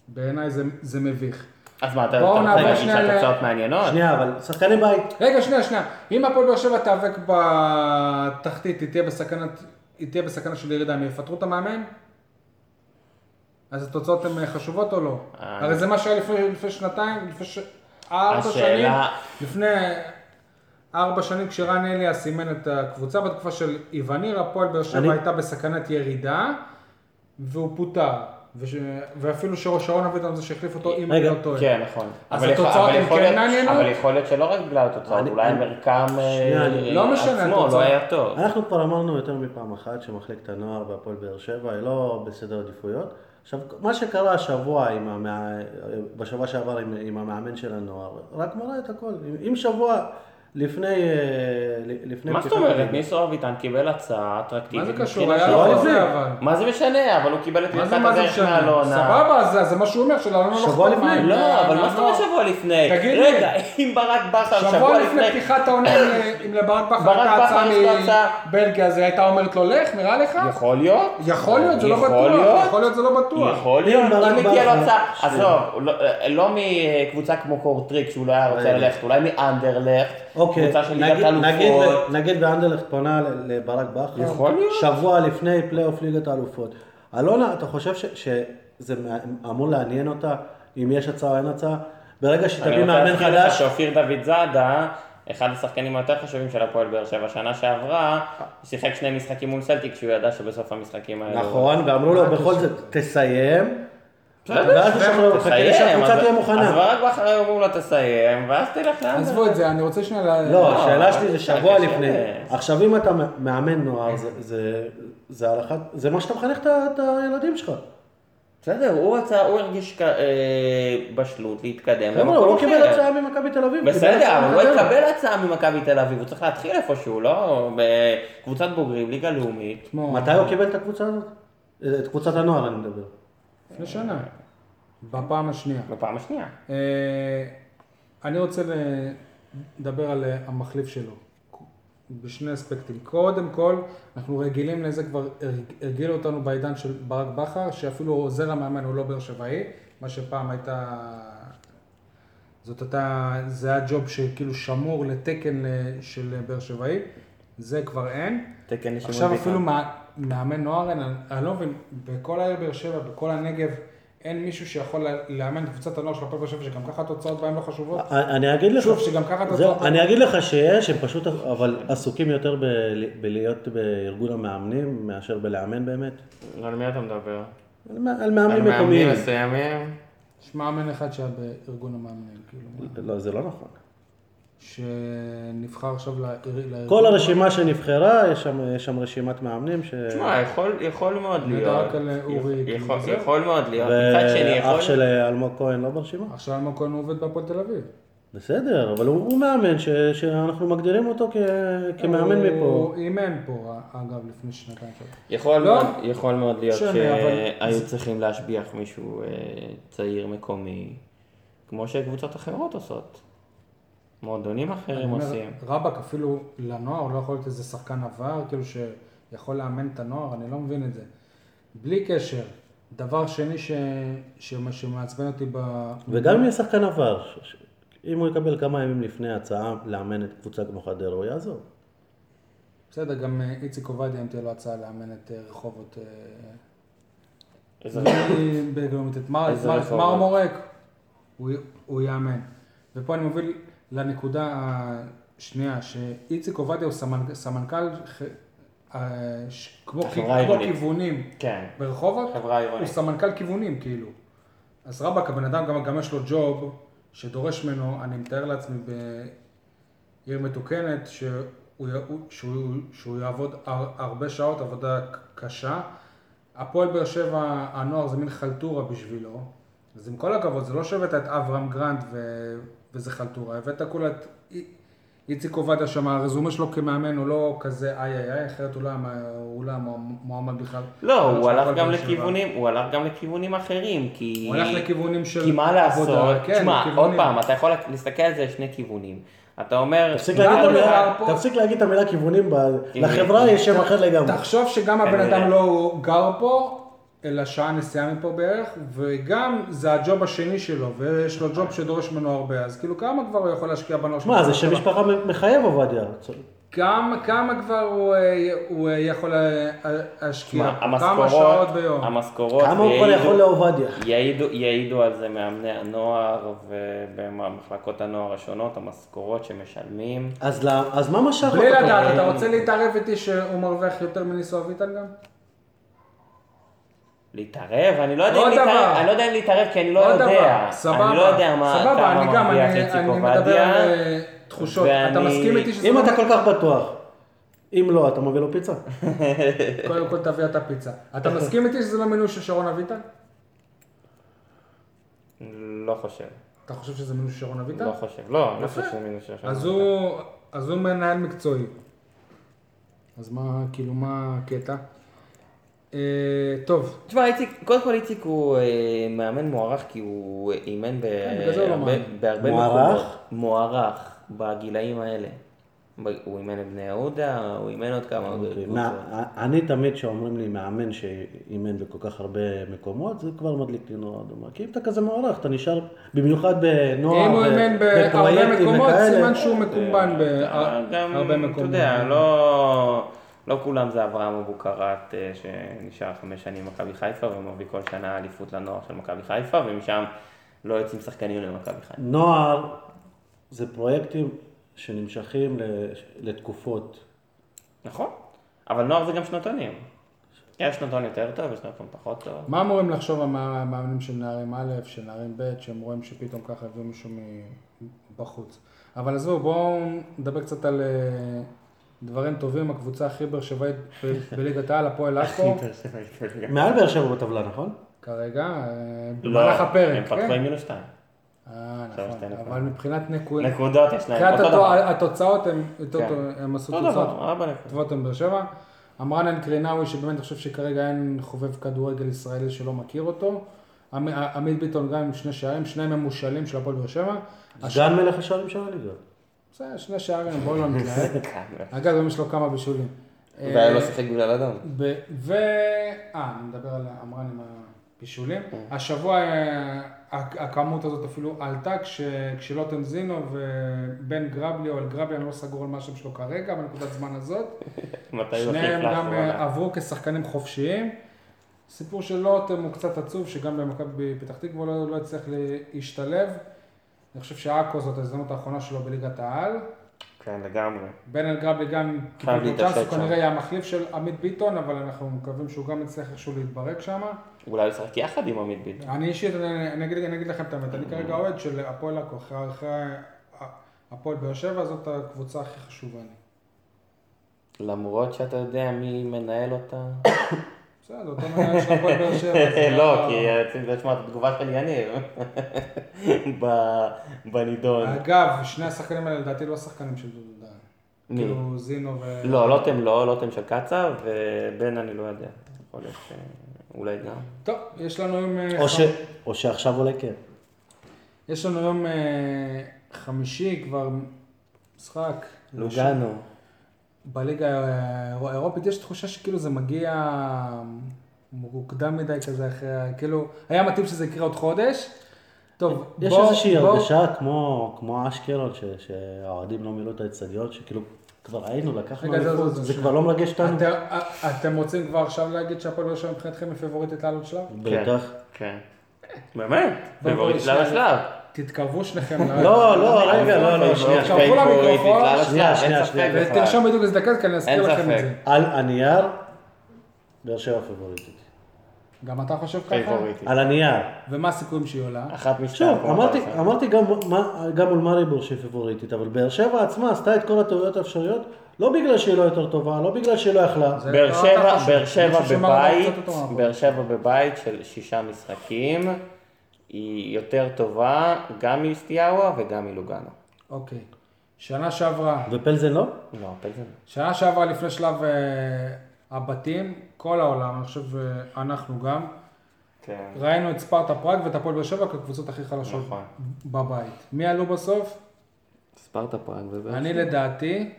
Speaker 2: בעיניי זה, זה מביך.
Speaker 4: אז מה, אתה אתה
Speaker 2: בואו
Speaker 4: רוצה
Speaker 2: נעבור
Speaker 4: להגיד
Speaker 2: שנייה ל-
Speaker 4: שהתוצאות מעניינות?
Speaker 3: שנייה, אבל שחקני בית.
Speaker 2: רגע, שנייה, שנייה. אם הפועל באר שבע תיאבק בתחתית, היא תהיה בסכנת... היא תהיה בסכנה של ירידה, הם יפטרו את המאמן? אז התוצאות הן חשובות או לא?
Speaker 4: אה.
Speaker 2: הרי זה מה שהיה לפני, לפני שנתיים, לפני ש... ארבע
Speaker 4: השאלה-
Speaker 2: שנים, לפני ארבע שנים כשרן אליה סימן את הקבוצה, בתקופה של איווניר, הפועל באר
Speaker 3: אני-
Speaker 2: שבע הייתה בסכנת ירידה, והוא פוטר. וש... ואפילו שרון אביטון זה שהחליף אותו, אם אני
Speaker 3: רגע,
Speaker 2: לא טועה.
Speaker 4: כן, נכון.
Speaker 2: אז
Speaker 4: אבל יכול-
Speaker 2: התוצאות
Speaker 4: אבל
Speaker 2: הן
Speaker 4: יכול
Speaker 2: כן
Speaker 4: להיות-
Speaker 2: מעניינות?
Speaker 4: אבל יכול להיות שלא רק בגלל התוצאות,
Speaker 3: אני-
Speaker 4: אולי
Speaker 3: אני-
Speaker 4: המרקם
Speaker 3: שנייה,
Speaker 4: אה,
Speaker 3: אני-
Speaker 2: לא משנה,
Speaker 4: עצמו לא
Speaker 2: התוצאות.
Speaker 4: היה טוב.
Speaker 3: אנחנו כבר אמרנו יותר מפעם אחת שמחלקת הנוער והפועל באר שבע היא לא בסדר עדיפויות. עכשיו, מה שקרה השבוע, עם המא... בשבוע שעבר עם, עם המאמן של הנוער, רק מראה את הכל. אם- אם שבוע לפני... אה, לפני
Speaker 4: מה זאת
Speaker 3: פתיחת
Speaker 4: אומרת?
Speaker 3: הליגה-
Speaker 4: ניסו אביטן קיבל הצעה
Speaker 2: מה
Speaker 4: אטרקטיבית.
Speaker 2: זה קשור?
Speaker 4: מבחינת
Speaker 2: היה
Speaker 4: שלו.
Speaker 2: לו
Speaker 3: לא
Speaker 2: חוזה
Speaker 3: זה.
Speaker 2: אבל.
Speaker 4: מה זה משנה? אבל הוא קיבל את
Speaker 2: מה
Speaker 4: מכת
Speaker 2: זה מה זה
Speaker 4: הדרך
Speaker 2: משנה?
Speaker 4: מהלונה.
Speaker 2: סבבה, אז זה- זה מה שהוא אומר, שלנו לא
Speaker 3: שבוע
Speaker 2: לחתום
Speaker 3: לפני.
Speaker 2: על-
Speaker 4: לא, אבל מה זאת אומרת
Speaker 2: מהנוער.
Speaker 4: שבוע לפני?
Speaker 2: תגיד לי.
Speaker 4: רגע, אם ברק בכר
Speaker 2: שבוע לפני פתיחת העונה, אם- אם לברק בכר
Speaker 4: ברק
Speaker 2: הייתה הצעה
Speaker 4: בכר יש לו הצעה.
Speaker 2: מבלגיה, אז היא הייתה אומרת לו לך, נראה לך?
Speaker 4: יכול להיות?
Speaker 2: יכול להיות, זה לא בטוח. יכול להיות, זה לא בטוח.
Speaker 4: יכול להיות,
Speaker 3: ברק
Speaker 4: אם הגיע לו
Speaker 3: בכר-
Speaker 4: הצעה,
Speaker 3: שנייה.
Speaker 4: עזוב, לא- לא מקבוצה כמו קורטריק שהוא לא היה רוצה
Speaker 3: רגע.
Speaker 4: ללכת, אולי מאנדרלכט,
Speaker 3: אוקיי,
Speaker 4: קבוצה של ליגת
Speaker 3: נגיד- נגיד-
Speaker 4: אלופות,
Speaker 3: נגיד ואנדרלכט פנה ל- לברק בכר,
Speaker 4: יכול להיות.
Speaker 3: שבוע לפני פלייאוף ליגת האלופות. אלונה, אתה חושב ש- שזה מע- אמור לעניין אותה, אם יש הצעה או אין הצעה? ברגע
Speaker 4: אני
Speaker 3: שתביא
Speaker 4: רוצה
Speaker 3: מאמן
Speaker 4: להזכיר לך
Speaker 3: חדש,
Speaker 4: שאופיר דוד זאדה, אחד השחקנים היותר חשובים של הפועל באר שבע, שנה שעברה, שיחק שני משחקים מול סלטיק, שהוא ידע שבסוף המשחקים האלו...
Speaker 3: נכון, ואמרו לו בכל זאת, תסיים, ואז תשחררו, חכה
Speaker 4: תסיים,
Speaker 3: שהקבוצה
Speaker 4: אז-
Speaker 3: תהיה
Speaker 4: אז
Speaker 3: מוכנה.
Speaker 4: ברק בכר היו אמרו לו תסיים, ואז תלך לאן.
Speaker 2: עזבו את זה, אני רוצה שנייה... ל-
Speaker 3: לא,
Speaker 4: אבל
Speaker 3: השאלה שלי
Speaker 4: זה
Speaker 3: זה שבוע
Speaker 4: קשה.
Speaker 3: לפני. עכשיו אם אתה מאמן נוער, זה- זה- זה על אחת- זה מה שאתה מחנך את ה- את הילדים שלך.
Speaker 4: בסדר, הוא רצה, הוא הרגיש כ- אה, בשלות להתקדם.
Speaker 3: חבר'ה, הוא
Speaker 4: למקום
Speaker 3: לא קיבל
Speaker 4: אחר.
Speaker 3: הצעה ממכבי תל אביב. קיבל
Speaker 4: בסדר,
Speaker 3: הצעה
Speaker 4: אבל הוא לא
Speaker 3: מכדורגל.
Speaker 4: יקבל הצעה ממכבי תל אביב, הוא צריך להתחיל איפשהו, לא? בקבוצת בוגרים, ליגה לאומית.
Speaker 2: תשמעו,
Speaker 3: מתי הוא קיבל את הקבוצה הזאת? אה, את קבוצת הנוער אני מדבר.
Speaker 2: לפני שנה. בפעם השנייה.
Speaker 4: בפעם השנייה.
Speaker 2: אה, אני רוצה לדבר על אה, המחליף שלו. בשני אספקטים. קודם כל, אנחנו רגילים לזה, כבר הרג- הרגילו אותנו בעידן של ברק בכר, שאפילו עוזר המאמן הוא לא באר שבעי, מה שפעם הייתה... זאת הייתה... זה היה ג'וב שכאילו שמור לתקן אה, של אה, באר שבעי, זה כבר אין.
Speaker 4: תקן לשמעון
Speaker 2: עכשיו
Speaker 4: ביטון.
Speaker 2: אפילו מה- מאמן נוער, אין, אני- אני לא מבין, בכל העיר באר שבע, בכל הנגב, אין מישהו שיכול ל- לאמן את קבוצת הנוער של הפועל באר שבע, שגם ככה התוצאות בהם לא חשובות?
Speaker 3: אני אגיד לך,
Speaker 2: שוב, שגם ככה אתה
Speaker 3: זהו,
Speaker 2: צודק.
Speaker 3: אני אגיד לך שיש, הם פשוט אבל עסוקים יותר ב- בלהיות בארגון המאמנים מאשר בלאמן באמת.
Speaker 4: לא, על מי אתה מדבר?
Speaker 3: על מא- על מאמנים מקומיים.
Speaker 4: מסוימים.
Speaker 2: יש מאמן אחד שהיה בארגון המאמנים, כאילו,
Speaker 3: לא, זה לא נכון.
Speaker 2: שנבחר עכשיו לעיר- לארגון.
Speaker 3: כל הרשימה
Speaker 2: נכון.
Speaker 3: שנבחרה, יש שם- יש שם רשימת מאמנים ש...
Speaker 4: תשמע, יכול- יכול מאוד
Speaker 2: אני
Speaker 4: להיות.
Speaker 2: רק על אורי, כאילו,
Speaker 4: יכול-
Speaker 2: זהו.
Speaker 4: יכול מאוד להיות. מצד שני,
Speaker 3: ואח
Speaker 4: יכול...
Speaker 3: של אה, אלמוג כהן לא ברשימה.
Speaker 2: עכשיו אלמוג כהן עובד בהפועל תל אביב.
Speaker 3: בסדר, אבל הוא הוא מאמן ש- שאנחנו מגדירים אותו כ- כמאמן
Speaker 2: הוא-
Speaker 3: מפה.
Speaker 2: הוא אימן פה, אגב, לפני שנתיים. שלוש.
Speaker 4: יכול
Speaker 2: לא.
Speaker 4: מאוד- יכול מאוד להיות
Speaker 2: שני,
Speaker 4: שהיו צריכים להשביח מישהו אה, צעיר מקומי, כמו שקבוצות אחרות עושות. מועדונים אחרים
Speaker 2: אומר,
Speaker 4: עושים.
Speaker 2: רבאק אפילו לנוער, לא יכול להיות איזה שחקן עבר, כאילו שיכול לאמן את הנוער, אני לא מבין את זה. בלי קשר, דבר שני ש... ש... שמעצבן אותי ב...
Speaker 3: וגם אם יהיה שחקן עבר, ש- ש- אם הוא יקבל כמה ימים לפני הצעה לאמן את קבוצה כמו חדרה, הוא יעזוב.
Speaker 2: בסדר, גם אה, איציק עובדיה, אם תהיה לו הצעה לאמן את אה, רחובות... אה,
Speaker 4: איזה-
Speaker 2: מי בגלומית? את מר-
Speaker 4: איזה
Speaker 2: מר-
Speaker 4: רחוב?
Speaker 2: מר מורק? הוא- הוא יאמן. ופה אני מוביל לנקודה השנייה, שאיציק עובדיה הוא סמנ- סמנכ"ל ח- אה, ש- כמו
Speaker 4: החברה
Speaker 2: כמו
Speaker 4: העירונית.
Speaker 2: כיוונים.
Speaker 4: כן.
Speaker 2: ברחובות?
Speaker 4: חברה עירונית.
Speaker 2: הוא סמנכ"ל כיוונים, כאילו. אז רבאק, הבן אדם, גם, גם יש לו ג'וב שדורש ממנו, אני מתאר לעצמי, בעיר מתוקנת, שהוא, י- שהוא, שהוא יעבוד הר, הרבה שעות, עבודה ק- קשה. הפועל באר שבע, הנוער זה מין חלטורה בשבילו. אז עם כל הכבוד, זה לא שהבאת את אברהם גרנט ו... וזה חלטורה, הבאת כולה את אי- איציק עובדיה שם, הרזומה שלו כמאמן הוא לא כזה איי איי איי, אחרת הוא לא היה מ- הוא לא היה מועמד בכלל.
Speaker 4: לא, הוא
Speaker 2: של
Speaker 4: הלך
Speaker 2: הפועל
Speaker 4: גם
Speaker 2: באר שבע.
Speaker 4: לכיוונים, הוא הלך גם לכיוונים אחרים, כי...
Speaker 2: הוא הלך לכיוונים של
Speaker 4: כי מה לעשות,
Speaker 2: עבודה, כן,
Speaker 4: תשמע, עוד
Speaker 2: לכיוונים.
Speaker 4: פעם, אתה יכול להסתכל על זה לשני כיוונים. אתה אומר...
Speaker 3: תפסיק
Speaker 2: גם
Speaker 3: להגיד את
Speaker 2: הוא
Speaker 3: המילה-
Speaker 2: גר פה.
Speaker 3: תפסיק להגיד את המילה כיוונים, ב-
Speaker 4: כיוונים.
Speaker 3: לחברה יש שם אחר לגמרי.
Speaker 2: תחשוב שגם הבן
Speaker 4: כנראה.
Speaker 2: אדם לא גר פה, אלא שעה נסיעה מפה בערך, וגם זה הג'וב השני שלו, ויש לו ג'וב שדורש ממנו הרבה, אז כאילו כמה כבר הוא יכול להשקיע בנוער שלו?
Speaker 3: מה, זה שם משפחה מ- מחייב עובדיה. צ-
Speaker 2: כמה, כמה כבר הוא, אה, הוא אה, יכול אה, להשקיע?
Speaker 4: תשמע,
Speaker 2: כמה
Speaker 4: המשכורות,
Speaker 2: שעות ביום?
Speaker 4: המשכורות,
Speaker 3: כמה הוא כבר
Speaker 4: יעידו-
Speaker 3: יכול לעובדיה?
Speaker 4: יעידו, יעידו על זה מאמני הנוער ובמחלקות הנוער השונות, המשכורות שמשלמים.
Speaker 3: אז ל- אז מה משך
Speaker 2: בלי
Speaker 3: אותו?
Speaker 2: לדעת, אתה רוצה להתערב איתי שהוא מרוויח יותר מניסו אביטן גם?
Speaker 4: להתערב? אני לא יודע אם
Speaker 2: עוד
Speaker 4: להתערב,
Speaker 2: דבר.
Speaker 4: אני לא יודע אם להתערב כי אני לא
Speaker 2: עוד
Speaker 4: יודע.
Speaker 2: דבר,
Speaker 4: אני לא יודע מה,
Speaker 2: סבבה,
Speaker 4: כמה
Speaker 2: אני גם,
Speaker 4: מרוויח
Speaker 2: אני,
Speaker 4: איציק
Speaker 2: אני מדבר על
Speaker 4: עובדיה.
Speaker 2: אה, תחושות. אתה
Speaker 4: ואני-
Speaker 2: מסכים איתי שזה...
Speaker 3: אם
Speaker 2: לא
Speaker 3: אתה
Speaker 2: נכון?
Speaker 3: כל כך בטוח. אם לא, אתה מביא לו פיצה.
Speaker 2: קודם כל תביא את הפיצה.
Speaker 3: נכון.
Speaker 2: אתה מסכים איתי שזה לא מינוי של שרון אביטן?
Speaker 4: לא חושב,
Speaker 2: אתה חושב שזה מינוי של שרון אביטן?
Speaker 3: נכון,
Speaker 4: לא חושב, לא, אני לא
Speaker 2: יפה.
Speaker 4: חושב שזה מינוס של השנה.
Speaker 2: אז הוא, אז הוא מנהל מקצועי. אז מה, כאילו, מה הקטע? אה, טוב,
Speaker 4: תשמע, איציק, קודם כל איציק הוא אה, מאמן מוערך כי הוא אימן ב-
Speaker 2: בגלל זה הוא לא
Speaker 4: הרבה-
Speaker 2: מאמן.
Speaker 4: בהרבה
Speaker 3: מוערך?
Speaker 4: מקומות. מוערך, בגילאים האלה. ב- הוא אימן את בני יהודה, הוא אימן עוד כמה עוד
Speaker 3: אוקיי,
Speaker 4: קבוצות.
Speaker 3: מה- אני תמיד כשאומרים לי מאמן שאימן בכל כך הרבה מקומות, זה כבר מדליק לי נורא אדומה. כי אם אתה כזה מוערך, אתה נשאר, במיוחד בנוער,
Speaker 2: אם הוא
Speaker 3: אה, ו-
Speaker 2: אימן בהרבה
Speaker 3: בפרויקטים
Speaker 2: מקומות,
Speaker 3: וכאלה.
Speaker 2: סימן שהוא מקומבן
Speaker 4: אה, גם,
Speaker 2: בהרבה מקומות. כן.
Speaker 4: אתה יודע, לא, לא כולם זה אברהם אבוקרט אה, שנשאר חמש שנים במכבי חיפה ומביא כל שנה אליפות לנוער של מכבי חיפה ומשם לא יוצאים שחקנים למכבי חיפה.
Speaker 3: נוער זה פרויקטים שנמשכים ל- לתקופות.
Speaker 4: נכון, אבל נוער זה גם שנתונים. יש שנתון יותר טוב, יש שנתון פחות טוב.
Speaker 2: מה אמורים לחשוב המא- המאמנים של נערים א', של נערים ב', שהם רואים שפתאום ככה הביאו מישהו מבחוץ. אבל עזבו, בואו נדבר קצת על אה, דברים טובים. הקבוצה הכי באר שבעית ב- בליגת העל, הפועל עכו,
Speaker 3: מעל באר שבע בטבלה, נכון?
Speaker 2: כרגע, אה,
Speaker 4: לא,
Speaker 2: במהלך
Speaker 4: הם
Speaker 2: הפרק.
Speaker 4: פתחו עם
Speaker 2: כן?
Speaker 4: מינוס שתיים.
Speaker 2: אה,
Speaker 4: עכשיו
Speaker 2: נכון.
Speaker 4: שתי נקודות.
Speaker 2: אבל מבחינת נקוד...
Speaker 4: נקודות יש להם,
Speaker 2: מבחינת
Speaker 4: אותו
Speaker 2: התו-
Speaker 4: דבר.
Speaker 2: התוצאות, הם יותר
Speaker 4: כן.
Speaker 2: טוב- הם עשו
Speaker 4: אותו
Speaker 2: תוצאות
Speaker 4: דבר, ארבע נקודות.
Speaker 2: טובות עם באר שבע. אמרן אל-קרינאווי, שבאמת אני חושב שכרגע אין חובב כדורגל ישראלי שלא מכיר אותו. עמ- אה, עמית ביטון גם עם שני שערים, שניהם הם מושאלים של הפועל באר שבע.
Speaker 3: סגן מלך השערים של הליגה.
Speaker 2: זה שני שערים, בואו לא נתלהב.
Speaker 4: כמה.
Speaker 2: אגב, גם יש לו כמה בישולים.
Speaker 4: אה, והיה לו
Speaker 2: אה,
Speaker 4: שיחק בגלל אדום.
Speaker 2: ב- ו... אה, אני מדבר על עמרן עם הבישולים. השבוע אה, הכ- הכמות הזאת אפילו עלתה כש- כשלוטם זינו ובן גרבלי או אלגרבלי, אני לא סגור על מה השם שלו כרגע, בנקודת זמן הזאת.
Speaker 4: מתי הוא החליף
Speaker 2: שניהם גם אה,
Speaker 4: לאחרונה?
Speaker 2: עברו כשחקנים חופשיים. סיפור של לוטם הוא קצת עצוב, שגם במכבי פתח תקווה לא לא הצליח להשתלב. אני חושב שעכו זאת ההזדמנות האחרונה שלו בליגת העל.
Speaker 4: כן, לגמרי.
Speaker 2: בן אלגבי גם
Speaker 4: חייב
Speaker 2: קיבל את
Speaker 4: להתעשת
Speaker 2: הצ'אנס, הוא
Speaker 4: שם.
Speaker 2: כנראה יהיה המחליף של עמית ביטון, אבל אנחנו מקווים שהוא גם יצליח איכשהו להתברג שם.
Speaker 4: אולי הוא ישחק יחד עם עמית ביטון.
Speaker 2: אני אישית, אני, אני, אגיד, אני אגיד לכם את האמת, אני כרגע אוהד של הפועל עכו, אחרי- אחרי הפועל באר שבע, זאת הקבוצה הכי חשובה לי.
Speaker 4: למרות שאתה יודע מי מנהל אותה.
Speaker 2: בסדר, אותו מנהל של הפועל באר שבע. זה
Speaker 4: לא, כי רציתי לשמוע את התגובה של יניב ב- בנידון.
Speaker 2: אגב, שני השחקנים האלה לדעתי לא השחקנים של דודו דן.
Speaker 4: מי?
Speaker 2: כאילו זינו ו...
Speaker 4: לא, לוטם לא, לוטם של קצב, ובן אני לא יודע. יכול להיות ש... אולי גם.
Speaker 2: טוב, יש לנו עם...
Speaker 3: או ש- או שעכשיו אולי כן.
Speaker 2: יש לנו יום אה, חמישי כבר משחק.
Speaker 4: לוגנו.
Speaker 2: בליגה האירו- האירופית יש תחושה שכאילו זה מגיע אה, מוקדם מדי כזה אחרי, ה- כאילו, היה מתאים שזה יקרה עוד חודש. טוב,
Speaker 3: יש
Speaker 2: בוא-
Speaker 3: איזושהי
Speaker 2: בוא-
Speaker 3: הרגשה כמו, כמו אשקלון, ש- שהאוהדים לא מילאו את האצטדיון, שכאילו כבר היינו, לקחנו
Speaker 2: רגע, זהו,
Speaker 3: אליפות,
Speaker 2: זהו,
Speaker 3: זה
Speaker 2: זהו,
Speaker 3: כבר לא מרגש אותנו.
Speaker 2: אתם- א- אתם רוצים כבר עכשיו להגיד שהפועל באר שבע מבחינתכם היא פיבוריטית לעלות שלב?
Speaker 3: בטח.
Speaker 4: כן. באמת?
Speaker 2: בוא, בוא,
Speaker 4: בבורית
Speaker 2: שנייה.
Speaker 4: לשלב.
Speaker 2: תתקרבו שניכם. ל-
Speaker 3: לא, לא, רגע, לא, לא, שנייה.
Speaker 2: שלב. קרבו למיקרופון.
Speaker 3: שנייה,
Speaker 4: שנייה,
Speaker 3: שנייה,
Speaker 4: שנייה,
Speaker 3: שנייה.
Speaker 4: שנייה.
Speaker 2: ותרשום בדיוק איזה דקה, כי אני אזכיר
Speaker 4: אין
Speaker 2: לכם את
Speaker 4: ספק.
Speaker 2: זה.
Speaker 3: על הנייר, באר שבע פיבוריטית.
Speaker 2: גם אתה חושב ככה?
Speaker 4: פייבוריטית.
Speaker 3: על הנייר.
Speaker 2: ומה הסיכויים שהיא עולה?
Speaker 4: אחת משתיים.
Speaker 3: שוב,
Speaker 2: לא
Speaker 4: כמו
Speaker 3: לא אמרתי,
Speaker 4: אתה עושה.
Speaker 3: אמרתי גם, מה- גם מול מאריבור שהיא פיבוריטית, אבל באר שבע עצמה עשתה את כל הטעויות האפשריות, לא בגלל שהיא לא יותר טובה, לא בגלל שהיא לא יכלה.
Speaker 2: זה-
Speaker 4: באר
Speaker 2: לא
Speaker 4: שבע,
Speaker 2: ככה,
Speaker 4: באר שבע
Speaker 2: אני חושב שמרן
Speaker 4: בבית,
Speaker 2: קצת אותו מהפועל.
Speaker 4: באר שבע בבית של שישה משחקים, היא יותר טובה גם מיוסטיאווה וגם מלוגנו.
Speaker 2: אוקיי. שנה שעברה,
Speaker 3: ופלזן לא?
Speaker 4: לא, פלזן.
Speaker 2: שנה שעברה לפני שלב אה, הבתים, כל העולם, אני חושב אה, אנחנו גם,
Speaker 4: כן.
Speaker 2: ראינו את ספרטה פראג ואת הפועל באר שבע כקבוצות הכי חלשות
Speaker 4: נכון.
Speaker 2: בבית. מי עלו בסוף?
Speaker 4: ספרטה פראג ובאר
Speaker 2: אני
Speaker 3: אוקיי.
Speaker 2: לדעתי,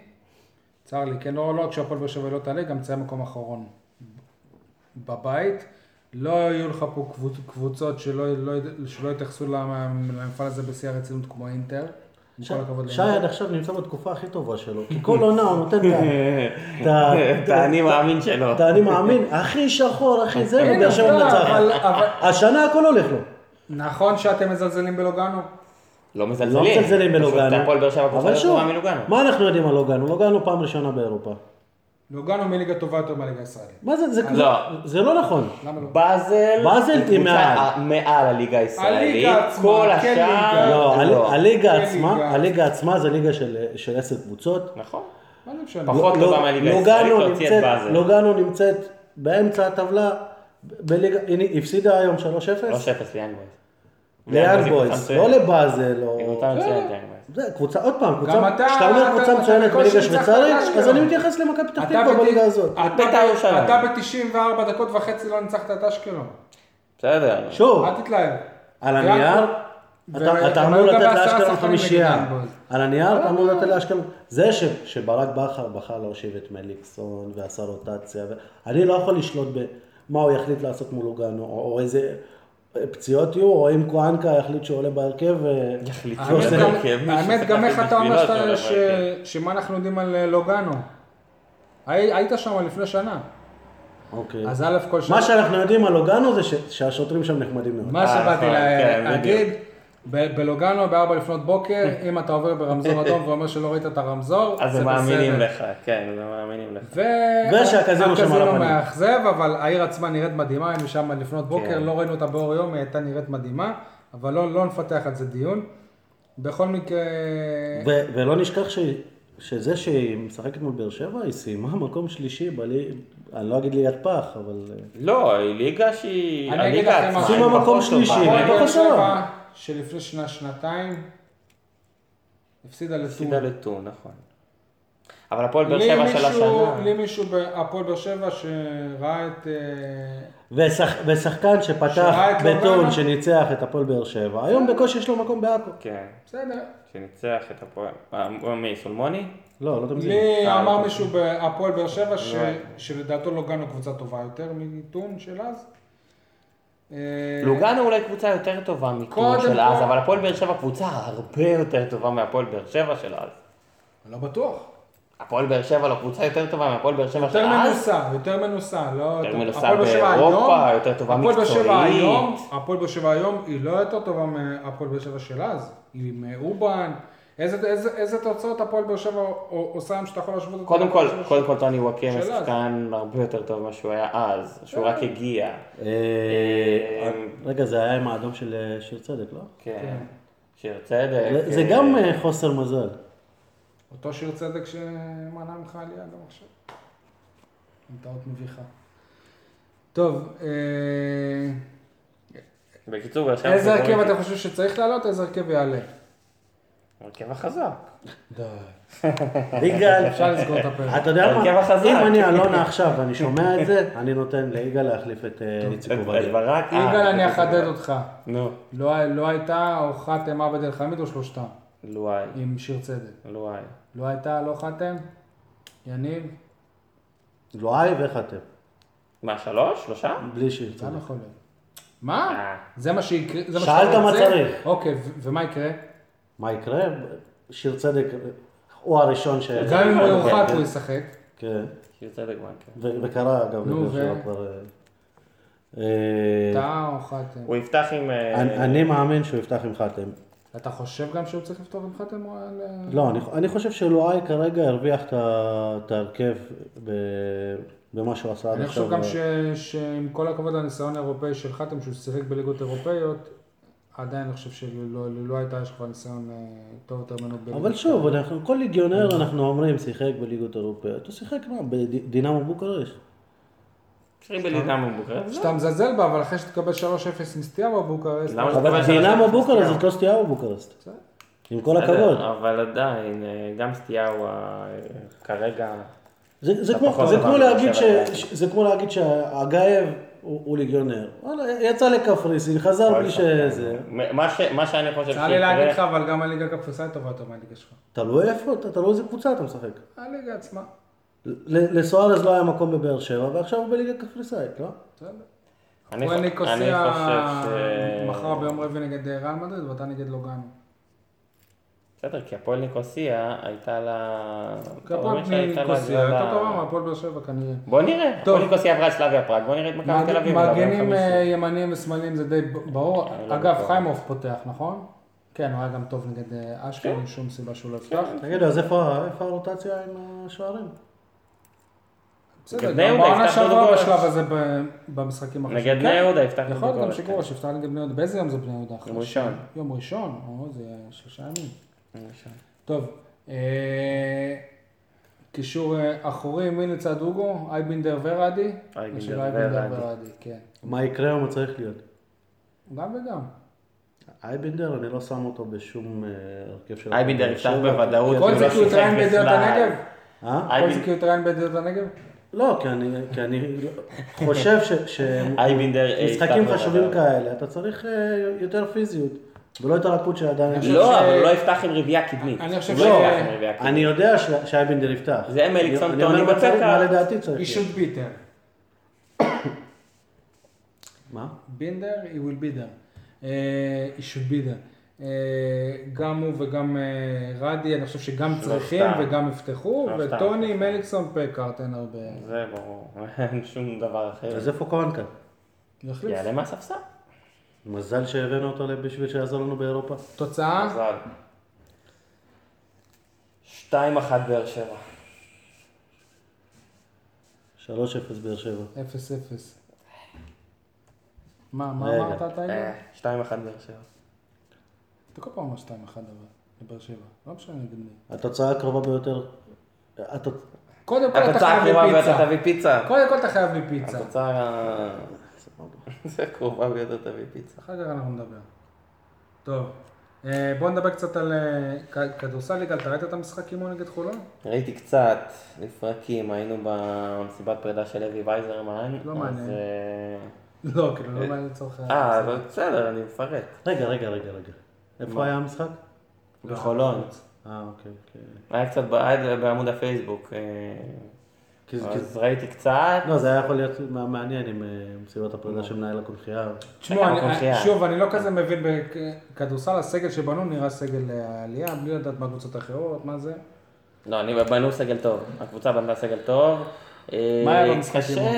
Speaker 2: צר לי, כן, לא לא רק שהפועל באר שבע לא תעלה, גם תסיים מקום אחרון בבית. לא יהיו לך פה קבוצ- קבוצות שלא, לא, שלא יתייחסו למ- למפעל הזה בשיא הרצינות כמו אינטר. עם
Speaker 3: ש-
Speaker 2: כל הכבוד
Speaker 3: שי
Speaker 2: לעיניו.
Speaker 3: עד עכשיו נמצא בתקופה הכי טובה שלו, כי כל עונה הוא נותן את ה- את ה-
Speaker 4: את האני מאמין לא שלו.
Speaker 3: את האני מאמין, הכי שחור, הכי זה,
Speaker 2: אין,
Speaker 3: ובאר שבע
Speaker 4: לא,
Speaker 2: אבל- אבל-
Speaker 3: מנצחת.
Speaker 2: אבל-
Speaker 3: השנה הכל הולך לו.
Speaker 2: נכון שאתם מזלזלים בלוגנו?
Speaker 4: לא
Speaker 3: לא
Speaker 4: מזלזלים.
Speaker 3: מזלזלים
Speaker 4: פשוט
Speaker 3: בלוגנו.
Speaker 4: הפועל באר שבע קבוצה
Speaker 3: אבל
Speaker 4: יותר
Speaker 3: שוב,
Speaker 4: טובה מלוגנו.
Speaker 3: מה אנחנו יודעים על לוגנו? לוגנו פעם ראשונה באירופה.
Speaker 2: לוגנו מליגה טובה יותר מהליגה הישראלית.
Speaker 3: מה זה, זה-
Speaker 4: לא.
Speaker 3: זה לא נכון.
Speaker 2: למה לא?
Speaker 4: באזל,
Speaker 3: באזל
Speaker 4: היא
Speaker 3: היא
Speaker 4: קבוצה
Speaker 3: מעל.
Speaker 4: ה- מעל הליגה הישראלית,
Speaker 2: הליגה עצמה,
Speaker 4: כל
Speaker 2: כן ליגה.
Speaker 4: השאר,
Speaker 3: לא, הלי- הליגה
Speaker 2: אין ליגה.
Speaker 3: עצמה, הליגה עצמה זה ליגה של- של עשר קבוצות.
Speaker 4: נכון.
Speaker 2: מה זה משנה?
Speaker 4: פחות
Speaker 3: לא-
Speaker 4: טובה מהליגה
Speaker 3: לוגנו
Speaker 4: הישראלית, להוציא את
Speaker 3: נמצאת-
Speaker 4: באזל.
Speaker 3: לוגנו נמצאת באמצע הטבלה, ב- בליגה, הנה, היא הפסידה היום 3-0
Speaker 4: 3-0 ליאנג בויז.
Speaker 3: ליאנג בויז,
Speaker 4: קבוצה
Speaker 3: לא
Speaker 4: מצוינת.
Speaker 3: לבאזל,
Speaker 4: היא
Speaker 3: או...
Speaker 2: לא,
Speaker 4: קבוצה מצוינת, ליאנג בויז.
Speaker 3: זה קבוצה, עוד פעם,
Speaker 2: גם
Speaker 3: קבוצה,
Speaker 2: אתה-
Speaker 3: כשאתה
Speaker 2: אתה-
Speaker 3: אומר קבוצה
Speaker 2: אתה
Speaker 3: מצוינת
Speaker 2: בקושי
Speaker 3: בליגה
Speaker 2: ניצחת
Speaker 3: השוויצרית,
Speaker 2: את
Speaker 3: אז
Speaker 2: אשקלון.
Speaker 3: אני מתייחס למכבי פתח
Speaker 2: אתה אה,
Speaker 3: תקווה
Speaker 2: בת-
Speaker 3: בליגה הזאת.
Speaker 2: אתה
Speaker 4: בית"ר
Speaker 2: בת-
Speaker 4: ירושלים.
Speaker 2: אתה ב-94 דקות וחצי לא ניצחת את אשקלון.
Speaker 4: בסדר.
Speaker 3: שוב,
Speaker 2: אל תתלהב.
Speaker 3: על
Speaker 2: ויאנג-
Speaker 3: הנייר,
Speaker 2: ו-
Speaker 3: אתה
Speaker 2: אבל
Speaker 3: אתה אמור
Speaker 2: היו גם
Speaker 3: לתת
Speaker 2: בעשרה
Speaker 3: לאשקלון
Speaker 2: שחקנים נגד
Speaker 3: חמישייה.
Speaker 2: יאנג בויז. אה.
Speaker 3: על הנייר אתה אמור לתת לאשקלון. זה ש- שברק בכר בחר להושיב את מליקסון ועשה רוטציה, ו- אני לא יכול לשלוט במה הוא יחליט לעשות מול אוגנו, או או איזה פציעות יהיו, או אם קואנקה יחליט שהוא עולה בהרכב. אה, ו-
Speaker 4: לא,
Speaker 3: שהוא
Speaker 2: האמת
Speaker 3: עושה-
Speaker 2: גם-
Speaker 4: בהרכב, מישהו
Speaker 2: האמת,
Speaker 4: צריך
Speaker 2: גם איך
Speaker 4: להחליט
Speaker 2: אתה אומר
Speaker 4: בשבילו
Speaker 2: שאתה-
Speaker 4: אותו
Speaker 2: ש-
Speaker 4: בהרכב.
Speaker 2: שמה אנחנו יודעים על אה, לוגנו? הי- היית שם לפני שנה.
Speaker 3: אוקיי.
Speaker 2: אז א' כל שנה.
Speaker 3: מה שאנחנו יודעים על אוגנו זה ש- שהשוטרים שם נחמדים מאוד.
Speaker 2: מה שבאתי
Speaker 4: נכון, כן,
Speaker 2: להגיד, ב- בלוגנו ב-4 לפנות בוקר, אם אתה עובר ברמזור אדום ואומר שלא ראית את הרמזור,
Speaker 4: אז
Speaker 2: זה
Speaker 4: הם מאמינים
Speaker 2: בסדר.
Speaker 4: לך, כן, הם מאמינים לך.
Speaker 2: ו...
Speaker 3: ושהקזינו שם על
Speaker 2: הקזינו
Speaker 3: הפנים.
Speaker 2: מאכזב, אבל העיר עצמה נראית מדהימה, היינו שם לפנות בוקר,
Speaker 4: כן.
Speaker 2: לא ראינו אותה באור יום, היא הייתה נראית מדהימה, אבל לא לא נפתח על זה דיון. בכל מקרה,
Speaker 3: ו- ולא נשכח ש... שזה שהיא משחקת מול באר שבע, היא סיימה מקום שלישי, בלי... אני לא אגיד ליד פח, אבל... אה,
Speaker 4: לא, היא ליגה שהיא...
Speaker 2: אני אגיד
Speaker 4: הליגה
Speaker 2: לכם
Speaker 4: עצמה
Speaker 2: משהו.
Speaker 4: היא
Speaker 3: שימו
Speaker 4: פחות
Speaker 3: מקום
Speaker 4: טובה.
Speaker 3: שלישי.
Speaker 2: הפועל
Speaker 3: אני לא
Speaker 2: באר
Speaker 3: חושב.
Speaker 2: שבע, שלפני שנה, שנתיים, הפסידה לטור.
Speaker 4: הפסידה לטור, נכון. אבל הפועל באר
Speaker 2: לי
Speaker 4: שבע של
Speaker 2: מישהו,
Speaker 4: השנה...
Speaker 2: לי מישהו בהפועל באר שבע שראה את... אה,
Speaker 3: ושח... ושחקן שפתח
Speaker 2: שראה את לובנה.
Speaker 3: בטון שניצח את הפועל באר שבע, היום בקושי יש לו מקום בעכו.
Speaker 4: כן,
Speaker 2: בסדר.
Speaker 4: שניצח את הפועל... אה, מי, סולמוני?
Speaker 3: לא, לא תמצאי.
Speaker 2: לי
Speaker 4: אה,
Speaker 2: אמר
Speaker 4: אוקיי.
Speaker 2: מישהו בהפועל באר שבע ש- שלדעתו לוגנו קבוצה טובה יותר מטון של אז. אה,
Speaker 4: לוגנו אולי קבוצה יותר טובה מטור
Speaker 2: קודם
Speaker 4: של אז,
Speaker 2: כל-
Speaker 4: אבל הפועל באר שבע קבוצה הרבה יותר טובה מהפועל באר שבע של אז.
Speaker 2: לא בטוח.
Speaker 4: הפועל באר שבע לא קבוצה יותר טובה מהפועל באר שבע של
Speaker 2: יותר
Speaker 4: אז?
Speaker 2: מנוסה, יותר מנוסה, לא...
Speaker 4: יותר מנוסה
Speaker 2: הפועל באר שבע
Speaker 4: באירופה,
Speaker 2: היום-
Speaker 4: יותר טובה
Speaker 2: הפועל באר שבע
Speaker 4: מקצועית.
Speaker 2: היום- הפועל באר שבע היום היא לא יותר טובה מהפועל באר שבע של אז, היא עם אובן. איזה- איזה איזה תוצאות הפועל באר שבע עושה היום שאתה יכול להשוות אותה?
Speaker 4: קודם כל,
Speaker 2: להפועל באר שבע
Speaker 4: קודם כל טוני וואקמה
Speaker 2: של אז. אה.
Speaker 4: שחקן הרבה יותר טוב ממה שהוא היה אז, שהוא רק הגיע.
Speaker 3: אה,
Speaker 4: אמ,
Speaker 3: רגע, זה היה עם האדום של אה, שיר צדק, לא?
Speaker 4: כן. שיר צדק.
Speaker 3: זה- זה
Speaker 4: אה,
Speaker 3: גם אה, חוסר מזל.
Speaker 2: אותו שיר צדק שמנע ממך עלייה גם עכשיו. עם טעות מביכה. טוב, אה,
Speaker 4: בקיצור, באר שבע...
Speaker 2: איזה
Speaker 4: זה
Speaker 2: הרכב
Speaker 4: באמת-
Speaker 2: אתה חושב שצריך לעלות? איזה הרכב יעלה?
Speaker 4: הרכב החזק.
Speaker 3: יגאל,
Speaker 2: אפשר לסגור את הפרק.
Speaker 3: אתה יודע
Speaker 4: ההרכב
Speaker 3: מה?
Speaker 4: החזק.
Speaker 3: אם אני אלונה עכשיו ואני שומע את זה, אני נותן ליגאל להחליף את אה, איציק עובדיה.
Speaker 4: ברק. אה,
Speaker 2: יגאל, אני
Speaker 4: זה-
Speaker 2: אחדד אותך.
Speaker 4: נו.
Speaker 2: לא לא הייתה או חתם עבד אל חמיד או שלושתם
Speaker 4: לואי.
Speaker 2: עם שיר צדק.
Speaker 4: לואי.
Speaker 2: לא הייתה, לא חתם? יניב?
Speaker 3: לואי וחתם,
Speaker 4: מה, שלוש? שלושה?
Speaker 3: בלי שיר
Speaker 2: זה
Speaker 3: צדק.
Speaker 2: לא יכול להיות. מה?
Speaker 4: אה.
Speaker 2: זה מה שיקרה? זה מה
Speaker 3: שאלת
Speaker 2: שאתה
Speaker 3: מה
Speaker 2: רוצה?
Speaker 3: צריך.
Speaker 2: אוקיי, ו- ומה יקרה?
Speaker 4: אה,
Speaker 3: מה יקרה? שיר צדק הוא הראשון ש...
Speaker 2: גם
Speaker 4: אה,
Speaker 2: אם הוא יורחק הוא ישחק.
Speaker 3: כן.
Speaker 4: שיר צדק בנקר.
Speaker 3: ו- וקרה אגב
Speaker 2: נו,
Speaker 3: לבאר
Speaker 2: ו-
Speaker 3: שבע כבר... אה, אה,
Speaker 2: אתה או חתם?
Speaker 4: הוא יפתח עם... אה,
Speaker 3: אני אני מאמין שהוא יפתח עם חתם.
Speaker 2: אתה חושב גם שהוא צריך לפתור עם חתם או על... אה?
Speaker 3: לא, אני- אני חושב שלואי כרגע הרוויח את ה- את ההרכב ב- במה שהוא עשה עד
Speaker 2: אני
Speaker 3: עכשיו.
Speaker 2: חושב גם ש- שעם כל הכבוד לניסיון האירופאי של חתם, שהוא שיחק בליגות אירופאיות, עדיין אני חושב שלא הייתה, יש כבר ניסיון אה, טוב יותר ממנו. בליגות.
Speaker 3: אבל שוב, אנחנו, כל ליגיונר אנחנו אומרים, שיחק בליגות אירופאיות, הוא שיחק מה? בדינמו בוקרשט.
Speaker 4: שירים בלינאמו בוקרסט.
Speaker 3: לא.
Speaker 2: שאתה מזלזל בה, אבל אחרי שתקבל 3-0 עם סטייה בבוקרסט,
Speaker 4: למה אבל
Speaker 3: אבל
Speaker 4: זה
Speaker 3: דינמו
Speaker 4: סטיהו.
Speaker 3: בוקרשט זאת לא סטיהו בוקרשט. עם כל הכבוד.
Speaker 4: בסדר, אבל עדיין, אה, גם סטיהו אה, כרגע...
Speaker 3: זה, זה,
Speaker 4: פחות
Speaker 3: כמו, זה,
Speaker 4: אבל
Speaker 3: כמו
Speaker 4: אני
Speaker 3: להגיד ש,
Speaker 4: חושב
Speaker 3: ש, זה כמו להגיד שהגייב הוא, הוא ליגיונר. וואלה, יצא לקפריסין, חזר בלי שזה...
Speaker 4: מה ש- מה שאני חושב
Speaker 2: צר לי להגיד לך, אבל גם הליגה הקפריסאית טובה יותר מהליגה שלך.
Speaker 3: תלוי איפה, אתה- תלוי איזה קבוצה אתה משחק.
Speaker 2: הליגה עצמה.
Speaker 3: ל- לסוארז לא היה מקום בבאר שבע, ועכשיו הוא בליגה קפריסאית, לא?
Speaker 2: בסדר.
Speaker 4: אני
Speaker 2: הוא
Speaker 4: חו- אני
Speaker 2: ניקוסיה
Speaker 4: חושב ש...
Speaker 2: מחר ביום רביעי נגד אה, ריאל מדריד ואתה נגד לוגאנו.
Speaker 4: בסדר, כי הפועל ניקוסיה הייתה לה...
Speaker 2: כי
Speaker 4: אתה
Speaker 2: הפועל
Speaker 4: אומר שהייתה לה
Speaker 2: ניקוסיה
Speaker 4: גדולה-
Speaker 2: יותר טובה מהפועל באר שבע כנראה.
Speaker 4: בוא נראה,
Speaker 2: טוב.
Speaker 4: הפועל ניקוסיה עברה את סלאביה פראג, בוא נראה את מכבי תל אביב.
Speaker 2: מגנים
Speaker 4: ביום חמישי.
Speaker 2: אה, ימניים ושמאליים זה די ב- ברור.
Speaker 4: לא
Speaker 2: אגב,
Speaker 4: בטוח.
Speaker 2: חיימוב פותח, נכון? כן, הוא היה גם טוב נגד אה, אשקלון,
Speaker 4: כן.
Speaker 2: אין שום סיבה שהוא לא יפתח.
Speaker 3: תגידו, אז איפה איפה הרוטציה עם השוערים?
Speaker 2: בסדר,
Speaker 4: בני
Speaker 2: גם
Speaker 4: יהודה
Speaker 2: בעונה
Speaker 4: יפתח דודו
Speaker 2: שעברה
Speaker 4: גורש.
Speaker 2: בשלב הזה ב- במשחקים החשובים.
Speaker 4: נגד בני יהודה יפתח
Speaker 2: יכול להיות גם
Speaker 4: ביקורת.
Speaker 2: שגורש יפתח נגד בני יהודה. באיזה יום זה בני יהודה? אחרי?
Speaker 4: ראשון.
Speaker 2: יום ראשון, או, זה שלושה ימים.
Speaker 4: ראשון.
Speaker 2: טוב, אה, קישור אה, אחורי, מי לצד אוגו? אייבינדר ורדי?
Speaker 4: אייבינדר
Speaker 2: השאלה אייבינדר
Speaker 4: ורדי.
Speaker 2: ורדי, כן.
Speaker 3: מה יקרה או מה צריך להיות?
Speaker 2: גם וגם.
Speaker 3: אייבינדר, אני לא שם אותו בשום אה, הרכב של...
Speaker 4: אייבינדר
Speaker 3: הפועל
Speaker 4: יפתח
Speaker 3: באר שבע,
Speaker 4: בוודאות.
Speaker 3: כי-
Speaker 2: כל זה
Speaker 4: לא
Speaker 2: כי הוא
Speaker 4: שיחק
Speaker 2: התראיין בידיעות
Speaker 4: בכלל. כן.
Speaker 2: הנגב?
Speaker 3: אה?
Speaker 2: כל
Speaker 4: אייבינ-
Speaker 2: זה כי הוא התראיין בידיעות הנגב?
Speaker 3: לא, כי אני- כי אני חושב ש... ש-
Speaker 4: אייבינדר אה,
Speaker 3: משחקים
Speaker 4: יפתח
Speaker 3: חשובים
Speaker 4: בוודאות.
Speaker 3: כאלה, אתה צריך אה, יותר פיזיות, ולא את הלקות שעדיין...
Speaker 2: אני חושב
Speaker 4: לא,
Speaker 2: ש-
Speaker 4: אבל הוא לא יפתח עם רביעייה קדמית.
Speaker 2: אני חושב
Speaker 4: הוא לא
Speaker 2: ש-
Speaker 4: יפתח עם רביעייה קדמית.
Speaker 3: אני יודע ש- שאייבינדר יפתח.
Speaker 4: זה הם אליקסון
Speaker 3: אני אומר
Speaker 4: טוענים
Speaker 3: מה צריך-
Speaker 4: בצקה.
Speaker 3: מה לדעתי צריך
Speaker 2: He
Speaker 3: להיות.
Speaker 2: should be there.
Speaker 3: מה?
Speaker 2: been there, he will be there. אה, he should be there. אה, גם הוא וגם אה, רדי, אני חושב שגם צריכים
Speaker 4: סתם.
Speaker 2: וגם יפתחו,
Speaker 4: לא סתם.
Speaker 2: וטוני, מליקסון, פקארט, אין הרבה.
Speaker 4: זה ברור, אין שום דבר אחר.
Speaker 3: אז איפה כהן כאן?
Speaker 2: יחליף.
Speaker 4: יעלה מהספסל.
Speaker 3: מזל שהבאנו אותו בשביל שיעזור לנו באירופה.
Speaker 2: תוצאה?
Speaker 4: מזל. שתיים אחת באר שבע.
Speaker 3: 3-0 באר שבע.
Speaker 2: 0-0. מה, מה
Speaker 3: רגע.
Speaker 2: אמרת אתה? אילן?
Speaker 4: אה, שתיים אחת באר שבע.
Speaker 2: אתה כל פעם אומר 2-1 אבל, לבאר שבע. לא משנה נגד מי.
Speaker 3: התוצאה הקרובה ביותר... אה, התוצ-
Speaker 2: קודם כל אתה
Speaker 4: התוצאה
Speaker 2: חייב לי
Speaker 4: הקרובה
Speaker 2: פיצה.
Speaker 4: ביותר תביא פיצה.
Speaker 2: קודם כל אתה חייב לי פיצה.
Speaker 4: התוצאה... ה- זה הקרובה ביותר תביא פיצה.
Speaker 2: אחר כך אנחנו נדבר. טוב, אה, בואו נדבר קצת על אה, כ- כדורסל ליגה. אתה ראית את המשחק אימון נגד חולון?
Speaker 4: ראיתי קצת, לפרקים, היינו במסיבת פרידה של לוי וייזרמן.
Speaker 2: לא
Speaker 4: אז,
Speaker 2: מעניין.
Speaker 4: אה,
Speaker 2: לא, כאילו, לא מעניין לצורך
Speaker 4: אה, אבל בסדר, אני מפרט.
Speaker 3: רגע, רגע, רגע, רגע. איפה היה המשחק?
Speaker 4: בחולון.
Speaker 3: אה, אוקיי. אוקיי.
Speaker 4: היה קצת ב- היה בעמוד הפייסבוק. אה,
Speaker 3: כי זה- כי
Speaker 4: אז ראיתי קצת.
Speaker 3: לא, זה היה יכול להיות מה- מעניין עם אה, מסיבת הפרידה של מנהל הקונחייה.
Speaker 2: תשמעו,
Speaker 4: רגע,
Speaker 2: אני-
Speaker 4: בקונחייה.
Speaker 2: שוב, אני לא כזה מבין בכדורסל, הסגל שבנו נראה סגל אה, עלייה, בלי לדעת מה קבוצות אחרות, מה זה.
Speaker 4: לא, אני בנו סגל טוב. הקבוצה בנתה סגל טוב. אה,
Speaker 2: מה היה במשחק
Speaker 4: קשה,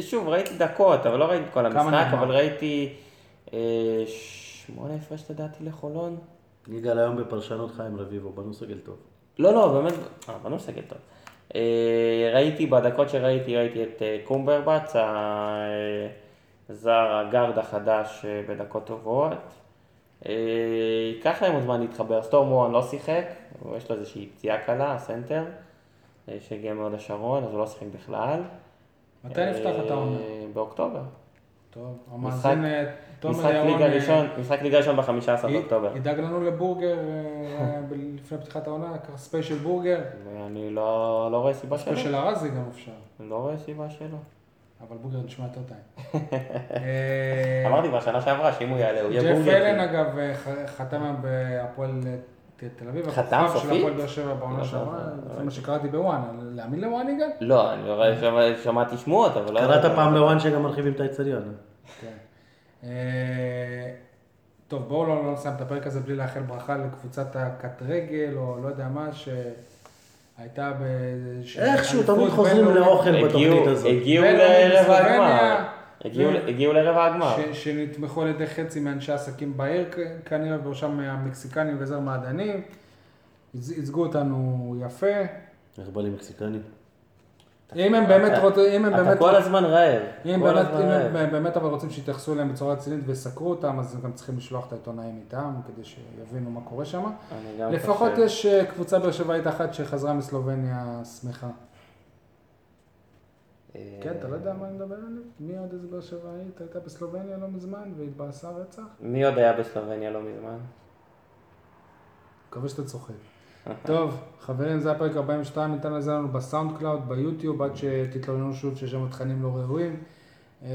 Speaker 4: שוב, ראיתי דקות, אבל לא ראיתי את כל
Speaker 2: כמה
Speaker 4: המשחק,
Speaker 2: נגמר?
Speaker 4: אבל ראיתי אה, שמונה הפרש לדעתי לחולון.
Speaker 3: יגאל היום בפרשנות חיים רביבו, בנו סגל טוב.
Speaker 4: לא, לא, באמת, אה, בנו סגל טוב. אה, ראיתי, בדקות שראיתי, ראיתי את אה, קומברבץ, הזר הגארד החדש אה, בדקות טובות. אה, ייקח להם עוד זמן להתחבר, סטורם וורן לא שיחק, הוא- יש לו איזושהי פציעה קלה, הסנטר, אה, שהגיע מהוד השרון, אז הוא לא שיחק בכלל.
Speaker 2: מתי נפתח אתה אומר?
Speaker 4: אה, באוקטובר.
Speaker 2: טוב, המאזין אה, תומר
Speaker 4: משחק
Speaker 2: ירון
Speaker 4: ליגה
Speaker 2: אה,
Speaker 4: ראשון, משחק ליגה ראשון ב-15
Speaker 2: י-
Speaker 4: באוקטובר.
Speaker 2: ידאג לנו לבורגר אה, ב- לפני פתיחת העונה, ככה ספיישל בורגר.
Speaker 4: אני לא לא רואה סיבה שלא.
Speaker 2: ספיישל ארזי גם אפשר,
Speaker 4: אני לא רואה סיבה שלא.
Speaker 2: אבל בורגר נשמע יותר טעים. אה,
Speaker 4: אמרתי בשנה שעברה שאם הוא יעלה הוא יהיה
Speaker 2: ג'ף
Speaker 4: בורגר. כן.
Speaker 2: אלן
Speaker 4: קינג.
Speaker 2: אגב אה, ח- חתם היום בהפועל ת- תל אביב,
Speaker 4: חתם
Speaker 2: הכוכב של
Speaker 4: סופית?
Speaker 2: הפועל באר שבע בעונה שעברה, לפי מה שקראתי בוואן, להאמין לוואן יגאל?
Speaker 4: לא, אני לא רואה- שמע- שמעתי שמועות, אבל לא...
Speaker 3: קראת פעם לוואן שגם מרחיבים את האצטדיון.
Speaker 2: כן. אה, טוב, בואו לא לא נסיים את הפרק הזה בלי לאחל ברכה לקבוצת הקט רגל, או לא יודע מה, שהייתה באיזושהי...
Speaker 3: איכשהו
Speaker 2: אליפות
Speaker 3: תמיד חוזרים
Speaker 2: בינלאומית,
Speaker 3: לאוכל לא בתוכנית
Speaker 4: הגיעו-
Speaker 3: הזאת.
Speaker 4: הגיעו
Speaker 2: בינלאומי
Speaker 4: לרבע
Speaker 2: סלובניה,
Speaker 4: הגמר. הגיעו-
Speaker 2: ו-
Speaker 4: הגיעו לרבע הגמר.
Speaker 2: ש- שנתמכו על ידי חצי מאנשי עסקים בעיר כ- כנראה, בראשם המקסיקנים וזר מעדנים. ייצ- ייצגו אותנו יפה.
Speaker 3: איך בא לי מקסיקני?
Speaker 2: אם הם באמת רוצים, אם הם
Speaker 4: אתה
Speaker 2: באמת
Speaker 4: כל הזמן רעב.
Speaker 2: אם
Speaker 4: כל
Speaker 2: באמת,
Speaker 4: הזמן
Speaker 2: אם
Speaker 4: רעב.
Speaker 2: הם באמת אבל רוצים שיתייחסו אליהם בצורה רצינית ויסקרו אותם, אז הם גם צריכים לשלוח את העיתונאים איתם, כדי שיבינו מה קורה שם.
Speaker 4: אני גם
Speaker 2: לפחות
Speaker 4: חושב.
Speaker 2: יש אה, קבוצה באר שבעית אחת שחזרה מסלובניה שמחה.
Speaker 4: אה,
Speaker 2: כן, אתה לא יודע מה אני מדבר עליו? מי עוד איזה באר שבעית הייתה בסלובניה לא מזמן והתבאסה רצח?
Speaker 4: מי עוד היה בסלובניה לא מזמן?
Speaker 2: מקווה שאתה צוחק. טוב, חברים, זה הפרק 42, ניתן לזה לנו בסאונד קלאוד, ביוטיוב, עד שתתלוננו שוב שיש שם תכנים לא ראויים. אה,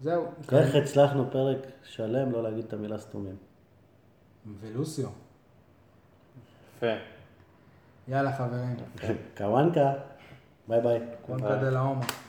Speaker 2: זהו.
Speaker 3: איך הצלחנו פרק שלם לא להגיד את המילה סתומים?
Speaker 2: ולוסיו.
Speaker 4: יפה.
Speaker 2: יאללה חברים,
Speaker 3: כן. קוואנקה, ביי ביי.
Speaker 2: קוואנקה דה לה הומה.